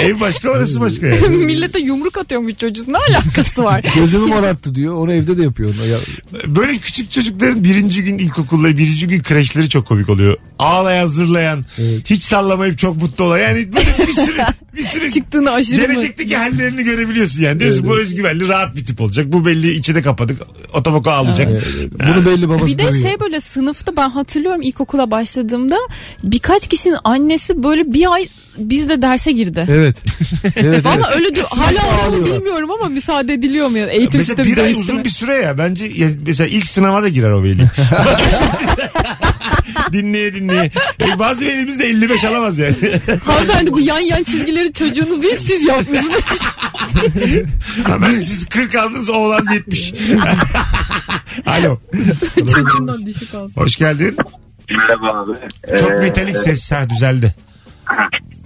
[SPEAKER 2] Ev başka orası başka. yani.
[SPEAKER 7] Millete yumruk atıyormuş çocuğun ne alakası var?
[SPEAKER 3] Gözümü morarttı diyor. Onu evde de yapıyor. Ya,
[SPEAKER 2] Böyle küçük çocukların birinci gün ilkokulda birinci gün kreşleri çok komik oluyor. Ağlayan zırlayan hiç sallamayıp çok mutlu olan yani böyle bir sürü bir sürü
[SPEAKER 7] Çıktığını aşırı mı?
[SPEAKER 2] gelecekteki hallerini görebiliyorsun yani. Diyorsun bu özgüvenli rahat bir tip olacak. Bu belli içine kapadık otoboka ağlayacak.
[SPEAKER 3] bunu belli babası
[SPEAKER 7] Bir de
[SPEAKER 3] dövüyor.
[SPEAKER 7] şey böyle sınıfta ben hatırlıyorum ilkokula başladığımda birkaç kişinin annesi böyle bir ay bizde derse girdi.
[SPEAKER 3] Evet. evet, evet.
[SPEAKER 7] Valla öyle diyor. Hala onu
[SPEAKER 3] ağlıyorlar.
[SPEAKER 7] bilmiyorum ama müsaade ediliyor mu? Eğitim
[SPEAKER 2] Mesela
[SPEAKER 7] sistemi
[SPEAKER 2] bir ay
[SPEAKER 7] değişti mi?
[SPEAKER 2] uzun bir süre ya bence ya mesela ilk sınava da girer o veli. dinleye dinleye. E bazı velimiz de 55 alamaz yani.
[SPEAKER 7] Hanımefendi bu yan yan çizgileri çocuğunuz değil siz yapmışsınız.
[SPEAKER 2] Hemen siz 40 aldınız oğlan 70. Alo.
[SPEAKER 7] Çocuğundan düşük olsun.
[SPEAKER 2] Hoş geldin.
[SPEAKER 12] Merhaba abi.
[SPEAKER 2] Çok
[SPEAKER 12] Ee,
[SPEAKER 2] metalik ses ha düzeldi.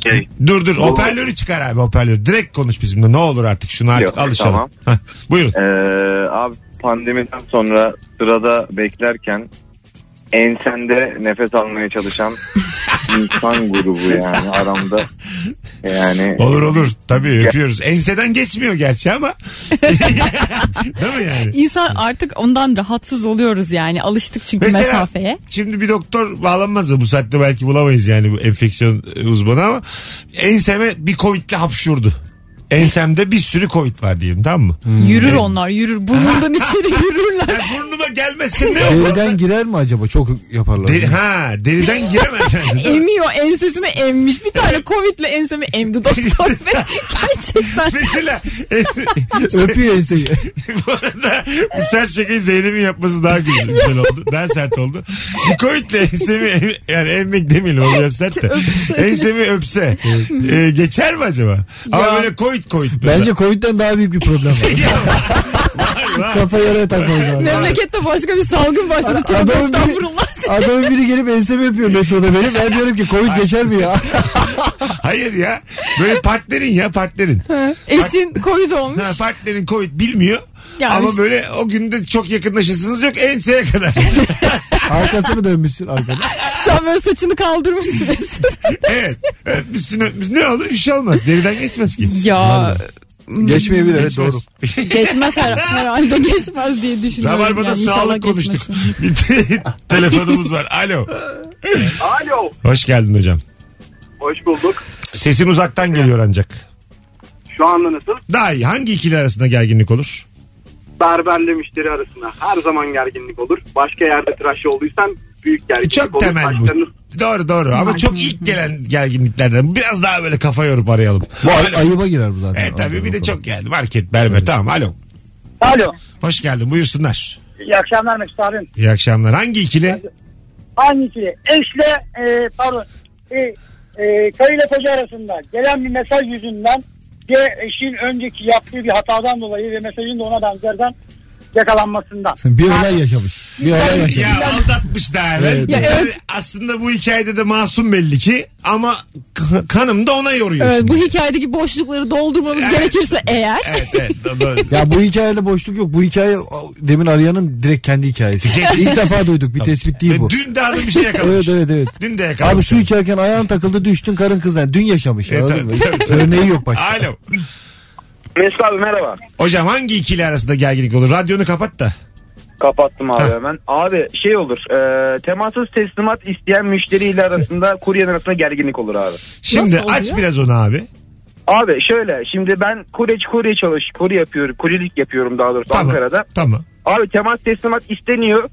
[SPEAKER 12] şey.
[SPEAKER 2] Dur dur hoparlörü çıkar abi hoparlörü. Direkt konuş bizimle ne olur artık şuna artık
[SPEAKER 12] Yok,
[SPEAKER 2] alışalım.
[SPEAKER 12] tamam.
[SPEAKER 2] Hah, buyurun.
[SPEAKER 12] Ee, abi pandemiden sonra sırada beklerken ensende nefes almaya çalışan insan grubu yani aramda yani
[SPEAKER 2] Olur olur tabii öpüyoruz. Enseden geçmiyor gerçi ama. Değil mi yani?
[SPEAKER 7] İnsan artık ondan rahatsız oluyoruz yani. Alıştık çünkü
[SPEAKER 2] Mesela
[SPEAKER 7] mesafeye.
[SPEAKER 2] şimdi bir doktor bağlanmaz da bu saatte belki bulamayız yani bu enfeksiyon e, uzmanı ama enseme bir covidle hapşurdu. Ensemde bir sürü covid var diyelim tamam mı?
[SPEAKER 7] Yürür onlar yürür. Burnundan içeri yürürler.
[SPEAKER 2] Yani burnuma gelmesin ne olur?
[SPEAKER 3] Evden girer mi acaba? Çok yaparlar.
[SPEAKER 2] Deri, ha deriden giremez yani. değil mi?
[SPEAKER 7] Emiyor ensesini emmiş. Bir tane Covid'le ensemi emdi doktor bey. Gerçekten.
[SPEAKER 2] Mesela
[SPEAKER 3] Öpüyor enseyi.
[SPEAKER 2] bu arada bu sert şakayı Zeynep'in yapması daha güzel, güzel oldu. Daha sert oldu. Bir Covid'le ensemi em- yani emmek demeyelim o biraz sert de.
[SPEAKER 7] Öpse.
[SPEAKER 2] Ensemi öpse e, geçer mi acaba? Ama böyle Covid Covid. böyle.
[SPEAKER 3] Bence Covid'den daha büyük bir problem var. Kafa yaraya takmamız lazım.
[SPEAKER 7] Memlekette başka bir salgın başladı. Tövbe
[SPEAKER 3] Adamın biri-
[SPEAKER 7] estağfurullah.
[SPEAKER 3] Adamın biri gelip ensemi öpüyor metroda benim. Ben diyorum ki Covid geçer mi ya?
[SPEAKER 2] Hayır ya. Böyle partnerin ya partnerin.
[SPEAKER 7] Eşin Covid olmuş.
[SPEAKER 2] Ha, partnerin Covid bilmiyor.
[SPEAKER 7] Yani-
[SPEAKER 2] Ama böyle o günde çok yakınlaşırsınız yok enseye kadar.
[SPEAKER 3] Arkasını dönmüşsün arkada.
[SPEAKER 7] Sen böyle saçını kaldırmışsın Mesut.
[SPEAKER 2] evet. Öpmüşsün öpmüş. Ne olur bir şey olmaz. Deriden geçmez ki.
[SPEAKER 7] ya
[SPEAKER 3] Geçmeyebilir evet
[SPEAKER 2] Geçmez.
[SPEAKER 3] doğru.
[SPEAKER 7] geçmez her- herhalde geçmez diye düşünüyorum.
[SPEAKER 2] Rabarba'da
[SPEAKER 7] yani. İnşallah
[SPEAKER 2] sağlık konuştuk.
[SPEAKER 7] geçmesin.
[SPEAKER 2] Bir te- telefonumuz var. Alo.
[SPEAKER 9] Alo.
[SPEAKER 2] Hoş geldin hocam.
[SPEAKER 9] Hoş bulduk.
[SPEAKER 2] Sesin uzaktan geliyor ancak.
[SPEAKER 9] Şu anda nasıl?
[SPEAKER 2] Daha iyi. Hangi ikili arasında gerginlik olur?
[SPEAKER 9] Berberle müşteri arasında her zaman gerginlik olur. Başka yerde tıraşçı olduysan büyük gerginlik
[SPEAKER 2] Çok
[SPEAKER 9] olur.
[SPEAKER 2] temel bu.
[SPEAKER 9] Saçlarını-
[SPEAKER 2] Doğru doğru ama çok ilk gelen gerginliklerden biraz daha böyle kafa yorup arayalım.
[SPEAKER 3] Bu ay- ayıba girer bu zaten.
[SPEAKER 2] Evet E, tabii bir de çok geldi market berber tamam alo.
[SPEAKER 9] Alo.
[SPEAKER 2] Hoş geldin buyursunlar.
[SPEAKER 9] İyi akşamlar Mesut abim.
[SPEAKER 2] İyi akşamlar. Hangi ikili?
[SPEAKER 9] hangisi şey. eşle e, pardon e, e, karıyla koca arasında gelen bir mesaj yüzünden ve eşin önceki yaptığı bir hatadan dolayı ve mesajın da ona benzerden yakalanmasından.
[SPEAKER 3] Bir olay yaşamış. Bir olay yaşamış.
[SPEAKER 2] Ya aldatmış daha evvel.
[SPEAKER 3] Evet,
[SPEAKER 7] Ya,
[SPEAKER 2] Yani
[SPEAKER 7] evet.
[SPEAKER 2] Aslında bu hikayede de masum belli ki ama k- kanım da ona yoruyor.
[SPEAKER 7] Evet,
[SPEAKER 2] şimdi.
[SPEAKER 7] bu hikayedeki boşlukları doldurmamız gerekirse eğer
[SPEAKER 2] Evet evet. do- do-
[SPEAKER 3] Ya bu hikayede boşluk yok. Bu hikaye o, demin arayanın direkt kendi hikayesi.
[SPEAKER 2] Kesin.
[SPEAKER 3] İlk defa duyduk. Bir tespit değil
[SPEAKER 2] Ve
[SPEAKER 3] bu.
[SPEAKER 2] Dün de adam bir şey
[SPEAKER 3] Evet
[SPEAKER 2] yakalamış.
[SPEAKER 3] evet evet.
[SPEAKER 2] Dün de yakalamış.
[SPEAKER 3] Abi su içerken ayağın takıldı düştün karın kızdan. Dün yaşamış.
[SPEAKER 2] Evet,
[SPEAKER 3] anladın mı?
[SPEAKER 2] E, tabii, tabii, tabii.
[SPEAKER 3] Örneği yok başka.
[SPEAKER 2] Alo.
[SPEAKER 12] Mesut abi merhaba
[SPEAKER 2] Hocam hangi ikili arasında gerginlik olur? Radyonu kapat da.
[SPEAKER 12] kapattım abi
[SPEAKER 2] Heh.
[SPEAKER 12] hemen abi şey olur e, temassız teslimat isteyen müşteriyle arasında kuryenin arasında gerginlik olur abi
[SPEAKER 2] Şimdi
[SPEAKER 7] Nasıl oluyor?
[SPEAKER 2] aç biraz onu abi.
[SPEAKER 12] abi şöyle şimdi ben kuryeci kurye çalış kurye yapıyorum kuryelik yapıyorum daha doğrusu
[SPEAKER 2] Tamam.
[SPEAKER 12] Ankara'da
[SPEAKER 2] Tamam.
[SPEAKER 12] Abi temas teslimat isteniyor.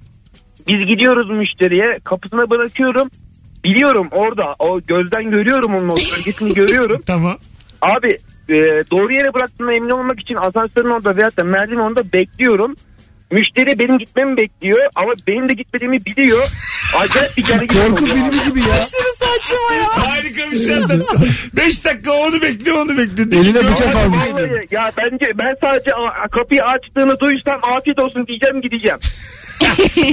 [SPEAKER 12] Biz gidiyoruz müşteriye. Kapısına bırakıyorum. Biliyorum orada. O gözden görüyorum onun o bölgesini görüyorum.
[SPEAKER 2] Tamam.
[SPEAKER 12] Abi
[SPEAKER 13] e, doğru yere bıraktığımda emin olmak için asansörün orada veyahut da merdivenin orada bekliyorum. Müşteri benim gitmemi bekliyor ama benim de gitmediğimi biliyor. Acayip bir gergin
[SPEAKER 2] Korku filmi
[SPEAKER 13] gibi
[SPEAKER 3] ya.
[SPEAKER 2] Aşırı saçma ya. Harika bir şey anlattın. 5 dakika onu bekliyor onu bekliyor.
[SPEAKER 13] Eline
[SPEAKER 2] bıçak almış.
[SPEAKER 13] Ya bence ben sadece a- kapıyı açtığını duysam afiyet olsun diyeceğim gideceğim.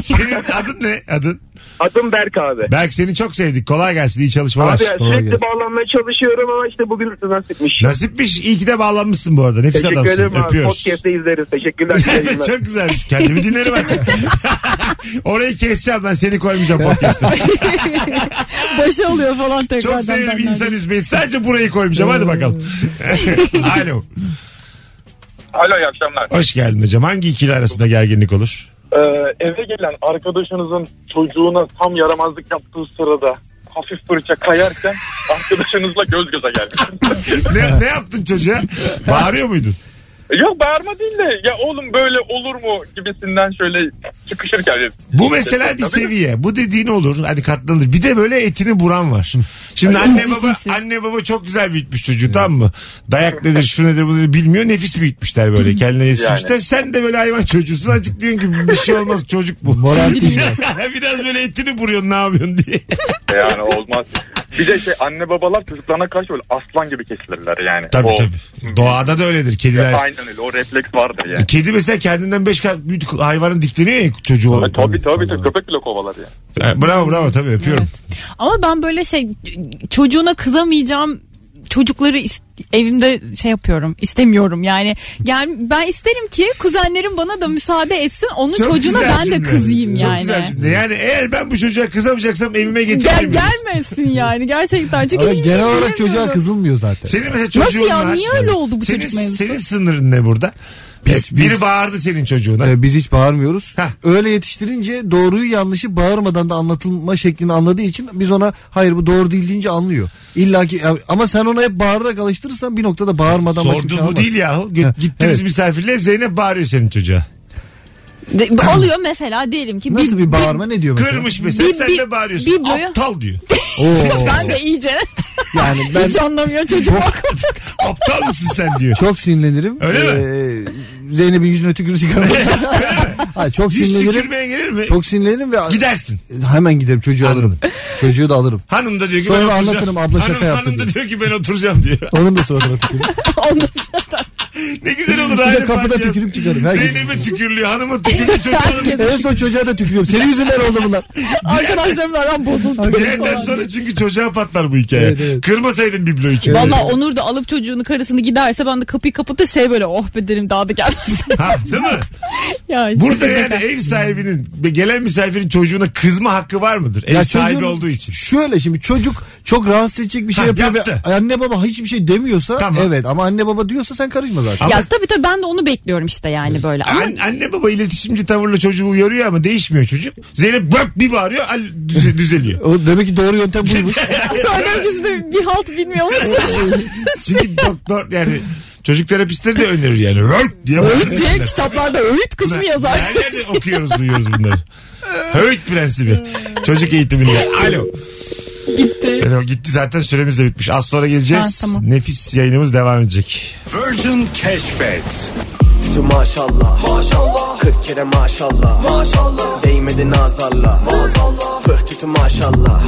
[SPEAKER 2] Senin adın ne? Adın?
[SPEAKER 13] Adım Berk abi.
[SPEAKER 2] Berk seni çok sevdik. Kolay gelsin. iyi çalışmalar.
[SPEAKER 13] Abi ya, sürekli bağlanmaya çalışıyorum ama işte bugün nasipmiş.
[SPEAKER 2] Nasipmiş. İyi ki de bağlanmışsın bu arada. Nefis
[SPEAKER 13] Teşekkür
[SPEAKER 2] adamsın.
[SPEAKER 13] ederim abi.
[SPEAKER 2] Öpüyoruz.
[SPEAKER 13] Podcast'te izleriz. Teşekkürler.
[SPEAKER 2] çok güzelmiş. Kendimi dinlerim artık. Orayı keseceğim ben seni koymayacağım podcast'e.
[SPEAKER 7] Başı oluyor falan tekrardan.
[SPEAKER 2] Çok severim
[SPEAKER 7] benden.
[SPEAKER 2] insan üzmeyi. Sadece burayı koymayacağım. Hadi bakalım. Alo.
[SPEAKER 14] Alo iyi akşamlar.
[SPEAKER 2] Hoş geldin hocam. Hangi ikili arasında gerginlik olur?
[SPEAKER 14] Ee, eve gelen arkadaşınızın çocuğuna tam yaramazlık yaptığı sırada hafif fırça kayarken arkadaşınızla göz göze geldiniz.
[SPEAKER 2] ne, ne yaptın çocuğa? Bağırıyor muydun?
[SPEAKER 14] Yok bağırma değil de ya oğlum böyle olur mu gibisinden şöyle çıkışırken.
[SPEAKER 2] Bu mesela bir seviye. Bu dediğin olur. Hadi katlanır. Bir de böyle etini buran var. Şimdi
[SPEAKER 14] Ay,
[SPEAKER 2] anne baba anne baba çok güzel büyütmüş çocuğu tamam mı? Dayak nedir şu nedir bu nedir bilmiyor. Nefis büyütmüşler böyle. Kendileri yetişmişler.
[SPEAKER 14] Yani.
[SPEAKER 2] Sen de böyle hayvan çocuğusun. Azıcık diyorsun ki bir şey olmaz çocuk bu.
[SPEAKER 14] Morality
[SPEAKER 2] Biraz böyle etini vuruyorsun ne yapıyorsun diye.
[SPEAKER 14] Yani olmaz. Bir de şey anne babalar çocuklarına karşı böyle aslan gibi kesilirler yani.
[SPEAKER 2] Tabii
[SPEAKER 14] o,
[SPEAKER 2] tabii. Doğada da öyledir. Kediler.
[SPEAKER 14] Aynen öyle o refleks vardır yani.
[SPEAKER 2] Kedi mesela kendinden beş kat büyük hayvanın dikleniyor ya çocuğu.
[SPEAKER 14] Tabii tabii, tabii, tabii. köpek bile kovalar yani.
[SPEAKER 2] Bravo bravo tabii öpüyorum.
[SPEAKER 7] Ama ben böyle şey çocuğuna kızamayacağım çocukları is- evimde şey yapıyorum istemiyorum yani gel ben isterim ki kuzenlerim bana da müsaade etsin onun
[SPEAKER 2] Çok
[SPEAKER 7] çocuğuna
[SPEAKER 2] güzel
[SPEAKER 7] ben de
[SPEAKER 2] cümle.
[SPEAKER 7] kızayım
[SPEAKER 2] Çok
[SPEAKER 7] yani.
[SPEAKER 2] güzel cümle. Yani eğer ben bu çocuğa kızamayacaksam evime
[SPEAKER 7] Gel,
[SPEAKER 2] getireyim.
[SPEAKER 7] gelmesin yani gerçekten çünkü
[SPEAKER 2] Ama
[SPEAKER 7] hiçbir
[SPEAKER 2] genel
[SPEAKER 7] şey
[SPEAKER 2] olarak çocuğa
[SPEAKER 7] bilemiyorum.
[SPEAKER 3] Kızılmıyor zaten.
[SPEAKER 2] Senin mesela
[SPEAKER 7] Nasıl
[SPEAKER 2] çocuğun
[SPEAKER 7] ya?
[SPEAKER 2] var.
[SPEAKER 7] Niye öyle oldu bu
[SPEAKER 2] senin,
[SPEAKER 7] çocuk mevzusu?
[SPEAKER 2] Senin sınırın ne burada? Hep biri bağırdı senin çocuğuna.
[SPEAKER 3] Ee, biz hiç bağırmıyoruz. Öyle yetiştirince doğruyu yanlışı bağırmadan da anlatılma şeklini anladığı için biz ona hayır bu doğru değil deyince anlıyor. İlla ki ama sen ona hep bağırarak alıştırırsan bir noktada bağırmadan başka bir
[SPEAKER 2] Sorduğum
[SPEAKER 3] şey
[SPEAKER 2] bu
[SPEAKER 3] almaz.
[SPEAKER 2] değil yahu. Gö-
[SPEAKER 3] Ha,
[SPEAKER 2] Gittiniz
[SPEAKER 3] evet.
[SPEAKER 2] misafirliğe Zeynep bağırıyor senin çocuğa.
[SPEAKER 7] De- oluyor mesela diyelim ki
[SPEAKER 3] Nasıl bir bağırma ne diyor mesela?
[SPEAKER 2] Kırmış mesela
[SPEAKER 7] Bir-
[SPEAKER 2] sen
[SPEAKER 7] bir-
[SPEAKER 2] de bağırıyorsun.
[SPEAKER 7] bir boyu-
[SPEAKER 2] Aptal diyor.
[SPEAKER 3] Oo.
[SPEAKER 7] ben de iyice
[SPEAKER 3] Yani
[SPEAKER 7] hiç anlamıyor çocuk
[SPEAKER 2] Aptal mısın sen diyor.
[SPEAKER 3] Çok sinirlenirim.
[SPEAKER 2] Öyle
[SPEAKER 3] mi? Zeynep'in yüzüne tükürü sigara. Hayır, çok
[SPEAKER 2] Yüz
[SPEAKER 3] sinirlenirim.
[SPEAKER 2] tükürmeye gelir mi?
[SPEAKER 3] Çok sinirlenirim ve
[SPEAKER 2] Gidersin.
[SPEAKER 3] hemen giderim çocuğu alırım. Çocuğu da alırım.
[SPEAKER 2] Hanım da diyor ki
[SPEAKER 3] Sonra
[SPEAKER 2] ben oturacağım.
[SPEAKER 3] anlatırım, abla
[SPEAKER 2] hanım,
[SPEAKER 3] şaka yaptı
[SPEAKER 2] Hanım da diyor ki ben oturacağım diyor.
[SPEAKER 3] Onun da sonra tükürüm.
[SPEAKER 2] ne güzel olur.
[SPEAKER 3] Bir de
[SPEAKER 2] aile
[SPEAKER 3] kapıda
[SPEAKER 2] partisi.
[SPEAKER 3] tükürüp çıkarım. Herkes-
[SPEAKER 2] Zeynep'e tükürülüyor. Hanıma tükürüyor. Çocuğa da
[SPEAKER 3] en son çocuğa da tükürüyorum. Senin yüzünden oldu bunlar.
[SPEAKER 7] arkadaşlarımla aram bozuldu.
[SPEAKER 2] Diğerinden sonra çünkü çocuğa patlar bu hikaye. Kırmasaydın bibloyu çünkü.
[SPEAKER 7] Valla Onur da alıp çocuğunu karısını giderse ben de kapıyı kapatır şey böyle oh be derim daha da gelmez.
[SPEAKER 2] Ha, değil mi?
[SPEAKER 7] ya, işte
[SPEAKER 2] Burada yani
[SPEAKER 7] şaka.
[SPEAKER 2] ev sahibinin ve gelen misafirin çocuğuna kızma hakkı var mıdır? Ev
[SPEAKER 3] Ya
[SPEAKER 2] sahibi
[SPEAKER 3] çocuğun-
[SPEAKER 2] olduğu için.
[SPEAKER 3] Şöyle şimdi çocuk çok rahatsız edecek bir şey
[SPEAKER 2] Ha,
[SPEAKER 3] yapıyor
[SPEAKER 2] yaptı.
[SPEAKER 3] ve anne baba hiçbir şey demiyorsa evet ama anne baba diyorsa sen karışma zaten.
[SPEAKER 7] Ya tabii tabii ben de onu bekliyorum işte yani böyle. Ama
[SPEAKER 2] An- anne baba iletişimci tavırla çocuğu uyarıyor ama değişmiyor çocuk. Zeynep bak bir bağırıyor al- düze- düzeliyor.
[SPEAKER 3] O demek ki doğru yöntem buymuş.
[SPEAKER 7] sonra biz de bir halt bilmiyoruz.
[SPEAKER 2] Çünkü doktor yani çocuk terapistleri de önerir yani. Hört diye bağırıyor.
[SPEAKER 7] öğüt diye kitaplarda öğüt kısmı yazar.
[SPEAKER 2] Nerede okuyoruz duyuyoruz bunları. Öğüt prensibi. Çocuk eğitiminde. Alo.
[SPEAKER 7] Gitti.
[SPEAKER 2] Alo, gitti zaten süremiz de bitmiş. Az sonra geleceğiz.
[SPEAKER 1] Ha, tamam.
[SPEAKER 2] Nefis yayınımız devam edecek.
[SPEAKER 1] Virgin Keşfet.
[SPEAKER 15] Maşallah Maşallah 40 kere maşallah Maşallah Değmedi nazarla Maşallah Pıh tütü maşallah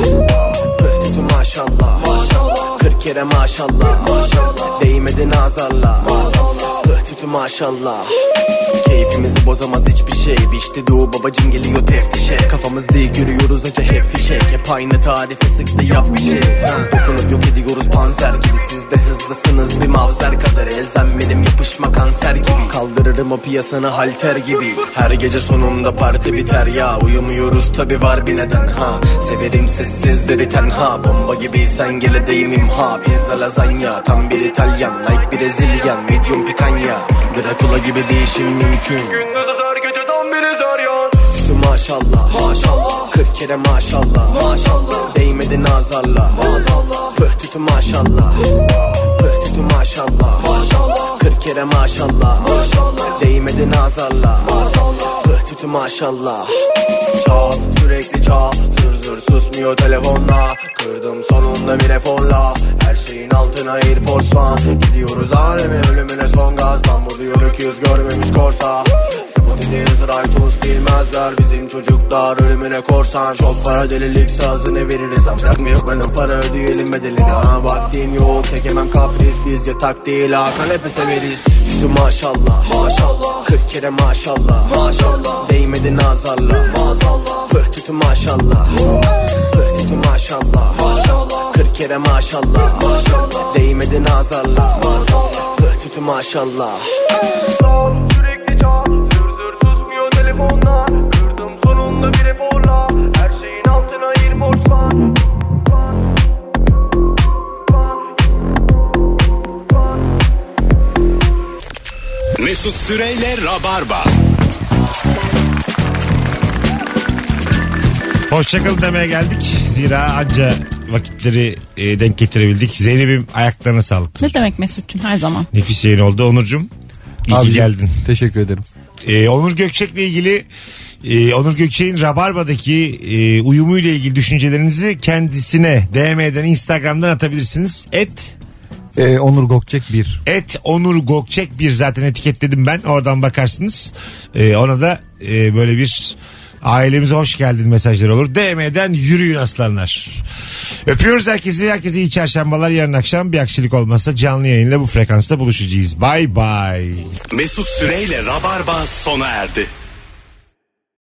[SPEAKER 15] Pıh tütü maşallah Maşallah 40 kere maşallah Maşallah Değmedi nazarla Maşallah Pıh tütü maşallah Keyfimizi bozamaz hiçbir şey Bişti doğu babacım geliyor teftişe Kafamız değil görüyoruz hoca hep fişek Hep aynı tarifi sıktı yap bir şey Dokunup yok ediyoruz panzer gibi Siz de hızlısınız bir mavzer kadar Elzem benim yapışma kanser gibi Kaldırırım o piyasanı halter gibi Her gece sonunda parti biter ya Uyumuyoruz tabi var bir neden ha Severim sessizleri tenha Bomba gibiysen gele deyim imha Pizza lazanya tam bir İtalyan Like Brezilyan medium pikanya Dracula gibi değişim mümkün Tütü maşallah Maşallah 40 kere maşallah Maşallah Değmedi nazarla Maşallah Pıh tütü maşallah Pıh tütü maşallah Maşallah 40 kere maşallah Maşallah Değmedi nazarla Maşallah Pıh tütü maşallah Çal sürekli çal Zır zır susmuyor telefonla Kırdım sonunda Bana bir eforla Her şeyin altına Air Force'la Gidiyoruz aleme ölümüne son gaz Lan vuruyor öküz görmemiş korsa Spotify'deyiz Raytos bilmezler Bizim çocuklar ölümüne korsan Çok para delilik sazını veririz Amcak mı yok benim para ödeyelim bedelini ha, Vaktin yok çekemem kapris Biz yatak değil ha kanepe severiz Yüzü maşallah Maşallah 40 kere maşallah Maşallah Değmedi nazarla Maazallah Pıhtütü maşallah Pıhtütü maşallah Maşallah 40 kere maşallah Maşallah Değmedi nazarla Maazallah Pıhtütü maşallah
[SPEAKER 1] Mesut Süreyle Rabarba.
[SPEAKER 2] Hoşçakalın demeye geldik. Zira anca vakitleri e, denk getirebildik. Zeynep'im ayaklarına sağlık.
[SPEAKER 7] Ne demek Mesut'cum her zaman.
[SPEAKER 2] Nefis yayın oldu. Onurcuğum iyi ki
[SPEAKER 3] Abicim,
[SPEAKER 2] geldin.
[SPEAKER 3] Teşekkür ederim.
[SPEAKER 2] Ee, Onur Gökçek'le ilgili e, Onur Gökçek'in Rabarba'daki e, uyumuyla ilgili düşüncelerinizi kendisine DM'den Instagram'dan atabilirsiniz. Et
[SPEAKER 3] Ee, Onur Gökçek 1.
[SPEAKER 2] Et Onur Gökçek bir zaten etiketledim ben. Oradan bakarsınız. Ee, ona da e, böyle bir ailemize hoş geldin mesajları olur. DM'den yürüyün aslanlar. Öpüyoruz herkesi. Herkese iyi çarşambalar. Yarın akşam bir aksilik olmazsa canlı yayınla bu frekansta buluşacağız. Bay bay.
[SPEAKER 1] Mesut Süreyle Rabarba sona erdi.